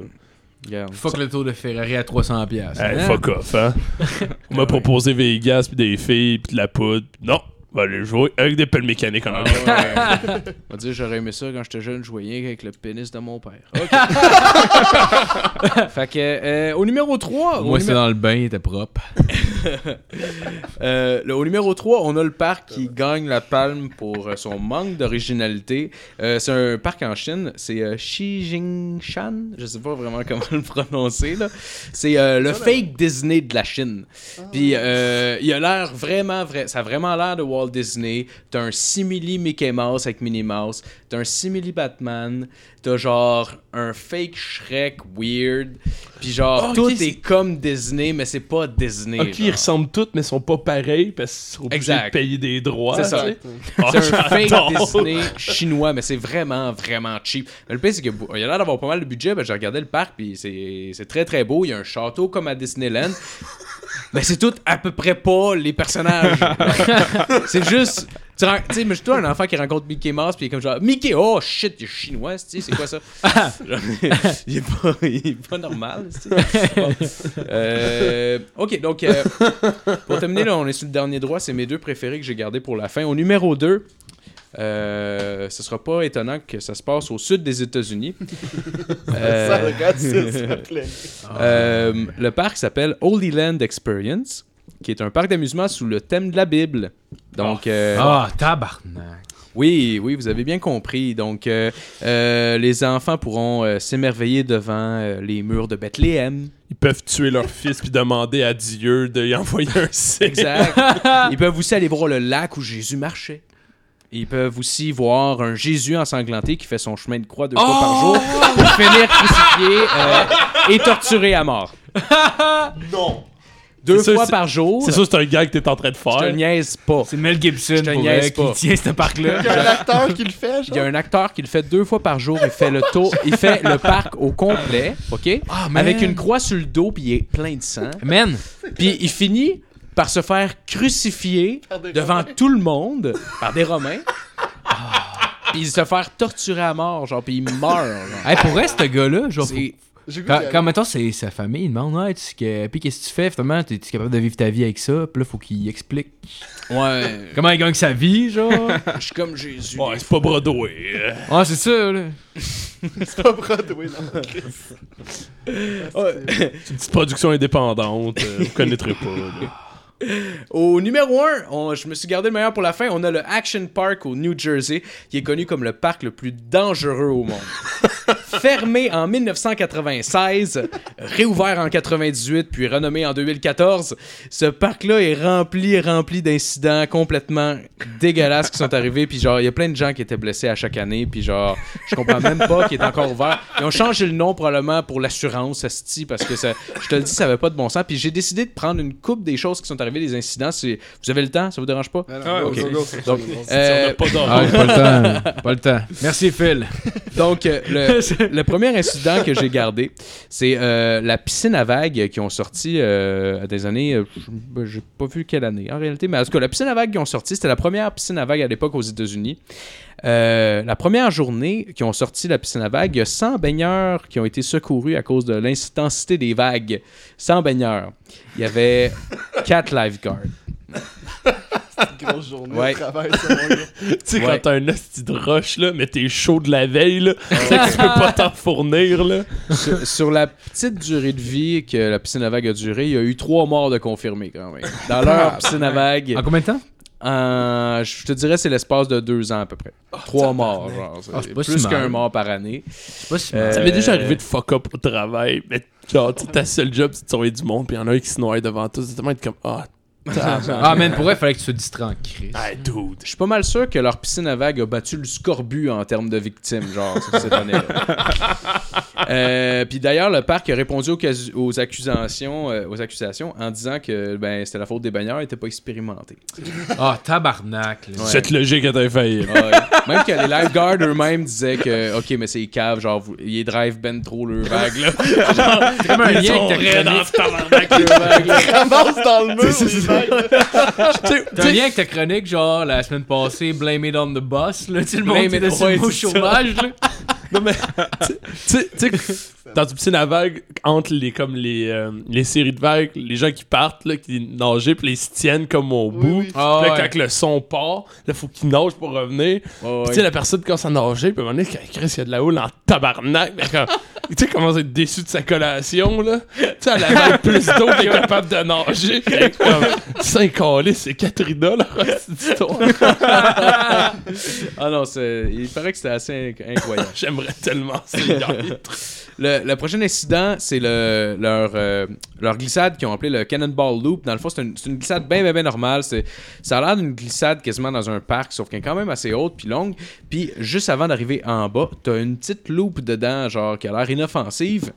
Speaker 3: regarde.
Speaker 4: Fuck le tour de Ferrari à 300$. piastres.
Speaker 6: Hey,
Speaker 4: Hein?
Speaker 6: fuck off, hein. On m'a proposé Vegas, puis des filles, puis de la poudre. Non, on va aller jouer avec des pelles mécaniques en
Speaker 3: Ah
Speaker 6: arrière.
Speaker 3: ouais. On va dire, j'aurais aimé ça quand j'étais jeune, je voyais rien qu'avec le pénis de mon père. OK. fait que, euh, au numéro 3,
Speaker 4: Moi,
Speaker 3: au,
Speaker 4: c'était
Speaker 3: numé-
Speaker 4: dans le bain, il était propre.
Speaker 3: euh, le- au numéro 3, on a le parc qui gagne la palme pour euh, son manque d'originalité. Euh, c'est un parc en Chine, c'est euh, Shijingshan, je sais pas vraiment comment le prononcer. là. C'est euh, le fake Disney de la Chine.
Speaker 6: Ah.
Speaker 3: Puis euh, il a l'air vraiment vrai, ça a vraiment l'air de Walt Disney. T'as un simili Mickey Mouse avec Minnie Mouse, t'as un simili Batman, t'as genre un fake Shrek weird. Puis genre
Speaker 6: Ah, ok,
Speaker 3: tout
Speaker 6: c'est-
Speaker 3: est comme Disney mais c'est pas Disney.
Speaker 6: Ok, ils
Speaker 3: genre.
Speaker 6: ressemblent toutes, mais sont pas pareils parce qu'ils sont obligés
Speaker 3: Exact.
Speaker 6: de payer des droits.
Speaker 3: C'est ça.
Speaker 6: tu sais.
Speaker 3: C'est
Speaker 6: Ah,
Speaker 3: un fake
Speaker 6: j'adore.
Speaker 3: Disney chinois, mais c'est vraiment, vraiment cheap. Mais le pire, c'est qu'il y a l'air d'avoir pas mal de budget. Ben, j'ai regardé le parc, puis c'est c'est très, très beau. Il y a un château comme à Disneyland. Mais c'est tout à peu près pas les personnages. c'est juste. Tu ren- tu sais, mais toi, un enfant qui rencontre Mickey Mouse, puis il est comme genre Mickey, oh shit, il est chinois, tu sais, c'est quoi ça? Genre, il, est pas, il est pas normal, tu sais. Bon. Euh, ok, donc euh, pour terminer, là, on est sur le dernier droit. C'est mes deux préférés que j'ai gardés pour la fin. Au numéro 2, euh, ce sera pas étonnant que ça se passe au sud des États-Unis. Euh,
Speaker 5: Ça, regarde, c'est ça, Clem.
Speaker 3: euh, le parc s'appelle Holy Land Experience, qui est un parc d'amusement sous le thème de la Bible. Donc, euh,
Speaker 4: Ah, tabarnak.
Speaker 3: oui, oui, vous avez bien compris. Donc, euh, euh, les enfants pourront euh, s'émerveiller devant euh, les murs de Bethléem.
Speaker 6: Ils peuvent tuer leur fils puis demander à Dieu de lui envoyer un signe.
Speaker 3: Exact. Ils peuvent aussi aller voir le lac où Jésus marchait. Ils peuvent aussi voir un Jésus ensanglanté qui fait son chemin de croix deux fois
Speaker 6: Oh!
Speaker 3: par jour pour finir crucifié euh, et torturé à mort.
Speaker 6: Non.
Speaker 3: deux
Speaker 6: C'est sûr,
Speaker 3: fois
Speaker 6: c'est-
Speaker 3: par jour.
Speaker 6: C'est ça, c'est un gag que t'es en train de
Speaker 3: Je te
Speaker 6: faire.
Speaker 3: niaise pas.
Speaker 7: C'est Mel Gibson
Speaker 3: Je te
Speaker 7: pour
Speaker 3: niaise
Speaker 7: vrai,
Speaker 3: pas.
Speaker 7: qui tient ce parc-là.
Speaker 5: Il y a un acteur qui le fait,
Speaker 3: Il y a un acteur qui le fait deux fois par jour. Il fait le tour, il fait le parc au complet, ok,
Speaker 6: Ah,
Speaker 3: avec une croix sur le dos, puis il est plein de sang.
Speaker 4: Ah, Man,
Speaker 3: Puis il finit par se faire crucifier devant tout le monde par des Romains. Ah. Puis se faire torturer à mort, genre, puis il meurt. genre.
Speaker 4: hey, pour vrai, ce gars-là, genre, faut-
Speaker 3: C'est-
Speaker 5: J'ai goût
Speaker 4: quand,
Speaker 5: d'y aller.
Speaker 4: quand mettons, c'est sa famille, il demande, ouais, tu sais que- puis qu'est-ce que tu fais, finalement, t'es capable de vivre ta vie avec ça, puis là, faut qu'il explique
Speaker 3: Ouais,
Speaker 4: comment il gagne sa vie, genre.
Speaker 3: je suis comme Jésus.
Speaker 6: Ouais, c'est pas Broadway. euh.
Speaker 4: ah, c'est ça, là.
Speaker 5: C'est pas Broadway, non.
Speaker 6: C'est une petite production indépendante. euh, vous connaîtrez pas. là.
Speaker 3: Au numéro 1, je me suis gardé le meilleur pour la fin, on a le Action Park au New Jersey, qui est connu comme le parc le plus dangereux au monde. Fermé en 1996, réouvert en 98, puis renommé en 2014, ce parc-là est rempli, rempli d'incidents complètement dégueulasses qui sont arrivés, puis genre, il y a plein de gens qui étaient blessés à chaque année, puis genre, je comprends même pas qu'il est encore ouvert. Ils ont changé le nom probablement pour l'assurance, asti, parce que ça, je te le dis, ça avait pas de bon sens, puis j'ai décidé de prendre une coupe des choses qui sont arrivées, des incidents, si vous avez le temps, ça vous dérange pas?
Speaker 5: Ah,
Speaker 3: ok.
Speaker 5: Donc,
Speaker 3: Euh,
Speaker 6: On a pas
Speaker 4: Ah,
Speaker 6: d'or.
Speaker 4: j'ai pas le temps, pas le temps. Merci, Phil.
Speaker 3: Donc, euh, le, le premier incident que j'ai gardé, c'est euh, la piscine à vagues qui ont sorti euh, à des années, euh, je- ben, j'ai pas vu quelle année en réalité, mais en tout cas, la piscine à vagues qui ont sorti, c'était la première piscine à vagues à l'époque aux États-Unis. Euh, la première journée qui ont sorti la piscine à vagues, il y a 100 baigneurs qui ont été secourus à cause de l'intensité des vagues. 100 baigneurs. Il y avait 4 lifeguards.
Speaker 5: grosse journée
Speaker 3: Ouais.
Speaker 5: de travail, ça, mon gars.
Speaker 6: Tu sais,
Speaker 3: Ouais.
Speaker 6: quand t'as un asti de roche, là, mais t'es chaud de la veille, là, c'est que tu peux pas t'en fournir, là.
Speaker 4: Euh,
Speaker 3: sur, Euh, sur la petite durée de vie que la piscine à vagues a duré, il y a eu trois morts de confirmés quand même. Dans
Speaker 4: Ah.
Speaker 3: leur piscine à vagues,
Speaker 4: En combien de temps? Ah.
Speaker 3: en- je te dirais c'est l'espace de deux ans à peu près. trois morts, genre. c'est
Speaker 4: Ah, c'est pas si
Speaker 3: plus
Speaker 4: mal.
Speaker 3: qu'un mort par année.
Speaker 4: C'est pas si
Speaker 3: mal.
Speaker 6: Ça
Speaker 3: Euh,
Speaker 6: m'est déjà arrivé de fuck up au travail, mais genre, tu sais, ta seule job, c'est de sauver du monde, pis y'en a un qui se noie devant toi, c'est tellement être comme, ah, tabarnak.
Speaker 4: Ah, man, pour vrai, fallait que tu sois distrait en Christ.
Speaker 3: Ah.
Speaker 6: hey, Ah, dude.
Speaker 3: Je suis pas mal sûr que leur piscine à vagues a battu le scorbut en termes de victimes, genre, sur cette année-là. Euh, Puis d'ailleurs, le parc a répondu aux, casu- aux accusations, euh, aux accusations en disant que ben, c'était la faute des baigneurs, ils n'étaient pas expérimentés.
Speaker 4: Ah, tabarnak, là.
Speaker 3: Ouais.
Speaker 6: Cette logique est failli.
Speaker 3: Ouais. Même que les lifeguards eux-mêmes disaient que, ok, mais c'est cave, genre, vous- ils drive ben trop leur vague, là.
Speaker 4: C'est comme un lien que t'as chronique.
Speaker 5: Avance dans le mur, les vagues.
Speaker 4: T'as un lien avec ta chronique, genre, la semaine passée, Blame It on the Boss, là, tu le
Speaker 3: Blame
Speaker 4: monde qui
Speaker 3: it,
Speaker 4: était sur le
Speaker 3: ouais,
Speaker 4: mot
Speaker 3: c'est ça.
Speaker 4: chômage, là.
Speaker 6: Non, mais, tu sais- tu sais, tu sais, dans une piscine à vagues, entre les, comme les, euh, les séries de vagues, les gens qui partent, là, qui nagent, puis ils se tiennent comme au bout.
Speaker 5: oui.
Speaker 4: Ah,
Speaker 6: Puis là,
Speaker 4: ouais.
Speaker 6: quand le son part, là, faut qu'ils nagent pour revenir. Puis,
Speaker 3: Ouais,
Speaker 6: tu
Speaker 3: ouais.
Speaker 6: sais, la personne commence à nager, puis à un moment donné, quand Chris, il y a de la houle en tabarnak, mais quand, tu sais, commence à être déçu de sa collation, là. Tu sais, elle avait plus d'eau qu'il est capable de nager. Puis elle est comme, Saint-Calais, c'est Katrina, là, cette histoire.
Speaker 3: Ah non, c'est- il paraît que c'était assez inc- incroyable.
Speaker 6: J'aimerais tellement ça. être.
Speaker 3: Le, le prochain incident, c'est le, leur, euh, leur glissade qu'ils ont appelé le Cannonball Loop. Dans le fond, c'est une, c'est une glissade bien, bien, bien normale. C'est- Ça a l'air d'une glissade quasiment dans un parc, sauf qu'elle est quand même assez haute puis longue. Puis juste avant d'arriver en bas, t'as une petite loupe dedans, genre, qui a l'air inoffensive.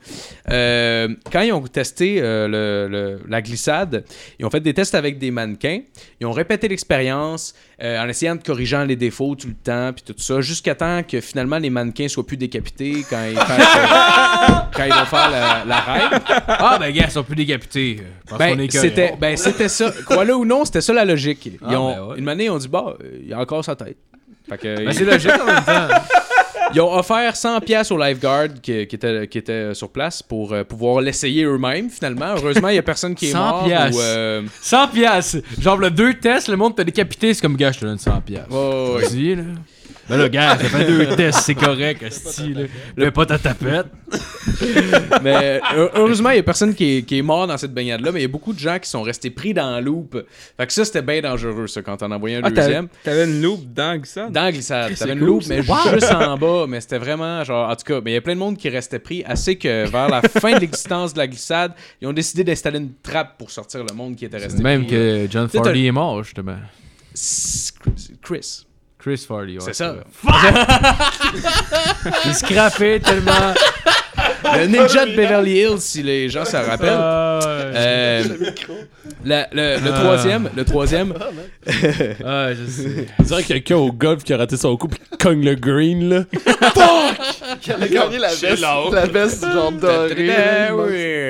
Speaker 3: Euh, quand ils ont testé euh, le- le- la glissade, ils ont fait des tests avec des mannequins. Ils ont répété l'expérience euh, en essayant de corriger les défauts tout le temps, puis tout ça, jusqu'à temps que finalement les mannequins soient plus décapités quand ils, fassent, euh, quand ils vont faire la, la ride.
Speaker 4: Ah, ben, gars, ils sont plus décapités. euh, parce qu'on
Speaker 3: Ben,
Speaker 4: est que-
Speaker 3: c'était, ben, c'était ça. Quoi là ou non, c'était ça la logique. Ils
Speaker 4: Ah,
Speaker 3: ont-
Speaker 4: ben ouais.
Speaker 3: Une année, ils ont dit, bah, euh, il a encore sa tête. Fait que,
Speaker 4: Ben, c'est logique, en même temps.
Speaker 3: ils ont offert 100 pièces aux lifeguards qui, qui étaient qui étaient sur place pour euh, pouvoir l'essayer eux-mêmes finalement. Heureusement, il y a personne qui est
Speaker 4: 100
Speaker 3: mort.
Speaker 4: piastres.
Speaker 3: ou, euh,
Speaker 4: 100 piastres. Genre, le deux tests, le monde t'a décapité, c'est comme, gars, je te donne 100 piastres.
Speaker 3: ouais, ouais, ouais.
Speaker 4: Vas-y, là. Ben là, gars, t'as fait deux tests, c'est correct, hostie, là. Le pas ta tapette.
Speaker 3: Mais heu- heureusement, il y a personne qui est, qui est mort dans cette baignade-là, mais il y a beaucoup de gens qui sont restés pris dans la loupe. Fait que ça, c'était bien dangereux, ça, quand t'en envoyais un
Speaker 7: Ah, t'as-
Speaker 3: deuxième.
Speaker 7: t'avais une loupe dans ça?
Speaker 3: Dans la glissade. T'avais une
Speaker 7: cool,
Speaker 3: loupe,
Speaker 7: ça.
Speaker 3: mais juste en bas. Mais c'était vraiment genre. En tout cas, mais il y a plein de monde qui restait pris assez que vers la fin de l'existence de la glissade, ils ont décidé d'installer une trappe pour sortir le monde qui était resté
Speaker 4: Même
Speaker 3: pris.
Speaker 4: que John
Speaker 3: T'sais, t'as-
Speaker 4: Farley est mort, justement.
Speaker 3: S- Chris.
Speaker 4: Chris Farley, ouais.
Speaker 3: C'est ça.
Speaker 4: Il se crappait tellement.
Speaker 3: Le ninja de Beverly Hills, si les gens s'en
Speaker 4: Ah,
Speaker 3: rappellent. Euh, la- le, le
Speaker 4: Ah.
Speaker 3: troisième, le troisième,
Speaker 4: Ah, je sais.
Speaker 6: On dirait quelqu'un au golf qui a raté son coup pis qui cogne le green, là.
Speaker 5: Il a gagné la veste, la veste genre dorée.
Speaker 3: hein,
Speaker 5: là, il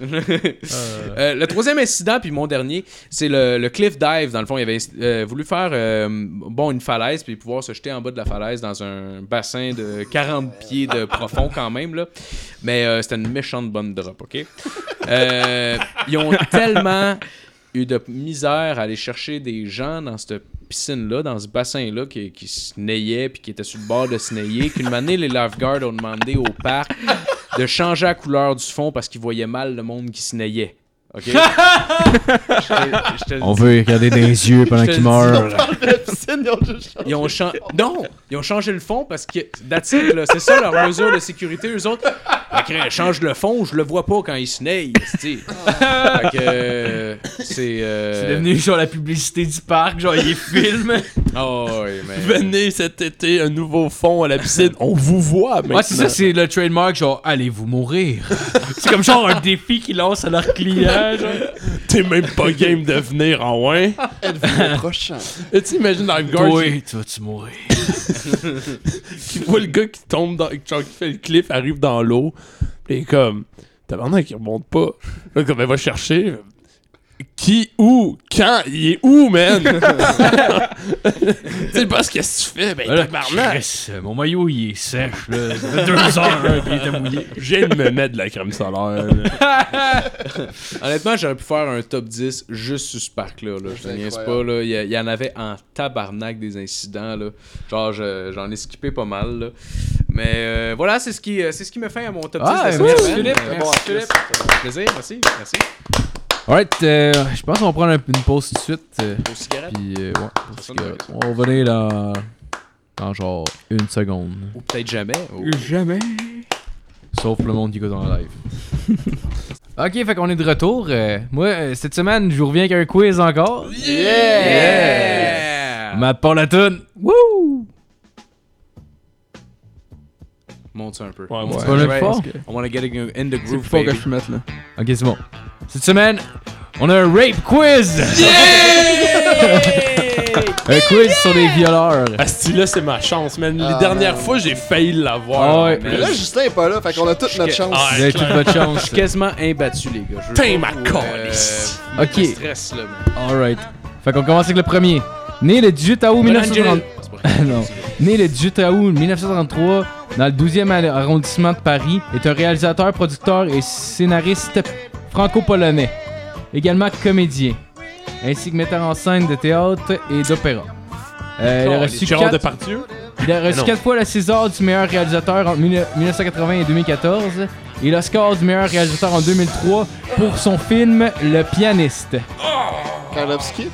Speaker 5: manque-
Speaker 3: Euh, le troisième incident, puis mon dernier, c'est le, le cliff dive. Dans le fond, il avait euh, voulu faire euh, bon une falaise, puis pouvoir se jeter en bas de la falaise dans un bassin de 40 pieds de profond quand même. Là. Mais euh, c'était une méchante bonne drop, OK? Euh, ils ont tellement eu de misère à aller chercher des gens dans cette piscine-là, dans ce bassin-là, qui, qui se neillaient puis qui étaient sur le bord de se nailler, qu'une année, les lifeguards ont demandé au parc de changer la couleur du fond parce qu'ils voyaient mal le monde qui se naillait. OK? Je te- je te le
Speaker 4: On
Speaker 3: dis.
Speaker 4: veut y regarder dans les yeux pendant
Speaker 3: Je te
Speaker 4: qu'il
Speaker 3: le
Speaker 4: meurt.
Speaker 5: La piscine, ils ont juste changé.
Speaker 3: Ils ont changé. Non! Ils ont changé le fond parce que. That's it, là. C'est ça leur mesure de sécurité. Eux autres. Fait que, change le fond, je le vois pas quand ils se naillent. esti. Fait que. euh, C'est. euh,
Speaker 4: C'est devenu genre la publicité du parc, genre il filme.
Speaker 3: Oh, oui, mais.
Speaker 6: Venez cet été, un nouveau fond à la piscine. On vous voit, mais.
Speaker 4: Ouais, c'est ça, c'est le trademark, genre allez-vous mourir. c'est comme genre un défi qu'ils lancent à leurs clients. genre.
Speaker 6: T'es même pas game de venir en hein? ouais.
Speaker 5: Êtes-vous le prochain?
Speaker 6: Et tu imagines Lifeguard qui,
Speaker 4: Toi, tu vas-tu mourir?
Speaker 6: qui voit le gars qui tombe dans. genre, qui fait le cliff, arrive dans l'eau. Pis il est comme. Tabarnak, il remonte pas. Là, comme elle va chercher. Qui, où, quand, il est où, man? tu sais, parce qu'est-ce que tu fais? Ben,
Speaker 4: Ah là,
Speaker 6: tabarnak!
Speaker 4: Chris, mon maillot il est sèche, là. Ça fait deux heures, là, puis il était mouillé.
Speaker 6: Je viens de me mettre de la crème solaire. là.
Speaker 3: Honnêtement, j'aurais pu faire un top 10 juste sur ce parc-là. Là. Je te
Speaker 5: C'est
Speaker 3: niaise pas.
Speaker 5: incroyable.
Speaker 3: Là. Il, y a- il y en avait en tabarnak des incidents. Là. Genre, je- j'en ai skippé pas mal. Là. Mais euh, voilà, c'est ce, qui, euh, c'est ce qui me fait à mon top 10.
Speaker 4: Ah,
Speaker 3: de la
Speaker 4: merci,
Speaker 3: semaine.
Speaker 4: Philippe.
Speaker 3: Euh,
Speaker 4: Merci,
Speaker 3: bon,
Speaker 4: Philippe.
Speaker 3: c'est un plaisir. Merci. Merci.
Speaker 4: Alright, euh, je pense qu'on va prendre une pause tout de suite. euh,
Speaker 3: Aux cigarettes.
Speaker 4: puis, euh, ouais, parce
Speaker 3: Personne
Speaker 4: que
Speaker 3: ne veut ça.
Speaker 4: on va revenir dans, dans genre une seconde.
Speaker 3: Ou peut-être jamais. Oh.
Speaker 7: Jamais.
Speaker 4: Sauf le monde qui écoute en live. ok, fait qu'on est de retour. Euh, moi, euh, cette semaine, je vous reviens avec un quiz encore.
Speaker 5: Yeah!
Speaker 4: Ma pour la toune.
Speaker 3: Monte ça un peu.
Speaker 6: Ouais,
Speaker 4: Tu
Speaker 6: moi,
Speaker 4: vas le
Speaker 7: ouais,
Speaker 4: fort?
Speaker 7: parce que-
Speaker 3: On wanna get in the
Speaker 7: C'est
Speaker 3: groove,
Speaker 7: pas que
Speaker 3: baby.
Speaker 7: je mette là.
Speaker 4: Ok, c'est bon. Cette semaine, on a un rape quiz. un quiz sur les violeurs.
Speaker 6: Asti, là, c'est ma chance, man. Les
Speaker 5: Ah,
Speaker 6: dernières
Speaker 5: man.
Speaker 6: fois, j'ai failli l'avoir.
Speaker 4: Ah ouais.
Speaker 5: Mais là, Justin est pas là, fait qu'on a toute notre chance.
Speaker 6: Ah,
Speaker 4: Vous avez toute
Speaker 6: clair.
Speaker 4: votre chance.
Speaker 3: Je suis quasiment imbattu, les gars. Je veux
Speaker 6: T'es
Speaker 3: pas
Speaker 6: ma
Speaker 3: vous,
Speaker 6: calisse.
Speaker 3: euh,
Speaker 4: Ok.
Speaker 3: me stresse, là, mais-
Speaker 4: Alright. Fait qu'on commence avec le premier. Né le 18 août 1930.
Speaker 3: C'est pas vrai.
Speaker 4: Non. Né le 18 août 1933 dans le 12e arrondissement de Paris, est un réalisateur, producteur et scénariste franco-polonais, également comédien, ainsi que metteur en scène de théâtre et d'opéra. Euh, il a reçu
Speaker 6: Gérard
Speaker 4: quatre-
Speaker 6: Depardieu?
Speaker 4: il a reçu
Speaker 6: Ah non.
Speaker 4: 4 fois le César du meilleur réalisateur en 19- 1980 et 2014 et l'Oscar du meilleur réalisateur en 2003 pour son film Le Pianiste.
Speaker 5: Karlovski?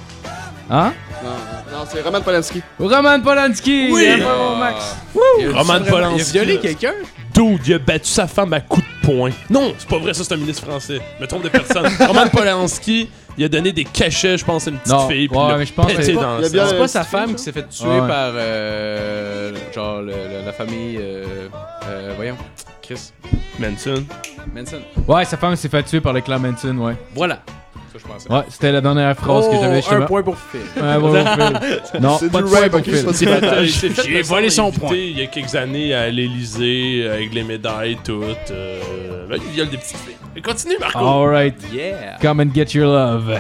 Speaker 4: Hein?
Speaker 5: Non, non, non, c'est Roman Polanski.
Speaker 4: Roman Polanski!
Speaker 6: Oui!
Speaker 4: Euh, bravo, Max!
Speaker 3: Il a-
Speaker 6: Roman
Speaker 3: Il a
Speaker 6: Polanski.
Speaker 3: violé quelqu'un?
Speaker 6: Dude, il a battu sa femme à coups de poing. Non, c'est pas vrai, ça, c'est un ministre français. Je me trompe de personne. Roman Polanski, il a donné des cachets, je pense, à une petite
Speaker 4: Non,
Speaker 6: fille. puis
Speaker 4: ouais,
Speaker 6: il l'a
Speaker 4: mais je pense que
Speaker 6: pété
Speaker 4: c'est
Speaker 5: pas-
Speaker 6: dans
Speaker 5: il y a
Speaker 6: le
Speaker 5: bien-
Speaker 6: sang.
Speaker 3: Ah, C'est
Speaker 5: Euh,
Speaker 3: pas sa
Speaker 5: c'est film,
Speaker 3: femme
Speaker 5: ça?
Speaker 3: qui s'est fait tuer
Speaker 4: Ah ouais.
Speaker 3: par euh, genre le- le- la famille euh, euh, voyons Chris
Speaker 6: Manson.
Speaker 3: Manson.
Speaker 4: Ouais, sa femme s'est fait tuer par le clan Manson, ouais.
Speaker 3: Voilà. C'est ça que je pensais. Oh,
Speaker 4: Ouais, c'était la dernière phrase que j'avais
Speaker 3: un
Speaker 4: justement.
Speaker 3: point pour Phil.
Speaker 4: Ouais, ouais, ouais, Phil. Non,
Speaker 5: Oh, C'est
Speaker 4: pas
Speaker 5: du
Speaker 4: de point
Speaker 5: rap,
Speaker 4: pour
Speaker 5: ok, c'est
Speaker 4: Phil.
Speaker 5: pas du
Speaker 6: Il
Speaker 5: rap.
Speaker 6: s'est fait
Speaker 3: J'ai
Speaker 6: le
Speaker 3: volé son
Speaker 6: invité
Speaker 3: point.
Speaker 6: Il y a quelques années à l'Elysée, avec les médailles, tout. Euh, ben, il viole des petites filles. Mais Continue, Marco.
Speaker 4: Ah. Alright.
Speaker 3: Yeah. Ah
Speaker 4: Come and get your love.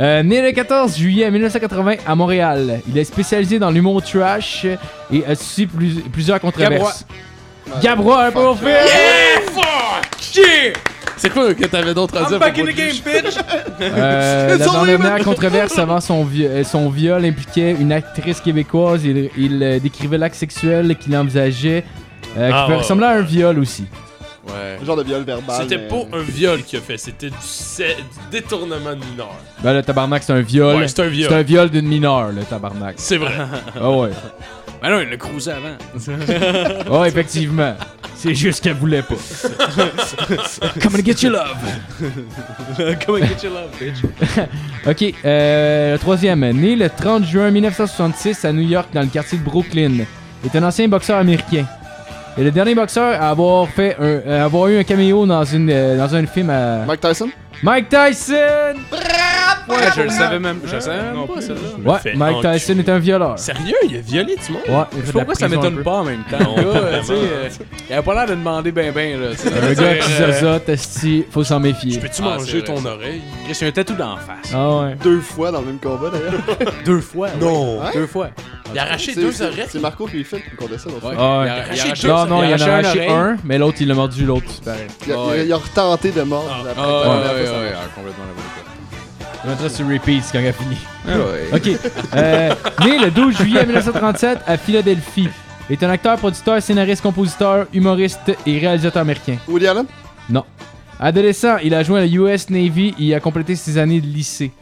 Speaker 4: Euh, né le 14 juillet 1980 à Montréal, il est spécialisé dans l'humour trash et a suscité plus- plusieurs controverses. Gabrois, un peu au Phil!
Speaker 6: C'est quoi que t'avais d'autre à dire? à propos de lui?
Speaker 3: bitch.
Speaker 4: Euh, la dernière controverse avant son, vi- euh, son viol impliquait une actrice québécoise. Il, il, euh, décrivait l'acte sexuel qu'il envisageait, euh, qui
Speaker 6: Ah,
Speaker 4: peut
Speaker 6: ouais,
Speaker 4: ressembler à un viol aussi.
Speaker 3: Ouais.
Speaker 5: Un genre de viol verbal.
Speaker 6: C'était
Speaker 5: Ben, mais-
Speaker 6: pas un viol qu'il a fait, c'était du, sé- du détournement de mineur.
Speaker 4: Ben, le tabarnak, c'est un viol.
Speaker 6: Ouais, c'est un
Speaker 4: c'est
Speaker 6: viol.
Speaker 4: un viol d'une mineure, le tabarnak.
Speaker 6: C'est vrai.
Speaker 4: Ah ouais.
Speaker 3: Mais Ben non, il l'a cruisé avant.
Speaker 4: Ah, effectivement. C'est juste qu'elle voulait pas. Come and get your love.
Speaker 3: Come and get your love, bitch.
Speaker 4: Ok, euh, le troisième, né le 30 juin 1966 à New York dans le quartier de Brooklyn, est un ancien boxeur américain. Et le dernier boxeur à avoir, fait un, euh, à avoir eu un caméo dans, une, euh, dans un film à...
Speaker 5: Mike Tyson?
Speaker 4: Mike Tyson!
Speaker 3: Ouais, je le savais même. Je le savais même
Speaker 7: Non
Speaker 3: pas,
Speaker 7: plus.
Speaker 3: celle-là.
Speaker 6: me
Speaker 4: Ouais,
Speaker 6: fais
Speaker 4: Mike
Speaker 6: enculer.
Speaker 4: Tyson est un violeur.
Speaker 6: Sérieux, il a violé du monde?
Speaker 4: Ouais, il a
Speaker 3: Je
Speaker 4: fait
Speaker 3: sais
Speaker 4: de la
Speaker 3: pas pourquoi ça
Speaker 4: prison un
Speaker 3: m'étonne
Speaker 4: peu.
Speaker 3: pas en même temps. Le
Speaker 6: Non, pas
Speaker 3: gars, tu sais,
Speaker 6: vraiment.
Speaker 3: euh, il avait pas l'air de demander ben ben, là. tu sais.
Speaker 4: Un gars qui
Speaker 3: Euh,
Speaker 4: zozote, esti, faut s'en
Speaker 6: Je
Speaker 4: méfier.
Speaker 6: peux-tu
Speaker 3: Ah,
Speaker 6: manger
Speaker 3: c'est vrai,
Speaker 6: ton
Speaker 3: ça.
Speaker 6: oreille?
Speaker 3: Chris, il y a un tatou d'en face.
Speaker 4: Ah ouais.
Speaker 5: Deux fois dans le même combat d'ailleurs.
Speaker 3: Deux fois. Non.
Speaker 5: Ouais.
Speaker 3: Deux fois.
Speaker 6: Il a arraché
Speaker 5: C'est-
Speaker 6: Ah, deux
Speaker 5: c'est-
Speaker 6: oreilles?
Speaker 5: C'est Marco qui le fait qui me comptait ça. l'autre fois.
Speaker 3: Ouais.
Speaker 4: Ah,
Speaker 3: il
Speaker 4: ouais.
Speaker 3: a- il a arraché
Speaker 4: Non, non, il y en a
Speaker 3: une
Speaker 4: arraché
Speaker 3: oreille.
Speaker 4: un, mais l'autre, il l'a mordu, l'autre, c'est pareil.
Speaker 5: Il, a, il a-
Speaker 3: Ouais.
Speaker 5: il a retenté de mort. après,
Speaker 3: Ah, ouais,
Speaker 5: la dernière
Speaker 3: ouais,
Speaker 5: fois, ça
Speaker 3: ouais,
Speaker 5: marche.
Speaker 3: ah, complètement la bonne fois.
Speaker 4: Je mettrai sur repeat quand il a fini.
Speaker 7: ouais.
Speaker 4: Ok. Euh, né le 12 juillet 1937 à Philadelphie. Est un acteur, producteur, scénariste, compositeur, humoriste et réalisateur américain.
Speaker 5: Woody Allen?
Speaker 4: Adolescent, il a joint à la US Navy et a complété ses années de lycée.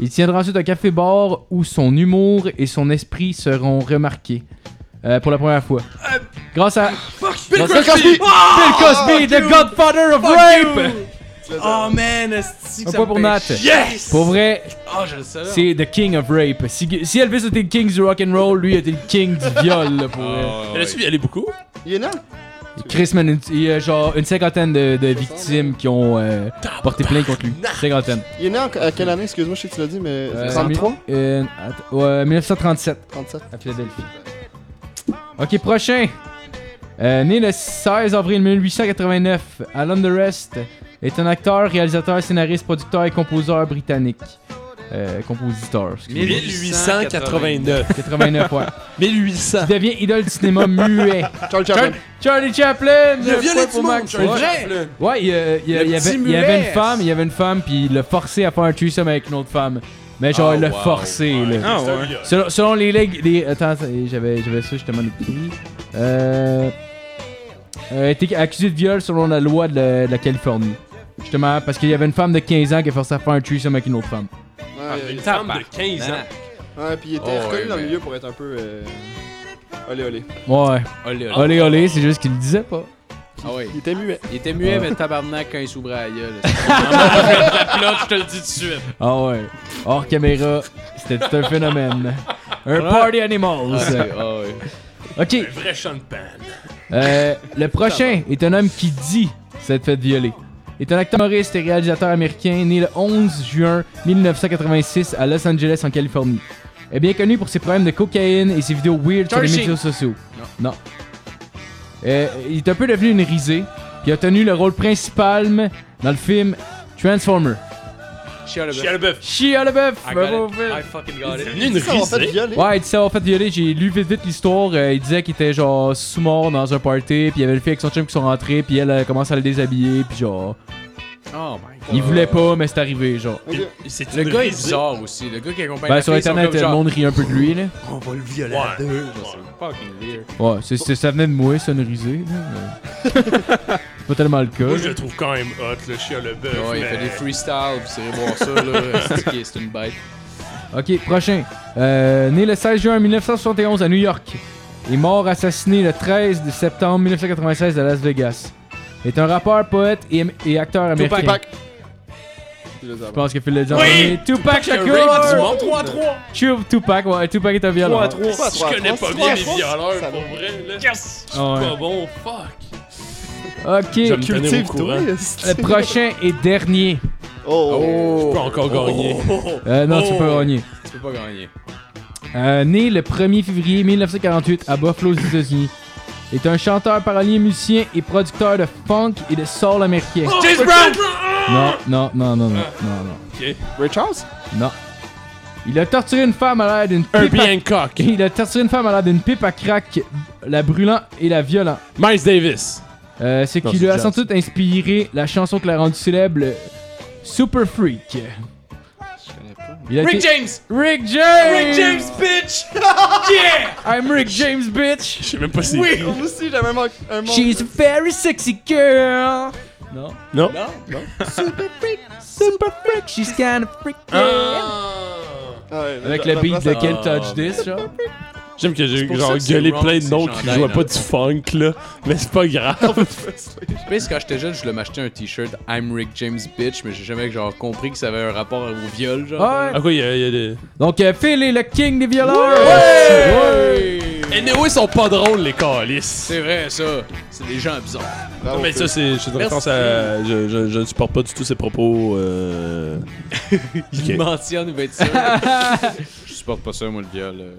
Speaker 4: Il tiendra ensuite un café-bar où son humour et son esprit seront remarqués euh, pour la première fois. Grâce à
Speaker 5: Bill Cosby!
Speaker 4: Bill Cosby, the Godfather of Rape!
Speaker 6: Ah.
Speaker 3: Oh man, est-ce que
Speaker 4: Un
Speaker 3: ça
Speaker 4: point
Speaker 3: me
Speaker 4: pour
Speaker 3: fait
Speaker 4: Nat.
Speaker 3: chier.
Speaker 4: Pour vrai,
Speaker 3: Ah, je le savais.
Speaker 4: c'est the King of Rape. Si, si Elvis était le King du rock'n'roll, lui était le King du viol, là, pour vrai.
Speaker 3: Ah, ouais.
Speaker 6: Il a-tu violé beaucoup?
Speaker 5: Il est né?
Speaker 4: Chris, man, une- il y a genre une cinquantaine de, de victimes qui ont euh, porté plainte contre lui. Cinquantaine.
Speaker 5: Il est né en à quelle année? Excuse-moi, je sais que tu l'as dit, mais.
Speaker 4: Euh,
Speaker 5: 33?
Speaker 4: Euh, att- ouais, 1937
Speaker 5: 37.
Speaker 4: à Philadelphie. Ok, prochain. Euh, né le 16 avril 1889 à Rest, est un acteur, réalisateur, scénariste, producteur et compositeur britannique. Euh, compositeur, excusez-moi.
Speaker 6: 1889.
Speaker 4: 89, ouais.
Speaker 6: 1800.
Speaker 4: Il devient idole du cinéma muet.
Speaker 5: Charles Chaplin.
Speaker 4: Charlie Chaplin!
Speaker 6: Il a
Speaker 4: le
Speaker 6: violé
Speaker 4: point
Speaker 6: du
Speaker 4: pour
Speaker 6: monde,
Speaker 4: Max.
Speaker 6: Charlie
Speaker 4: Ouais.
Speaker 6: Chaplin.
Speaker 4: Ouais, il, euh, il,
Speaker 3: Le
Speaker 4: il y
Speaker 3: petit
Speaker 4: avait, il y avait
Speaker 3: mulet.
Speaker 4: une femme, il y avait une femme, puis il l'a forcé à faire un threesome avec une autre femme. Mais genre,
Speaker 3: Ah,
Speaker 4: il l'a
Speaker 3: wow,
Speaker 4: forcé, là.
Speaker 3: ouais.
Speaker 7: Ah
Speaker 6: C'est un
Speaker 7: ouais.
Speaker 6: viol.
Speaker 4: Selon, selon les legs... Les, attends, attends, j'avais, j'avais ça justement écrit. Euh... euh, était accusé de viol selon la loi de la, de la Californie. Justement, parce qu'il y avait une femme de 15 ans qui a forcé à faire un threesome avec une autre femme.
Speaker 5: Ouais,
Speaker 6: Une
Speaker 5: il-
Speaker 6: femme de 15 ans.
Speaker 5: ouais, puis il était
Speaker 3: Oh, ouais,
Speaker 5: reconnu dans le
Speaker 3: mais-
Speaker 5: milieu pour être un peu. euh, Olé, olé.
Speaker 4: Ouais.
Speaker 3: Olé, olé.
Speaker 4: Olé, olé, c'est juste qu'il le disait pas.
Speaker 3: Ah ouais.
Speaker 5: Il était muet.
Speaker 3: Il était
Speaker 4: Ah.
Speaker 3: muet, mais tabarnak quand il s'ouvrait à la gueule. C'est vraiment de la plot, je te le dis tout de suite.
Speaker 4: Ah ouais. Hors caméra, c'était tout un phénomène. Un party animals.
Speaker 3: Ah ouais.
Speaker 4: Ok.
Speaker 6: Un vrai champagne.
Speaker 4: Euh, le prochain est un homme qui dit s'être fait violer. Est un acteur humoriste et réalisateur américain né le 11 juin 1986 à Los Angeles en Californie. Est bien connu pour ses problèmes de cocaïne et ses vidéos weird sur les
Speaker 3: Charlie
Speaker 4: médias sociaux. Non. Euh, il est un peu devenu une risée. puis Il a tenu le rôle principal dans le film Transformer.
Speaker 3: Chia le bœuf.
Speaker 6: Chia le bœuf.
Speaker 4: Chia LaBeouf!
Speaker 3: I
Speaker 4: bravo,
Speaker 3: got it.
Speaker 4: Phil.
Speaker 3: I fucking got
Speaker 6: C'est
Speaker 3: it.
Speaker 6: devenu une
Speaker 5: Ça, on fait
Speaker 6: risée.
Speaker 5: violer.
Speaker 4: Ouais, il dit ça avoir fait violer. J'ai lu vite vite l'histoire. Euh, il disait qu'il était genre sous-mort dans un party. Puis il y avait le fille avec son chum qui sont rentrés. Puis elle a commencé à le déshabiller. Puis genre,
Speaker 3: Oh my god.
Speaker 4: il voulait pas, mais c'est arrivé. Genre,
Speaker 6: C'est
Speaker 3: Le
Speaker 6: une
Speaker 3: gars est
Speaker 6: risée.
Speaker 3: bizarre aussi. Le gars qui accompagne
Speaker 4: ben,
Speaker 3: la
Speaker 4: sur
Speaker 3: fille, ils sont
Speaker 4: internet,
Speaker 3: comme
Speaker 4: le
Speaker 3: genre,
Speaker 4: monde rit un peu de lui. Là.
Speaker 6: Ouais.
Speaker 3: C'est fucking weird.
Speaker 4: Ouais, c'est- c'est- ça venait de moi, sonorisé. là, mais- c'est pas tellement le
Speaker 6: Moi,
Speaker 4: cas.
Speaker 6: je
Speaker 4: là.
Speaker 6: le trouve quand même hot, le chien le bœuf.
Speaker 3: Ouais, il
Speaker 6: mais-
Speaker 3: fait des freestyles, pis c'est voir ça, là. C'est ok, C'est une bête.
Speaker 4: Ok, prochain. Euh, né le 16 juin 1971 à New York. Est mort assassiné le 13 de septembre 1996 à Las Vegas. Est un rappeur, poète et, et acteur américain.
Speaker 5: Tupac. Je le dis
Speaker 4: Je
Speaker 5: avant.
Speaker 4: pense que Phil l'a dit en
Speaker 6: Oui!
Speaker 4: premier. Tupac
Speaker 6: Le rape Ah, du
Speaker 4: Shakur!
Speaker 6: monde. 3-3.
Speaker 4: Chup, Tupac, ouais, Tupac est un violon.
Speaker 5: Pas
Speaker 6: Je
Speaker 5: à trois,
Speaker 6: connais
Speaker 5: trois,
Speaker 6: pas
Speaker 5: trois,
Speaker 6: bien les
Speaker 5: trois, ça
Speaker 6: violeurs, pour
Speaker 5: va.
Speaker 6: vrai. là. Yes! Je suis
Speaker 4: Ah ouais.
Speaker 6: pas bon, fuck.
Speaker 4: Ok,
Speaker 6: Je me tenais au
Speaker 5: Cultive
Speaker 6: courant.
Speaker 5: toi.
Speaker 6: Je
Speaker 4: le prochain et dernier.
Speaker 5: Oh.
Speaker 3: Oh!
Speaker 6: peux encore gagner.
Speaker 4: Euh, non, tu peux
Speaker 6: Oh.
Speaker 4: gagner.
Speaker 3: Tu peux pas gagner.
Speaker 4: Euh, né le 1er février 1948 à Buffalo, aux États-Unis. Est un chanteur, parolier, musicien et producteur de funk et de soul américain.
Speaker 6: James Brown!
Speaker 4: Non, non, non, non, non, non, non,
Speaker 5: Ray Charles?
Speaker 4: non. Il a torturé une femme à l'aide d'une
Speaker 6: Un
Speaker 4: pipe. À...
Speaker 6: Hancock.
Speaker 4: Il a torturé une femme à l'aide d'une pipe à crack, la brûlant et la violant.
Speaker 6: Miles Davis.
Speaker 4: Euh, ce
Speaker 6: Non,
Speaker 4: qui
Speaker 6: c'est
Speaker 4: lui a
Speaker 6: Jazz.
Speaker 4: sans doute inspiré la chanson qui l'a rendu célèbre, le Super Freak. Il a
Speaker 6: Rick
Speaker 4: été-
Speaker 6: James!
Speaker 4: Rick James!
Speaker 6: Rick James, bitch! Yeah!
Speaker 4: I'm Rick James, bitch!
Speaker 6: Je sais même pas si.
Speaker 5: Oui, moi aussi, j'avais un manque. un manque.
Speaker 4: She's a very sexy girl! Non.
Speaker 6: Non.
Speaker 4: Super Freak! Super Freak! She's kind of freak!
Speaker 5: Ah ouais,
Speaker 4: Ah! Avec
Speaker 5: la-
Speaker 4: le
Speaker 5: la
Speaker 4: beat
Speaker 5: place,
Speaker 4: de
Speaker 5: ça-
Speaker 4: Can't Touch This, genre.
Speaker 6: J'aime que j'ai
Speaker 3: C'est pour
Speaker 6: genre
Speaker 3: ça que c'est
Speaker 6: gueulé
Speaker 3: wrong,
Speaker 6: plein de
Speaker 3: ces
Speaker 6: noms qui
Speaker 3: chandails,
Speaker 6: jouaient pas
Speaker 3: là.
Speaker 6: du funk là, mais c'est pas grave.
Speaker 3: Je pense que quand j'étais jeune, je voulais m'acheter un t-shirt I'm Rick James Bitch, mais j'ai jamais genre compris que ça avait un rapport au viol, genre.
Speaker 4: Ouais.
Speaker 6: ah quoi, il y a, il y a des.
Speaker 4: Donc, euh, Phil est le king des violeurs! Ouais!
Speaker 6: Anyway, ils sont pas drôles, les calices.
Speaker 3: C'est vrai, ça. C'est des gens bizarres.
Speaker 5: Bravo,
Speaker 6: Mais ça,
Speaker 5: Phil.
Speaker 6: c'est. Je, pense à, je, je, je ne supporte pas du tout ces propos. Euh...
Speaker 3: Ils mentionnent, ils vont être sûrs. Je supporte pas ça, moi, le viol. euh.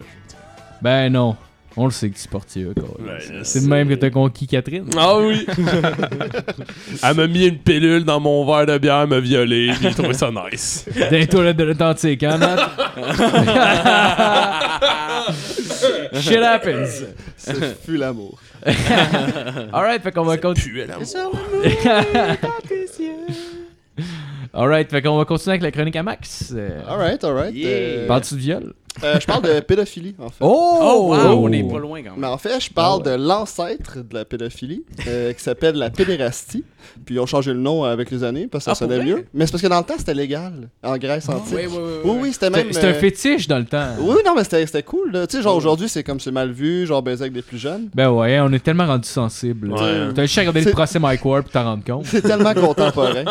Speaker 4: Ben non. On le sait que tu es sportif. quoi.
Speaker 6: Ouais, je
Speaker 4: c'est le même que t'as conquis Catherine.
Speaker 6: Ah oui! elle m'a mis une pilule dans mon verre de bière, elle m'a violé, puis j'ai trouvé ça nice.
Speaker 4: Dans les toilettes de l'authentique, hein, Nat? Shit happens.
Speaker 5: Ce fut l'amour.
Speaker 4: Alright, fait qu'on va continuer.
Speaker 6: Puel, amour.
Speaker 4: Alright, fait qu'on va continuer avec la chronique à Max. Euh,
Speaker 5: Alright, alright. Euh,
Speaker 4: Parles-tu de viol?
Speaker 5: euh, je parle de pédophilie, en fait.
Speaker 4: Oh!
Speaker 3: Oh, wow, on est pas loin quand
Speaker 5: Mais
Speaker 3: même.
Speaker 5: en fait, je parle de l'ancêtre de la pédophilie, euh, qui s'appelle la pédérastie. Puis ils ont changé le nom euh, avec les années parce que ça
Speaker 3: Ah, pour
Speaker 5: sonnait
Speaker 3: vrai? Ah,
Speaker 5: mieux. Mais c'est parce que dans le temps, c'était légal, en Grèce antique.
Speaker 3: Oui, oui, oui.
Speaker 5: Oui, oui, c'était même.
Speaker 4: C'était c'était un
Speaker 5: euh,
Speaker 4: fétiche dans le temps.
Speaker 5: Oui, non, mais c'était c'était cool. là. Tu
Speaker 3: Oh.
Speaker 5: sais, genre aujourd'hui, c'est comme c'est mal vu, genre baiser avec des plus jeunes.
Speaker 4: Ben ouais, on est tellement rendu sensible.
Speaker 6: Ouais.
Speaker 4: T'as juste à regarder le
Speaker 5: C'est-
Speaker 4: procès Mike Ward pour t'en rendre compte.
Speaker 5: C'est tellement contemporain.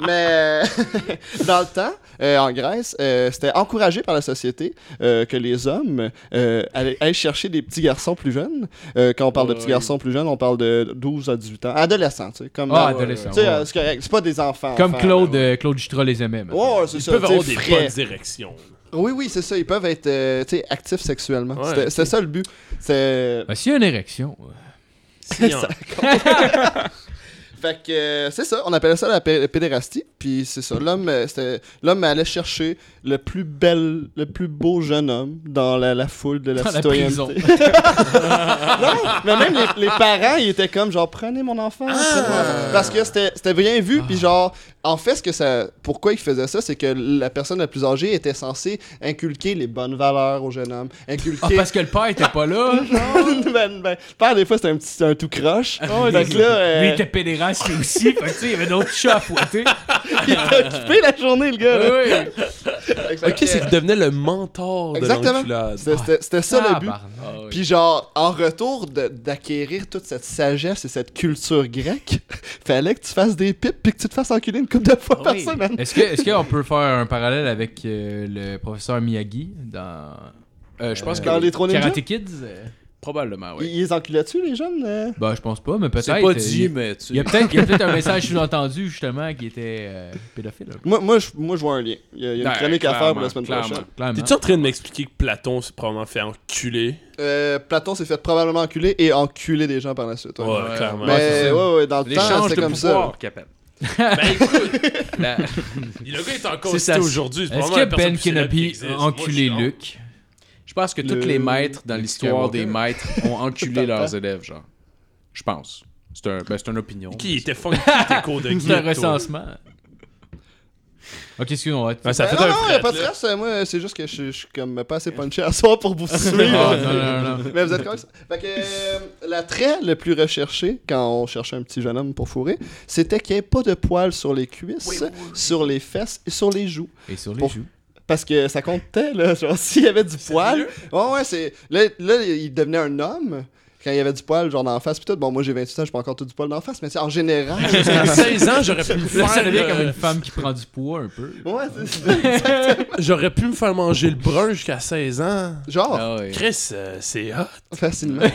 Speaker 5: Mais euh, dans le temps, euh, en Grèce, euh, c'était encouragé par la société euh, que les hommes euh, allaient, allaient chercher des petits garçons plus jeunes. Euh, quand on parle de petits
Speaker 3: Ouais.
Speaker 5: garçons plus jeunes, on parle de 12 à 18 ans. Adolescents, tu sais. Comme
Speaker 4: Ah,
Speaker 5: dans-
Speaker 4: adolescent.
Speaker 5: tu sais,
Speaker 4: ouais.
Speaker 5: euh, c'est correct. C'est pas des enfants.
Speaker 4: Comme
Speaker 5: enfants,
Speaker 4: Claude,
Speaker 5: là, ouais.
Speaker 4: euh, Claude Jutra les aimait. man.
Speaker 5: Ouais, ouais, c'est
Speaker 6: Ils
Speaker 5: ça.
Speaker 6: peuvent
Speaker 5: tu sais,
Speaker 6: avoir des
Speaker 5: frais.
Speaker 6: bonnes directions.
Speaker 5: Oui, oui, c'est ça. Ils peuvent être euh, tu sais, actifs sexuellement.
Speaker 6: Ouais,
Speaker 5: C'était
Speaker 6: ok.
Speaker 5: c'était ça le but. C'est.
Speaker 4: Ben, s'il y a une érection. ouais.
Speaker 6: Si, hein.
Speaker 5: Fait que euh, c'est ça, on appelait ça la pé- pédérastie. Puis c'est ça, l'homme euh, c'était- l'homme allait chercher le plus bel, le plus beau jeune homme dans la, la foule de la
Speaker 4: Dans la
Speaker 5: citoyenneté.
Speaker 4: prison.
Speaker 5: non, mais même les, les parents, ils étaient comme genre prenez mon enfant,
Speaker 4: Ah.
Speaker 5: prenez mon enfant. parce que c'était c'était bien vu. Puis genre, en fait, ce que ça, pourquoi ils faisaient ça, c'est que la personne la plus âgée était censée inculquer les bonnes valeurs au jeune homme, inculquer.
Speaker 4: Ah, parce que le père était pas là.
Speaker 5: ben, ben, le père, des fois c'était un petit un tout croche.
Speaker 4: Ah,
Speaker 5: Fait que là, euh,
Speaker 4: Lui, il était pédéraste lui aussi. fait que, tu sais, il y avait d'autres chats à fouetter.
Speaker 5: il était occupé la journée le gars. là.
Speaker 4: Oui, oui.
Speaker 6: Ok, c'est qu'il devenait le mentor de
Speaker 5: Exactement.
Speaker 6: l'enculade.
Speaker 5: C'était- C'était c'était ça le but.
Speaker 4: Tabarnak.
Speaker 3: Ah, oui.
Speaker 5: Puis genre, en retour de- d'acquérir toute cette sagesse et cette culture grecque, fallait que tu fasses des pipes puis que tu te fasses enculer une coupe de fois par
Speaker 3: Oui.
Speaker 5: semaine.
Speaker 4: Est-ce que- est-ce qu'on peut faire un parallèle avec euh, le professeur Miyagi dans
Speaker 3: Euh, je pense que.
Speaker 5: Dans les trois ninjas,
Speaker 4: Karate Kids euh?
Speaker 3: Probablement,
Speaker 5: ils
Speaker 3: oui.
Speaker 5: ils enculaient-tu les jeunes? euh?
Speaker 4: Ben, je pense pas, mais peut-être.
Speaker 3: C'est pas
Speaker 4: euh,
Speaker 3: dit,
Speaker 4: il-
Speaker 3: mais tu.
Speaker 4: Il y a peut-être il y a peut-être un message sous-entendu, justement, qui était euh, pédophile. là.
Speaker 5: Moi, moi, je, moi, je vois un lien. Il y a, il y a une
Speaker 3: Ouais,
Speaker 5: chronique à faire pour la
Speaker 3: clairement,
Speaker 5: semaine
Speaker 3: clairement.
Speaker 5: prochaine.
Speaker 4: Clairement.
Speaker 6: T'es-tu en train de m'expliquer que Platon s'est probablement fait enculer?
Speaker 5: Euh, Platon s'est fait probablement enculer et enculer des gens par la suite. ouais. Ben,
Speaker 3: Ouais.
Speaker 6: clairement.
Speaker 5: Mais ouais, ouais, dans le temps,
Speaker 3: L'échange
Speaker 5: c'était
Speaker 3: de
Speaker 5: comme ça.
Speaker 3: pouvoir, Capel.
Speaker 6: Ben écoute, la- le gars est encore
Speaker 4: C'est
Speaker 6: cité
Speaker 4: ça.
Speaker 6: aujourd'hui. c'est
Speaker 4: Est-ce
Speaker 6: probablement la
Speaker 4: que
Speaker 6: personne
Speaker 4: Ben
Speaker 6: plus célèbre qui
Speaker 4: Kenobi
Speaker 6: existe.
Speaker 4: a
Speaker 6: Moi,
Speaker 4: enculé
Speaker 6: je suis
Speaker 4: Luc
Speaker 3: Je pense que
Speaker 5: Le-
Speaker 3: tous les maîtres dans
Speaker 5: le
Speaker 3: l'histoire
Speaker 5: Skywalker.
Speaker 3: des maîtres ont enculé leurs élèves, genre. Je pense. C'est un, ben, c'est une opinion.
Speaker 6: d'accord. Qui était funky tes cours de
Speaker 4: C'est
Speaker 6: guide,
Speaker 4: un
Speaker 6: toi?
Speaker 4: recensement. Ok, excuse-moi, Ah, on va être-
Speaker 6: Ouais, ça
Speaker 5: Ben
Speaker 6: fait
Speaker 5: non,
Speaker 6: un
Speaker 5: non, y a
Speaker 6: fret,
Speaker 5: pas de
Speaker 6: là.
Speaker 5: stress. euh, Moi, c'est juste que je, je suis comme pas assez punché à soir pour vous suivre.
Speaker 4: Ah, non, non, non.
Speaker 5: Mais vous êtes correct. Fait que euh, l'attrait le plus recherché quand on cherchait un petit jeune homme pour fourrer, c'était qu'il n'y ait pas de poils sur les cuisses, sur les fesses et sur les joues.
Speaker 4: Et sur les
Speaker 5: Pour-
Speaker 4: joues.
Speaker 5: Parce que ça comptait, là. Genre, s'il y avait du poil. Ouais, ouais, c'est. Là, là, il devenait un homme. Quand il y avait du poil, genre d'en face, pis tout. Bon, moi j'ai 28 ans, j'ai pas encore tout du poil d'en face, mais tu sais, en général.
Speaker 6: À 16 ans, j'aurais pu me
Speaker 4: Là, ça
Speaker 6: faire
Speaker 4: devient comme
Speaker 6: euh,
Speaker 4: une femme qui prend du poids un peu.
Speaker 5: ouais, c'est
Speaker 6: j'aurais pu me faire manger le brun jusqu'à 16 ans.
Speaker 5: Genre,
Speaker 3: Ah, ouais.
Speaker 6: Chris, euh, c'est hot.
Speaker 5: facilement.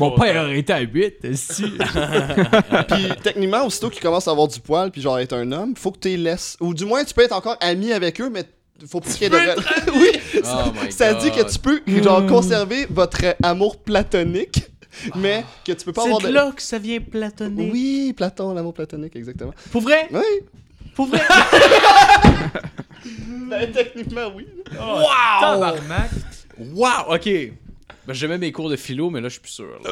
Speaker 4: Mon père aurait été à 8, si.
Speaker 5: Puis techniquement, aussitôt qu'il commence à avoir du poil, puis genre être un homme, faut que tu les laisses. Ou du moins, tu peux être encore ami avec eux, mais faut pas qu'il y ait de. oui,
Speaker 3: Oh my
Speaker 5: ça
Speaker 3: God.
Speaker 5: dit que tu peux genre
Speaker 2: Hmm.
Speaker 5: conserver votre euh, amour platonique, mais que tu peux pas avoir de.
Speaker 2: que ça vient platonner.
Speaker 5: Oui, Platon, l'amour platonique, exactement.
Speaker 2: Pour vrai?
Speaker 5: Oui.
Speaker 2: Pour vrai?
Speaker 5: Ben, techniquement, oui.
Speaker 4: Tabarnak.
Speaker 3: Wow, ok. Ben, J'aimais mes cours de philo, mais là, je suis plus sûr. là.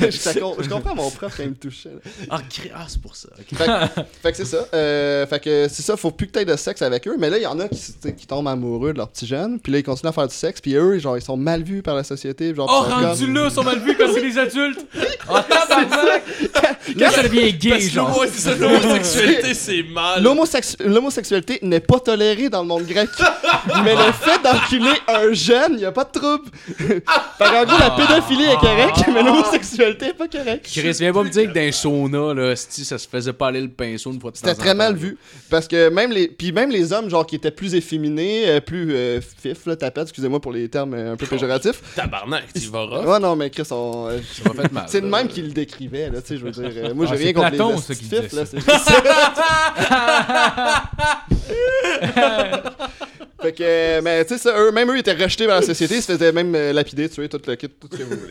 Speaker 5: je, ça com- je comprends mon prof quand il me touchait. là.
Speaker 3: Ah, cri- ah, c'est pour ça. ok.
Speaker 5: Fait, que- fait que c'est ça. Euh, fait que c'est ça, faut plus que t'aies de sexe avec eux. Mais là, il y en a qui, tu sais, qui tombent amoureux de leur petit jeune, puis là, ils continuent à faire du sexe, puis eux, genre, ils sont mal vus par la société. Genre,
Speaker 4: Oh,
Speaker 5: ils sont
Speaker 4: rendu là, ils sont mal vus quand c'est les adultes. Oh,
Speaker 5: Ah,
Speaker 4: tabarnak. Là, ça devient gay,
Speaker 6: Parce que
Speaker 4: genre.
Speaker 6: l'homo- c'est ça, l'homosexualité, c'est mal.
Speaker 5: L'homosex- L'homosexualité n'est pas tolérée dans le monde grec. mais le fait d'enculer un jeune, il a pas de trouble. Fait qu'en gros, la pédophilie est correcte, mais l'homosexualité est pas correcte.
Speaker 3: Chris, viens pas me dire que dans un sauna, là, si ça se faisait pas aller le pinceau une fois de temps
Speaker 5: C'était
Speaker 3: en
Speaker 5: très
Speaker 3: temps,
Speaker 5: mal
Speaker 3: là.
Speaker 5: vu. Parce que même les. Puis même les hommes, genre, qui étaient plus efféminés, euh, plus euh, fif, là, tapette, excusez-moi pour les termes euh, un
Speaker 3: Oh.
Speaker 5: peu péjoratifs.
Speaker 6: Tabarnak, tu vas rough.
Speaker 5: Ouais, non, mais Chris, on. euh,
Speaker 3: Ça m'a fait mal. euh.
Speaker 5: C'est le même qui le décrivait, là, tu sais, je veux dire. euh, moi, j'ai
Speaker 4: Ah,
Speaker 5: rien
Speaker 4: c'est
Speaker 5: contre les
Speaker 4: Platon, ça,
Speaker 5: hosties
Speaker 4: qui
Speaker 5: de fifs,
Speaker 4: disait
Speaker 5: là, c'est juste ça. Fait que, euh, mais tu sais, ça, eux, même eux, ils étaient rejetés par la société, ils se faisaient même euh, lapider, tuer, tout le kit, tout ce que vous voulez.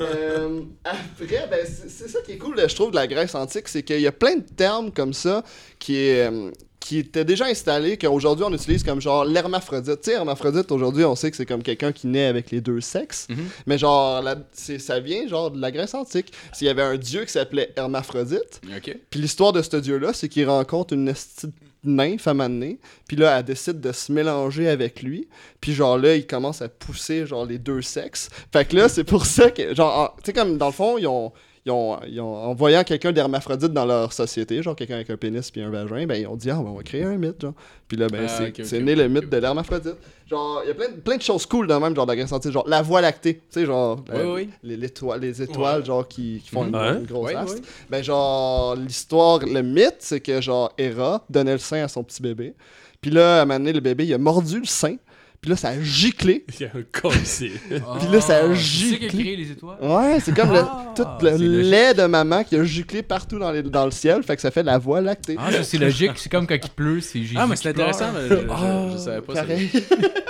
Speaker 5: Euh, après, ben, c'est c'est ça qui est cool, je trouve, de la Grèce antique, c'est qu'il y a plein de termes comme ça qui est. euh, qui étaient déjà installés, qu'aujourd'hui on utilise comme genre l'hermaphrodite. Tu sais, hermaphrodite, aujourd'hui on sait que c'est comme quelqu'un qui naît avec les deux sexes. Mais genre, la- c'est- ça vient genre de la Grèce antique. S'il y avait un dieu qui s'appelait Hermaphrodite,
Speaker 3: Ok.
Speaker 5: puis l'histoire de ce dieu-là, c'est qu'il rencontre une esti de nymphe à maner, puis là, elle décide de se mélanger avec lui, puis genre là, il commence à pousser genre les deux sexes. Fait que là, c'est pour ça que, genre, en- tu sais, comme dans le fond, ils ont... Ils ont, ils ont- en voyant quelqu'un d'hermaphrodite dans leur société, genre quelqu'un avec un pénis puis un vagin, ben ils ont dit ah ben, on va créer un mythe, genre. Puis là ben
Speaker 3: Ah,
Speaker 5: c'est
Speaker 3: ok, ok,
Speaker 5: c'est
Speaker 3: ok,
Speaker 5: né le
Speaker 3: ok,
Speaker 5: mythe
Speaker 3: ok.
Speaker 5: de l'hermaphrodite. Genre il y a plein, de- plein de choses cool dans même genre de la Grèce antique, genre la voie lactée, tu sais genre
Speaker 3: Oui, oui.
Speaker 5: Les, l'étoile- les étoiles genre qui, qui font une,
Speaker 6: Ouais.
Speaker 5: une grosse
Speaker 3: Ouais,
Speaker 5: aste.
Speaker 3: ouais.
Speaker 5: Ben genre l'histoire, le mythe, c'est que genre Hera donnait le sein à son petit bébé. Puis là, à un moment donné, le bébé il a mordu le sein. Puis là, ça a giclé.
Speaker 6: Il y a un cossé.
Speaker 5: Ah. Puis là, ça a
Speaker 4: Ah, Tu sais qui a
Speaker 5: giclé.
Speaker 4: créé les étoiles
Speaker 5: Ouais, Ah! c'est comme le, tout le
Speaker 4: c'est logique.
Speaker 5: lait de maman qui a giclé partout dans, les- dans le ciel, fait que ça fait la voie lactée.
Speaker 4: Ah, ça, c'est logique, c'est comme quand il pleut, c'est Jésus.
Speaker 3: Ah, mais
Speaker 4: qui
Speaker 3: c'est
Speaker 4: pleure.
Speaker 3: intéressant, mais je,
Speaker 5: Ah,
Speaker 3: je- je savais pas ça.
Speaker 5: Pareil.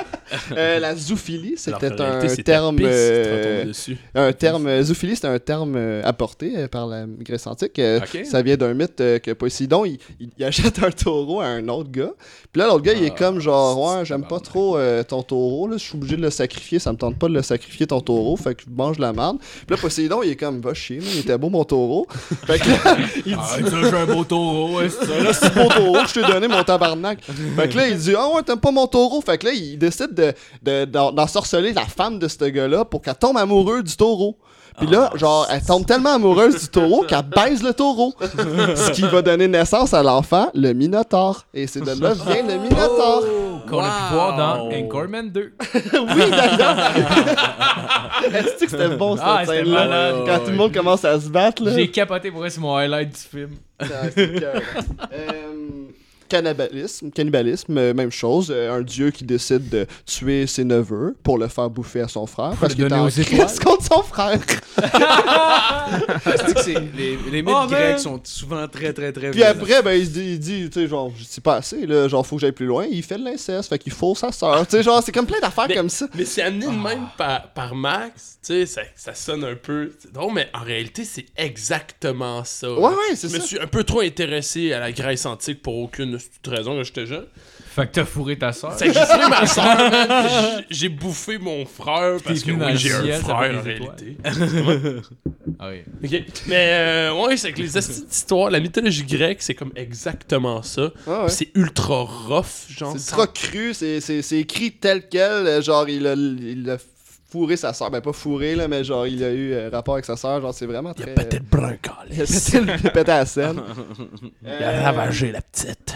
Speaker 5: Euh, la zoophilie,
Speaker 6: Alors
Speaker 5: c'était
Speaker 6: qu'en réalité,
Speaker 5: un
Speaker 6: c'est ta
Speaker 5: terme,
Speaker 6: pisse qui te
Speaker 5: euh,
Speaker 6: retombe dessus.
Speaker 5: un terme. euh, Zoophilie, c'était un terme euh, apporté euh, par la Grèce antique. Euh,
Speaker 3: Ok.
Speaker 5: Ça vient d'un mythe euh, que Poséidon, il, il- il achète un taureau à un autre gars. Puis là, l'autre gars, il est
Speaker 3: Ah,
Speaker 5: comme genre, ouais,
Speaker 3: c'est
Speaker 5: j'aime pas
Speaker 3: tabarnak.
Speaker 5: trop euh, ton taureau, là, je suis obligé de le sacrifier, ça me tente pas de le sacrifier ton taureau, fait que je mange la merde. Puis là, Poséidon, il est comme, va chier, man, il était beau mon taureau. Fait que là, il dit,
Speaker 4: Ah, ça, j'ai un beau taureau, ouais, c'est ça.
Speaker 5: Ben là, c'est mon taureau, je t'ai donné mon tabarnak. Fait que là, il dit, ah ouais, t'aimes pas mon taureau. Fait que là, il décide de, de- d'en- d'ensorceler la femme de ce gars-là pour qu'elle tombe amoureuse du taureau. Puis là,
Speaker 4: Ah,
Speaker 5: genre, elle tombe tellement amoureuse du taureau qu'elle baise le taureau. ce qui va donner naissance à l'enfant, le Minotaure. Et c'est de là vient le Minotaure.
Speaker 3: Oh,
Speaker 4: Qu'on a pu voir dans Anchorman 2.
Speaker 5: Oui, d'ailleurs. Oh! Est-ce que c'était bon, cette
Speaker 4: Ah, c'était
Speaker 5: scène-là?
Speaker 4: malade.
Speaker 5: Quand tout le monde commence à se battre, là.
Speaker 4: J'ai capoté pour être sur mon highlight du film.
Speaker 5: Ah, c'est écœurant. Euh, Cannibalisme, cannibalisme, euh, même chose. euh, un dieu qui décide de tuer ses neveux pour le faire bouffer à son frère parce
Speaker 4: le
Speaker 5: qu'il est
Speaker 4: donner
Speaker 5: en
Speaker 4: aux étoiles.
Speaker 5: crise contre son frère.
Speaker 3: C'est que c'est- les, les mythes
Speaker 4: Oh, man.
Speaker 3: grecs sont souvent très, très, très
Speaker 5: Puis après, ben, il se dit, il dit, tu sais, genre, je suis pas assez, là, genre, faut que j'aille plus loin. Il fait de l'inceste, fait qu'il faut sa sœur. Tu sais, genre, c'est comme plein d'affaires comme ça.
Speaker 6: Mais c'est amené de même par, par Max, tu sais, ça, ça sonne un peu c'est drôle, mais en réalité, c'est exactement ça.
Speaker 5: Ouais, ouais, c'est
Speaker 6: Je me
Speaker 5: ça.
Speaker 6: suis un peu trop intéressé à la Grèce antique pour aucune toute raison quand j'étais jeune.
Speaker 4: Fait que t'as fourré ta soeur.
Speaker 6: C'est que j'ai tué ma soeur, man. J'ai j'ai bouffé mon frère parce que
Speaker 4: venu dans
Speaker 6: oui,
Speaker 4: le
Speaker 6: j'ai un
Speaker 4: ciel, ça fait
Speaker 6: frère en
Speaker 4: des étoiles.
Speaker 6: réalité.
Speaker 4: Ah oui.
Speaker 6: Ok. Mais euh, ouais, c'est que les astuces d'histoire, la mythologie grecque, c'est comme exactement ça.
Speaker 5: Ouais, ouais.
Speaker 6: C'est ultra rough, genre.
Speaker 5: C'est trop cru, c'est- c'est c'est écrit tel quel. euh, Genre, il a, il a fourré sa sœur. Ben, pas fourré, là, mais genre, il a eu euh, rapport avec sa sœur. Genre, c'est vraiment
Speaker 6: Il
Speaker 5: très. euh,
Speaker 6: a peut-être brun calé.
Speaker 5: il a pété le- il a pété la scène. Euh,
Speaker 6: Il a ravagé la petite.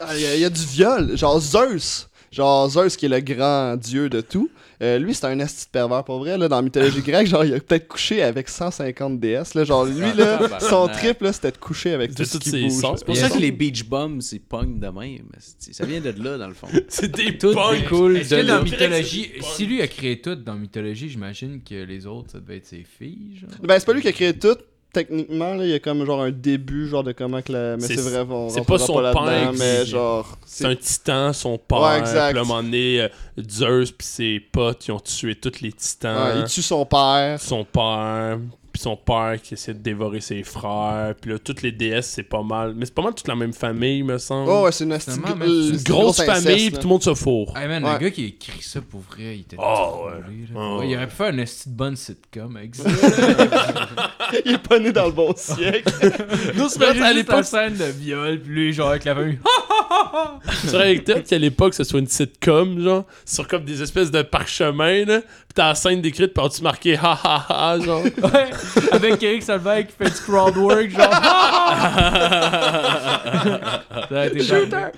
Speaker 5: Ah, Il y, a- y a du viol. Genre Zeus. Genre Zeus qui est le grand dieu de tout. Euh, lui, c'est un asti de pervers pour vrai. Là, dans la mythologie grecque, genre, il a peut-être couché avec 150 déesses. Là, genre, lui, là,
Speaker 3: tabarnak.
Speaker 5: son trip, là, c'était de coucher avec
Speaker 6: De
Speaker 5: tout ce
Speaker 6: toutes
Speaker 5: qui
Speaker 6: ses
Speaker 5: bouge.
Speaker 6: sens.
Speaker 3: C'est pour
Speaker 4: Yes.
Speaker 3: ça que les beach bums, c'est pognent de même. c'est- Ça vient de là, dans le fond.
Speaker 6: C'est des
Speaker 3: Tout
Speaker 6: punks.
Speaker 3: découle
Speaker 4: Est-ce
Speaker 3: de
Speaker 4: que dans
Speaker 3: là.
Speaker 4: mythologie, si lui a créé tout dans mythologie, j'imagine que les autres, ça devait être ses filles, genre.
Speaker 5: Ben, c'est pas lui qui a créé tout. Techniquement, là, il y a comme genre un début, genre de comment que la. Mais
Speaker 6: C'est-
Speaker 5: c'est vrai, on
Speaker 6: c'est
Speaker 5: rentrera
Speaker 6: pas son père
Speaker 5: là-dedans,
Speaker 6: qui-
Speaker 5: mais genre.
Speaker 6: C'est un titan, son père.
Speaker 5: Ouais, exact.
Speaker 6: Puis à un moment donné, euh, Zeus puis ses potes, ils ont tué tous les
Speaker 5: Ouais,
Speaker 6: titans.
Speaker 5: il tue son père.
Speaker 6: Son père, puis son père qui essaie de dévorer ses frères. Puis là, toutes les déesses, c'est pas mal. Mais c'est pas mal toute la même famille, me semble.
Speaker 5: Oh, ouais, c'est une asti de
Speaker 4: Finalement,
Speaker 5: gr-
Speaker 4: même si c'est une
Speaker 5: une
Speaker 6: Une grosse
Speaker 5: grosse
Speaker 6: famille,
Speaker 5: inceste,
Speaker 6: puis
Speaker 5: là.
Speaker 6: tout le monde se fourre.
Speaker 3: Ah.
Speaker 4: Hey man,
Speaker 5: Ouais.
Speaker 4: le gars qui a écrit ça pour vrai, il était.
Speaker 6: Ah,
Speaker 4: trop
Speaker 6: ouais.
Speaker 4: roulé, là.
Speaker 6: Ah,
Speaker 4: Ouais, Il
Speaker 6: ouais.
Speaker 4: aurait pu faire une petite bonne sitcom avec ça.
Speaker 5: Il est pas né dans le bon siècle.
Speaker 4: Nous,
Speaker 6: c'est à l'époque-
Speaker 4: scène de viol, puis lui, genre, avec la main.
Speaker 6: Tu avec toi qu'à l'époque, ce soit une sitcom, genre, sur comme des espèces de parchemins, là, pis t'as la scène décrite par-dessus marqué ha ha ha, genre.
Speaker 4: Ouais. avec Eric Salvaire qui fait du crowd work, genre. ça a été parfait.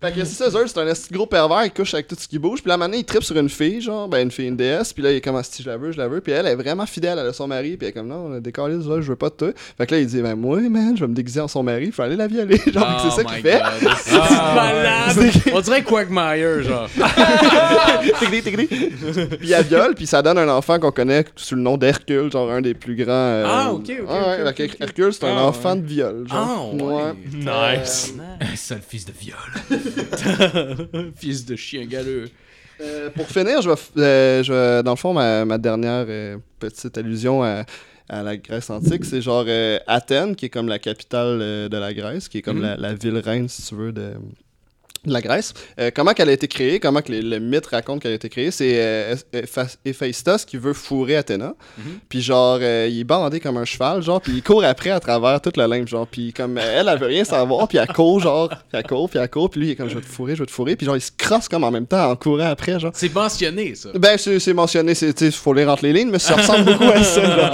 Speaker 5: Fait que c'est ça, Zeus, c'est un esti de gros pervers, il couche avec tout ce qui bouge. Puis là, maintenant, il tripe sur une fille, genre, ben une fille, une déesse. Puis là, il est comme, Ah, si je la veux, je la veux. Puis elle est vraiment fidèle à son mari. Puis elle est comme, non, décalé, je veux pas de toi. Fait que là, il dit, ben moi, man, je vais me déguiser en son mari, je vais aller la violer. Genre,
Speaker 3: Oh
Speaker 5: c'est ça
Speaker 3: my
Speaker 5: qu'il fait.
Speaker 3: God. Ah, ouais. On dirait Quagmire, genre.
Speaker 5: Tigri, tigri. puis elle viole, puis ça donne un enfant qu'on connaît sous le nom d'Hercule, genre un des plus grands. euh,
Speaker 3: Ah, ok, ok,
Speaker 5: ah, ouais,
Speaker 3: ok,
Speaker 5: fait que
Speaker 3: ok, ok.
Speaker 5: Hercule, c'est un
Speaker 7: Ah,
Speaker 5: enfant de viol. Genre.
Speaker 3: Ah, ouais.
Speaker 6: Nice.
Speaker 4: Sale fils de viol.
Speaker 3: Fils de chien galeux.
Speaker 5: Euh, pour finir, je vais, f- euh, je vais- dans le fond, ma, ma dernière euh, petite allusion à, à la Grèce antique, c'est genre euh, Athènes, qui est comme la capitale euh, de la Grèce, qui est comme
Speaker 3: Mhm.
Speaker 5: la, la ville reine, si tu veux, de, de la Grèce. Euh, comment qu'elle a été créée, comment que les- le mythe raconte qu'elle a été créée, c'est euh, Epha- Héphaïstos qui veut fourrer Athéna. Puis genre, euh, il est bandé comme un cheval, genre, puis il court après à travers toute la limbe, genre. Puis comme euh, elle, elle veut rien savoir, puis elle court, genre, puis elle court, puis elle court, puis lui, il est comme, je vais te fourrer, je vais te fourrer. Puis genre, il se crosse comme en même temps en courant après, genre.
Speaker 3: C'est mentionné, ça.
Speaker 5: Ben, c'est c'est mentionné, c'est, tu sais, faut lire entre les lignes, mais ça ressemble beaucoup à ça, genre.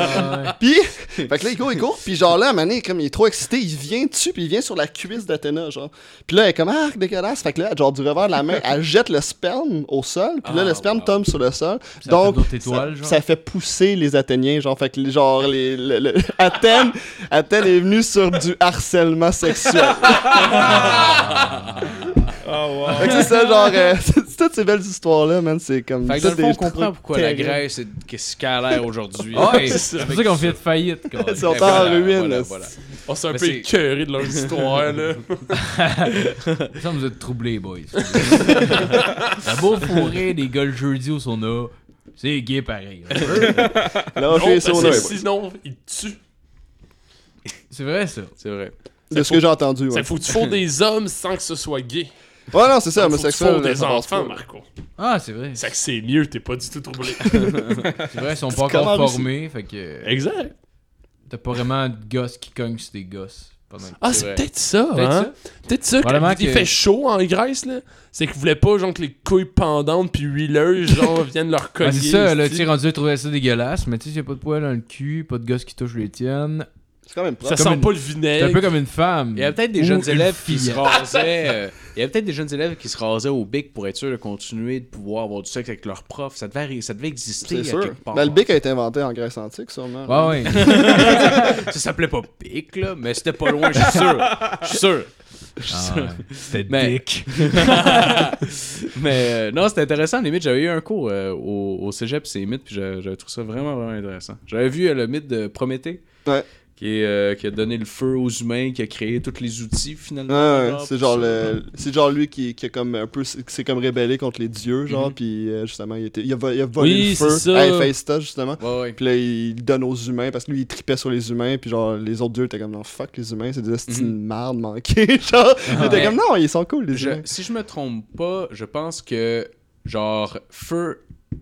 Speaker 4: Ah,
Speaker 5: Puis, fait que là, il court, il court, puis genre là, à un moment donné, comme il est trop excité, il vient dessus, puis il vient sur la cuisse d'Athéna, genre. Puis là, elle est comme, ah, dégueulasse. Fait que là, genre, du revers de la main, elle jette le sperme au sol, puis là,
Speaker 3: Ah,
Speaker 5: le sperme
Speaker 3: wow.
Speaker 5: tombe sur le sol.
Speaker 4: fait
Speaker 5: Donc,
Speaker 4: d'autres étoiles,
Speaker 5: ça,
Speaker 4: genre.
Speaker 5: ça fait pousser les Athéniens, genre. Fait que, les- genre, les, le- le- Athènes, Athènes est venue sur du harcèlement sexuel.
Speaker 7: Oh, wow.
Speaker 5: Fait que c'est ça, genre, euh, c'est- toutes ces belles histoires-là, man, c'est comme.
Speaker 3: Fait que dans le
Speaker 5: toutes
Speaker 3: fond, on
Speaker 5: des
Speaker 3: comprend
Speaker 5: trucs
Speaker 3: pourquoi
Speaker 5: terribles.
Speaker 3: la Grèce est qu'est-ce qu'elle a l'air aujourd'hui.
Speaker 4: Ouais,
Speaker 3: Avec-
Speaker 4: c'est pour ça qu'on fait de faillite, quoi.
Speaker 5: Ils sont
Speaker 3: Ben,
Speaker 5: en
Speaker 3: voilà,
Speaker 5: ruine,
Speaker 3: voilà,
Speaker 5: là.
Speaker 3: voilà.
Speaker 6: On s'est un
Speaker 3: Mais
Speaker 6: peu
Speaker 3: c'est-
Speaker 6: écœuré de leur histoire, là.
Speaker 4: Ça, vous êtes troublés, boys. T'as beau fourrer des gars le jeudi au sauna, c'est gay pareil.
Speaker 5: Là, on
Speaker 6: Non,
Speaker 5: fait les
Speaker 6: parce que
Speaker 5: saunas, ouais.
Speaker 6: sinon, ils te tuent.
Speaker 4: C'est vrai, ça.
Speaker 3: C'est vrai.
Speaker 5: De ce que j'ai entendu, ouais.
Speaker 6: Ça faut que tu fourres des hommes sans que ce soit gay.
Speaker 5: Ouais, non, c'est ça,
Speaker 6: faut que tu fourres
Speaker 5: homosexuel.
Speaker 6: des
Speaker 5: ça passe
Speaker 6: enfants,
Speaker 5: pas.
Speaker 6: Marco.
Speaker 4: Ah, c'est vrai.
Speaker 6: C'est que c'est mieux, t'es pas du tout troublé.
Speaker 4: C'est vrai, ils sont pas
Speaker 5: C'est comme
Speaker 4: encore
Speaker 5: en Russie.
Speaker 4: formés, fait que
Speaker 6: exact.
Speaker 4: t'as pas vraiment de gosses qui cognent sur des gosses. pendant que-
Speaker 6: Ah,
Speaker 3: C'est
Speaker 6: c'est
Speaker 3: vrai.
Speaker 6: peut-être ça,
Speaker 4: Peut-être
Speaker 6: hein?
Speaker 4: ça.
Speaker 6: Peut-être ça,
Speaker 4: Probablement
Speaker 6: quand il
Speaker 4: que-
Speaker 6: fait chaud en Grèce, là, c'est qu'ils voulaient pas, genre, que les couilles pendantes puis huileuses, genre, viennent leur cogner.
Speaker 4: Ah, c'est ça, le
Speaker 6: sti.
Speaker 4: tir rendu, trouvait ça dégueulasse, mais tu sais, s'il y a pas de poils dans le cul, pas de gosses qui touchent les tiennes.
Speaker 5: C'est quand même propre.
Speaker 6: Ça
Speaker 4: Comme
Speaker 6: sent
Speaker 4: une-
Speaker 6: pas le
Speaker 4: C'est
Speaker 6: vinaigre.
Speaker 4: un peu comme une femme.
Speaker 3: Il y avait peut-être des
Speaker 4: Ou
Speaker 3: jeunes
Speaker 4: une
Speaker 3: élèves qui se
Speaker 4: fillette.
Speaker 3: rasaient. euh, il y avait peut-être des jeunes élèves qui se rasaient au bic pour être sûr de continuer de pouvoir avoir du sexe avec leur prof. Ça devait, arri- ça devait exister
Speaker 5: C'est
Speaker 3: à
Speaker 5: sûr.
Speaker 3: quelque part.
Speaker 5: Ben, le bic a été inventé en Grèce antique, sûrement.
Speaker 4: Ouais, ouais.
Speaker 3: Ça s'appelait pas bic, là, mais c'était pas loin, je suis sûr. Je suis sûr.
Speaker 4: Ah, ouais. C'était
Speaker 3: Mais-
Speaker 4: dick.
Speaker 3: Mais euh, non, c'était intéressant. Limite, j'avais eu un cours euh, au, au cégep, c'est les mythes, puis j'avais j'avais trouvé ça vraiment, vraiment intéressant. J'avais vu euh, le mythe de Prométhée,
Speaker 5: Ouais.
Speaker 3: qui, est, euh, qui a donné le feu aux humains, qui a créé tous les outils finalement.
Speaker 5: Ouais, ouais,
Speaker 3: Genre,
Speaker 5: c'est
Speaker 3: puis
Speaker 5: genre
Speaker 3: ça.
Speaker 5: le, c'est genre lui qui, qui a comme un peu, qui s'est comme rébellé contre les dieux, genre, puis euh, justement il, était, il, a, vo- il a volé
Speaker 6: Oui,
Speaker 5: le feu
Speaker 6: c'est ça.
Speaker 5: à Héphaïstos, justement.
Speaker 3: Ouais, ouais.
Speaker 5: Puis là il le donne aux humains parce que lui il tripait sur les humains, puis genre les autres dieux étaient comme non fuck les humains, c'est des esti de marde manquée, genre. Il était
Speaker 3: Mhm. Ah, Ouais.
Speaker 5: comme non ils sont cool les
Speaker 3: Je-
Speaker 5: humains.
Speaker 3: si je me trompe pas, je pense que genre feu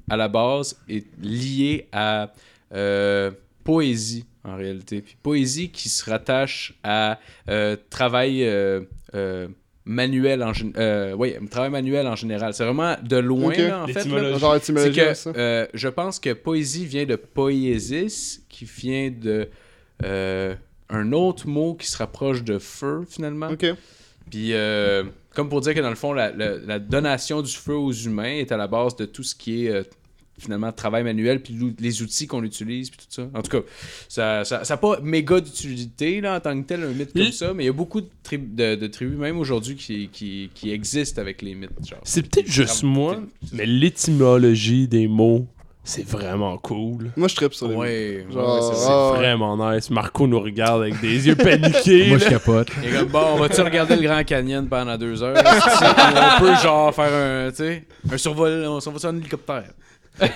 Speaker 3: à la base est lié à euh, poésie en réalité. Puis poésie qui se rattache à euh, travail euh, euh, manuel en gén- euh, oui, travail manuel en général. C'est vraiment de loin
Speaker 5: Ok.
Speaker 3: là, en fait. là.
Speaker 7: L'étymologie.
Speaker 5: Genre
Speaker 3: C'est
Speaker 5: étymologie, ça.
Speaker 3: que euh, je pense que poésie vient de poésis, qui vient de euh, un autre mot qui se rapproche de feu finalement.
Speaker 5: Ok.
Speaker 3: Puis, euh, comme pour dire que dans le fond, la, la- la donation du feu aux humains est à la base de tout ce qui est euh, finalement travail manuel, puis l'ou- les outils qu'on utilise, puis tout ça. En tout cas, ça n'a ça, ça a pas méga d'utilité là, en tant que tel, un mythe
Speaker 6: L-
Speaker 3: comme ça, mais il y a beaucoup de, tri- de, de tribus, même aujourd'hui, qui, qui, qui existent avec les mythes. genre.
Speaker 6: C'est peut-être
Speaker 3: Qui-
Speaker 6: juste
Speaker 3: qui-
Speaker 6: moi, mais l'étymologie des mots, c'est vraiment cool.
Speaker 5: Moi je tripe sur
Speaker 3: Ouais,
Speaker 5: les humains.
Speaker 3: ouais,
Speaker 5: Genre,
Speaker 3: ouais, c'est
Speaker 6: C'est
Speaker 3: ça.
Speaker 5: Ah ouais.
Speaker 6: vraiment nice. Marco nous regarde avec des yeux paniqués.
Speaker 4: Moi,
Speaker 6: là.
Speaker 4: je capote.
Speaker 3: Il est comme, bon, on va-tu regarder le Grand Canyon pendant deux heures? on peut, genre, faire un, tu sais, un survol, on s'en va sur un hélicoptère.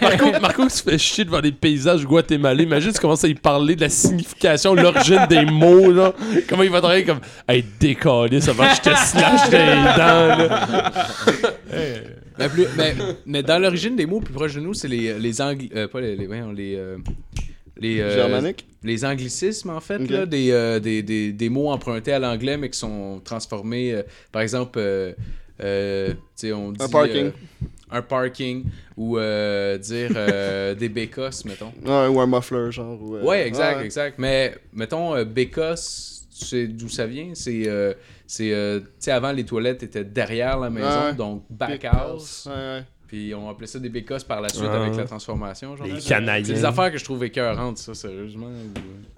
Speaker 6: Marco, Marco qui se fait chier devant des paysages guatémalais. Imagine, tu commences à y parler de la signification, l'origine des mots, là. Comment il va travailler comme Hey, décoller, ça va, je te slash des dents, là.
Speaker 3: Mais, plus- mais, mais dans l'origine des mots plus proches de nous, c'est les, les angli... euh, pas les... Les, voyons, les, euh, les, euh,
Speaker 5: Germanique.
Speaker 3: les anglicismes, en fait,
Speaker 5: Ok.
Speaker 3: là, des, euh, des, des, des mots empruntés à l'anglais, mais qui sont transformés, euh, par exemple, euh, euh, tu sais, on dit...
Speaker 5: parking.
Speaker 3: euh, un parking ou euh, dire euh, des bécosses, mettons.
Speaker 5: Ouais, ou un muffler, genre. ou, euh,
Speaker 3: Ouais, exact,
Speaker 5: ouais.
Speaker 3: exact. Mais mettons, euh, Bécosse, tu sais d'où ça vient? C'est, euh, c'est euh, tu sais, avant, les toilettes étaient derrière la maison,
Speaker 5: Ouais.
Speaker 3: donc
Speaker 5: Big
Speaker 3: back
Speaker 5: house.
Speaker 3: house.
Speaker 5: Ouais, ouais.
Speaker 3: Puis on appelait ça des Bécosses par la suite
Speaker 6: Ah.
Speaker 3: avec la transformation. Genre.
Speaker 6: Les
Speaker 3: C'est
Speaker 6: canailles.
Speaker 3: des affaires que je trouve écœurantes, ça, sérieusement. ou-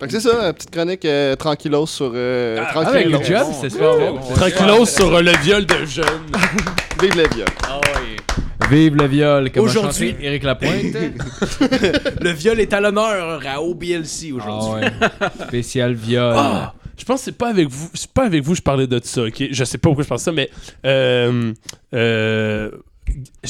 Speaker 5: Fait que c'est ça, la petite chronique euh, tranquillos sur. Euh,
Speaker 6: Ah,
Speaker 4: Ah, avec
Speaker 5: tranquillos.
Speaker 4: le job, c'est super bon.
Speaker 6: Tranquillos sur euh, le viol de jeunes.
Speaker 5: Vive les vieux.
Speaker 3: Ah ouais.
Speaker 4: Vive le viol, comme
Speaker 3: Aujourd'hui-
Speaker 4: Aujourd'hui, Eric Lapointe.
Speaker 3: Le viol est à l'honneur à OBLC
Speaker 4: Ah
Speaker 3: aujourd'hui.
Speaker 4: ouais. Spécial viol.
Speaker 6: Ah! Je pense que c'est pas avec vous. C'est pas avec vous que je parlais de ça, ok? Je sais pas pourquoi je pense ça, mais euh, euh,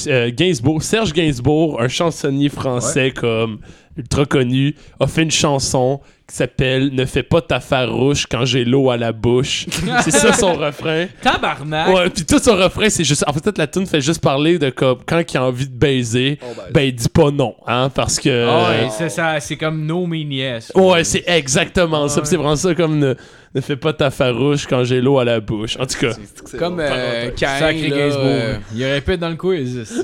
Speaker 6: euh, Gainsbourg, Serge Gainsbourg, un chansonnier français comme ultra connu, a fait une chanson qui s'appelle Ne fais pas ta farouche quand j'ai l'eau à la bouche. c'est ça son refrain.
Speaker 4: Tabarnak!
Speaker 6: Ouais, puis tout son refrain, c'est juste. En fait, toute la tune fait juste parler de comme quand il a envie de baiser,
Speaker 5: On baise.
Speaker 6: ben il dit pas non, hein, parce que.
Speaker 4: Oh, Ah ouais, c'est ça, c'est comme No Mean Yes.
Speaker 6: Ouais, c'est exactement ça.
Speaker 4: Ouais.
Speaker 6: Puis C'est vraiment ça comme ne, ne fais pas ta farouche quand j'ai l'eau à la bouche. En tout cas,
Speaker 5: C'est
Speaker 3: Comme
Speaker 5: bon.
Speaker 3: euh, Caïn,
Speaker 4: Sacré
Speaker 3: là,
Speaker 4: Gainsbourg.
Speaker 3: euh,
Speaker 4: Il aurait pu être dans le quiz. esti.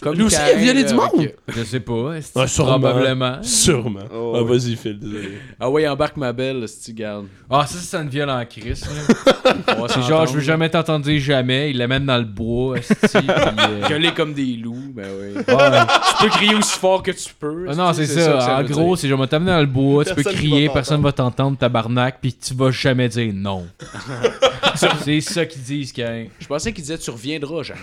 Speaker 3: comme euh,
Speaker 6: Lui aussi, il a
Speaker 3: Caïn,
Speaker 6: violé du
Speaker 3: là,
Speaker 6: monde.
Speaker 3: avec-
Speaker 4: Je sais pas. esti.
Speaker 6: Ouais, sûrement.
Speaker 4: Probablement.
Speaker 6: sûrement.
Speaker 5: Oh,
Speaker 6: ah,
Speaker 5: oui.
Speaker 6: vas-y, Phil, désolé.
Speaker 3: Ah ouais, embarque ma belle, si tu gardes.
Speaker 4: Ah, ça, ça sonne viol en crise. C'est genre, je veux jamais t'entendre dire jamais. Il l'amène dans le bois. esti, puis, euh,
Speaker 3: Gueuler comme des loups, ben oui.
Speaker 4: ouais.
Speaker 3: tu peux crier aussi fort que tu peux.
Speaker 4: Ah non, c'est ça. en
Speaker 3: veut
Speaker 4: gros,
Speaker 3: dire.
Speaker 4: c'est genre, je vais t'amener dans le bois, tu peux
Speaker 5: Personne qui
Speaker 4: crier,
Speaker 5: va
Speaker 4: personne va t'entendre, tabarnak, puis tu vas jamais dire non. c'est ça qu'ils disent, Cain.
Speaker 3: je pensais qu'il disait tu reviendras jamais.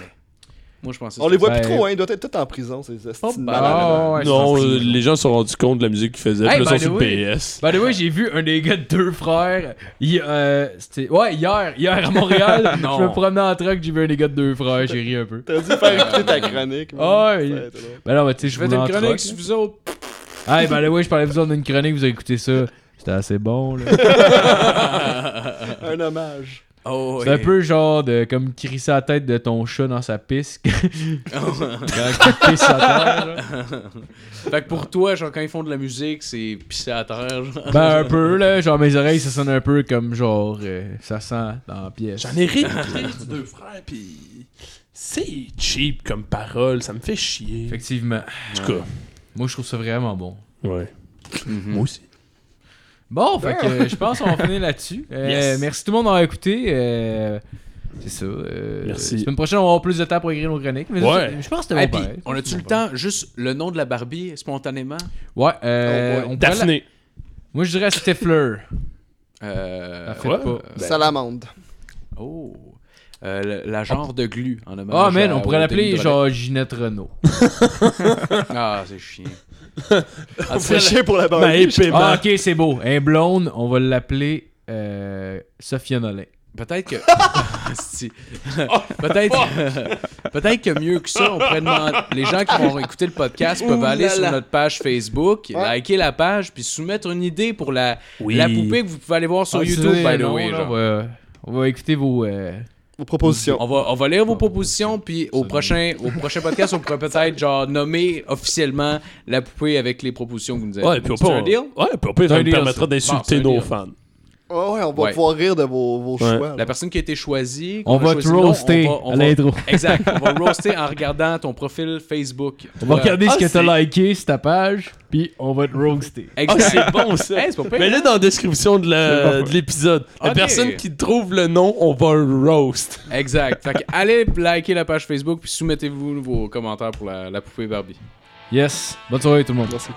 Speaker 3: Moi, je pensais.
Speaker 5: On les voit
Speaker 4: Ben-
Speaker 5: plus trop, hein. Ils doivent être tous en prison, ces estis de
Speaker 3: bah,
Speaker 5: malades.
Speaker 6: non, euh, les gens se sont rendus compte de la musique qu'ils faisaient.
Speaker 4: Hey,
Speaker 6: puis là, ils
Speaker 4: by
Speaker 6: sont
Speaker 4: the
Speaker 6: sur
Speaker 4: way.
Speaker 6: PS.
Speaker 4: By the way, j'ai vu un des gars de deux frères. hi- euh, c'était- ouais, hier, hier à Montréal.
Speaker 3: Non.
Speaker 4: Je me promenais en truck, j'ai vu un des gars de deux frères, j'ai ri un peu.
Speaker 5: T'as dû faire écouter ta chronique.
Speaker 4: Ah,
Speaker 5: man.
Speaker 4: il-
Speaker 5: Ouais, t'es drôle.
Speaker 4: Ben non, mais tu sais, je
Speaker 3: Je
Speaker 4: vais
Speaker 3: vais une
Speaker 4: en
Speaker 3: chronique
Speaker 4: truck.
Speaker 3: sur vous autres.
Speaker 4: Ah, by the way, je parlais vous autres d'une chronique, vous avez écouté ça. C'était assez bon, là.
Speaker 3: Ah
Speaker 5: Un hommage.
Speaker 3: Oh,
Speaker 4: C'est un peu genre de comme crisser la tête de ton chat dans sa pisse. Quand il pisse à terre, là.
Speaker 3: Fait que pour toi, genre, quand ils font de la musique, c'est pisser à terre. Genre.
Speaker 4: Ben un peu là, genre mes oreilles ça sonne un peu comme genre euh, ça sent dans la pièce.
Speaker 6: J'en ai réécouté du deux frères, puis c'est cheap comme parole. Ça me fait chier.
Speaker 4: Effectivement.
Speaker 6: En tout cas,
Speaker 4: Moi je trouve ça vraiment bon.
Speaker 6: ouais. Moi aussi.
Speaker 4: Bon, fait que euh, je pense qu'on va finir là-dessus. Euh,
Speaker 6: Yes.
Speaker 4: Merci tout le monde d'avoir écouté. euh, c'est ça. euh,
Speaker 6: Merci.
Speaker 4: La semaine prochaine, on va avoir plus de temps pour écrire nos chroniques. Mais
Speaker 6: Ouais.
Speaker 4: ça, Je pense que
Speaker 3: Hey,
Speaker 4: c'était bon.
Speaker 3: Ah,
Speaker 4: pareil.
Speaker 3: puis, on a-tu le temps, juste le nom de la Barbie, spontanément?
Speaker 4: Ouais. euh,
Speaker 5: Oh, ouais.
Speaker 4: on pourrait la-
Speaker 6: Daphné.
Speaker 4: Moi je dirais Stifler.
Speaker 3: Euh,
Speaker 4: La faites
Speaker 3: ouais.
Speaker 4: pas.
Speaker 3: Ben,
Speaker 5: Salamande.
Speaker 3: Oh. Euh, le- la genre de glu, en hommage.
Speaker 4: Ah man,
Speaker 3: à-
Speaker 4: on pourrait
Speaker 3: au
Speaker 4: l'appeler
Speaker 3: demi-drolet.
Speaker 4: genre Ginette Renault.
Speaker 3: Ah, c'est chiant.
Speaker 5: On fait chier pour la bande.
Speaker 6: Maë Paiement.
Speaker 4: Ah ok, c'est beau. Un blonde, on va l'appeler euh, Sophia Nolin.
Speaker 3: Peut-être que. Asti.
Speaker 4: Oh,
Speaker 3: Peut-être Peut-être que mieux que ça, on pourrait demander. Les gens qui vont écouter le podcast peuvent
Speaker 7: Ouh
Speaker 3: aller
Speaker 7: là
Speaker 3: sur
Speaker 7: là.
Speaker 3: notre page Facebook,
Speaker 5: Ouais.
Speaker 3: liker la page, puis soumettre une idée pour la,
Speaker 6: Oui.
Speaker 3: la poupée que vous pouvez aller voir sur
Speaker 4: Ah,
Speaker 3: YouTube,
Speaker 4: c'est-
Speaker 3: by the
Speaker 4: non,
Speaker 3: way,
Speaker 4: là,
Speaker 3: genre.
Speaker 4: on, va, on va écouter vos. euh,
Speaker 5: Vos propositions.
Speaker 3: On va, on va lire vos propositions, puis au prochain, au prochain podcast, on pourrait peut-être genre nommer officiellement la poupée avec les propositions que vous nous avez.
Speaker 6: Ouais, puis on
Speaker 3: C'est
Speaker 6: peut.
Speaker 3: un deal?
Speaker 6: Ouais, puis on peut.
Speaker 4: C'est
Speaker 6: Ça
Speaker 4: un
Speaker 6: nous
Speaker 4: deal, ça.
Speaker 6: permettra
Speaker 3: Bon, c'est un
Speaker 6: d'insulter nos
Speaker 3: deal.
Speaker 6: fans.
Speaker 5: Ah ouais, on va
Speaker 3: Ouais.
Speaker 5: pouvoir rire de vos, vos
Speaker 6: Ouais.
Speaker 5: choix.
Speaker 3: La personne qui a été choisie.
Speaker 4: On
Speaker 3: qu'on a
Speaker 4: va
Speaker 3: choisi,
Speaker 4: te
Speaker 3: non, on
Speaker 4: roaster
Speaker 3: va- on
Speaker 4: à
Speaker 3: va-
Speaker 4: l'intro.
Speaker 3: Exact. On va roaster en regardant ton profil Facebook.
Speaker 4: On va
Speaker 3: Toi.
Speaker 4: regarder
Speaker 6: Ah,
Speaker 4: ce que t'as
Speaker 6: c'est-
Speaker 4: liké sur ta page, puis on va te roaster.
Speaker 6: Ah,
Speaker 3: Exact.
Speaker 6: c'est bon ça.
Speaker 3: Hey, c'est pas pire, hein.
Speaker 6: Mais là, dans la description de la-
Speaker 7: ouais.
Speaker 6: de l'épisode, la
Speaker 3: Ok.
Speaker 6: personne qui trouve le nom, on va le roast.
Speaker 3: Exact. Fait que allez liker la page Facebook puis soumettez-vous vos commentaires pour la, la poupée Barbie.
Speaker 4: Yes. Bonne soirée tout le monde.
Speaker 5: Merci.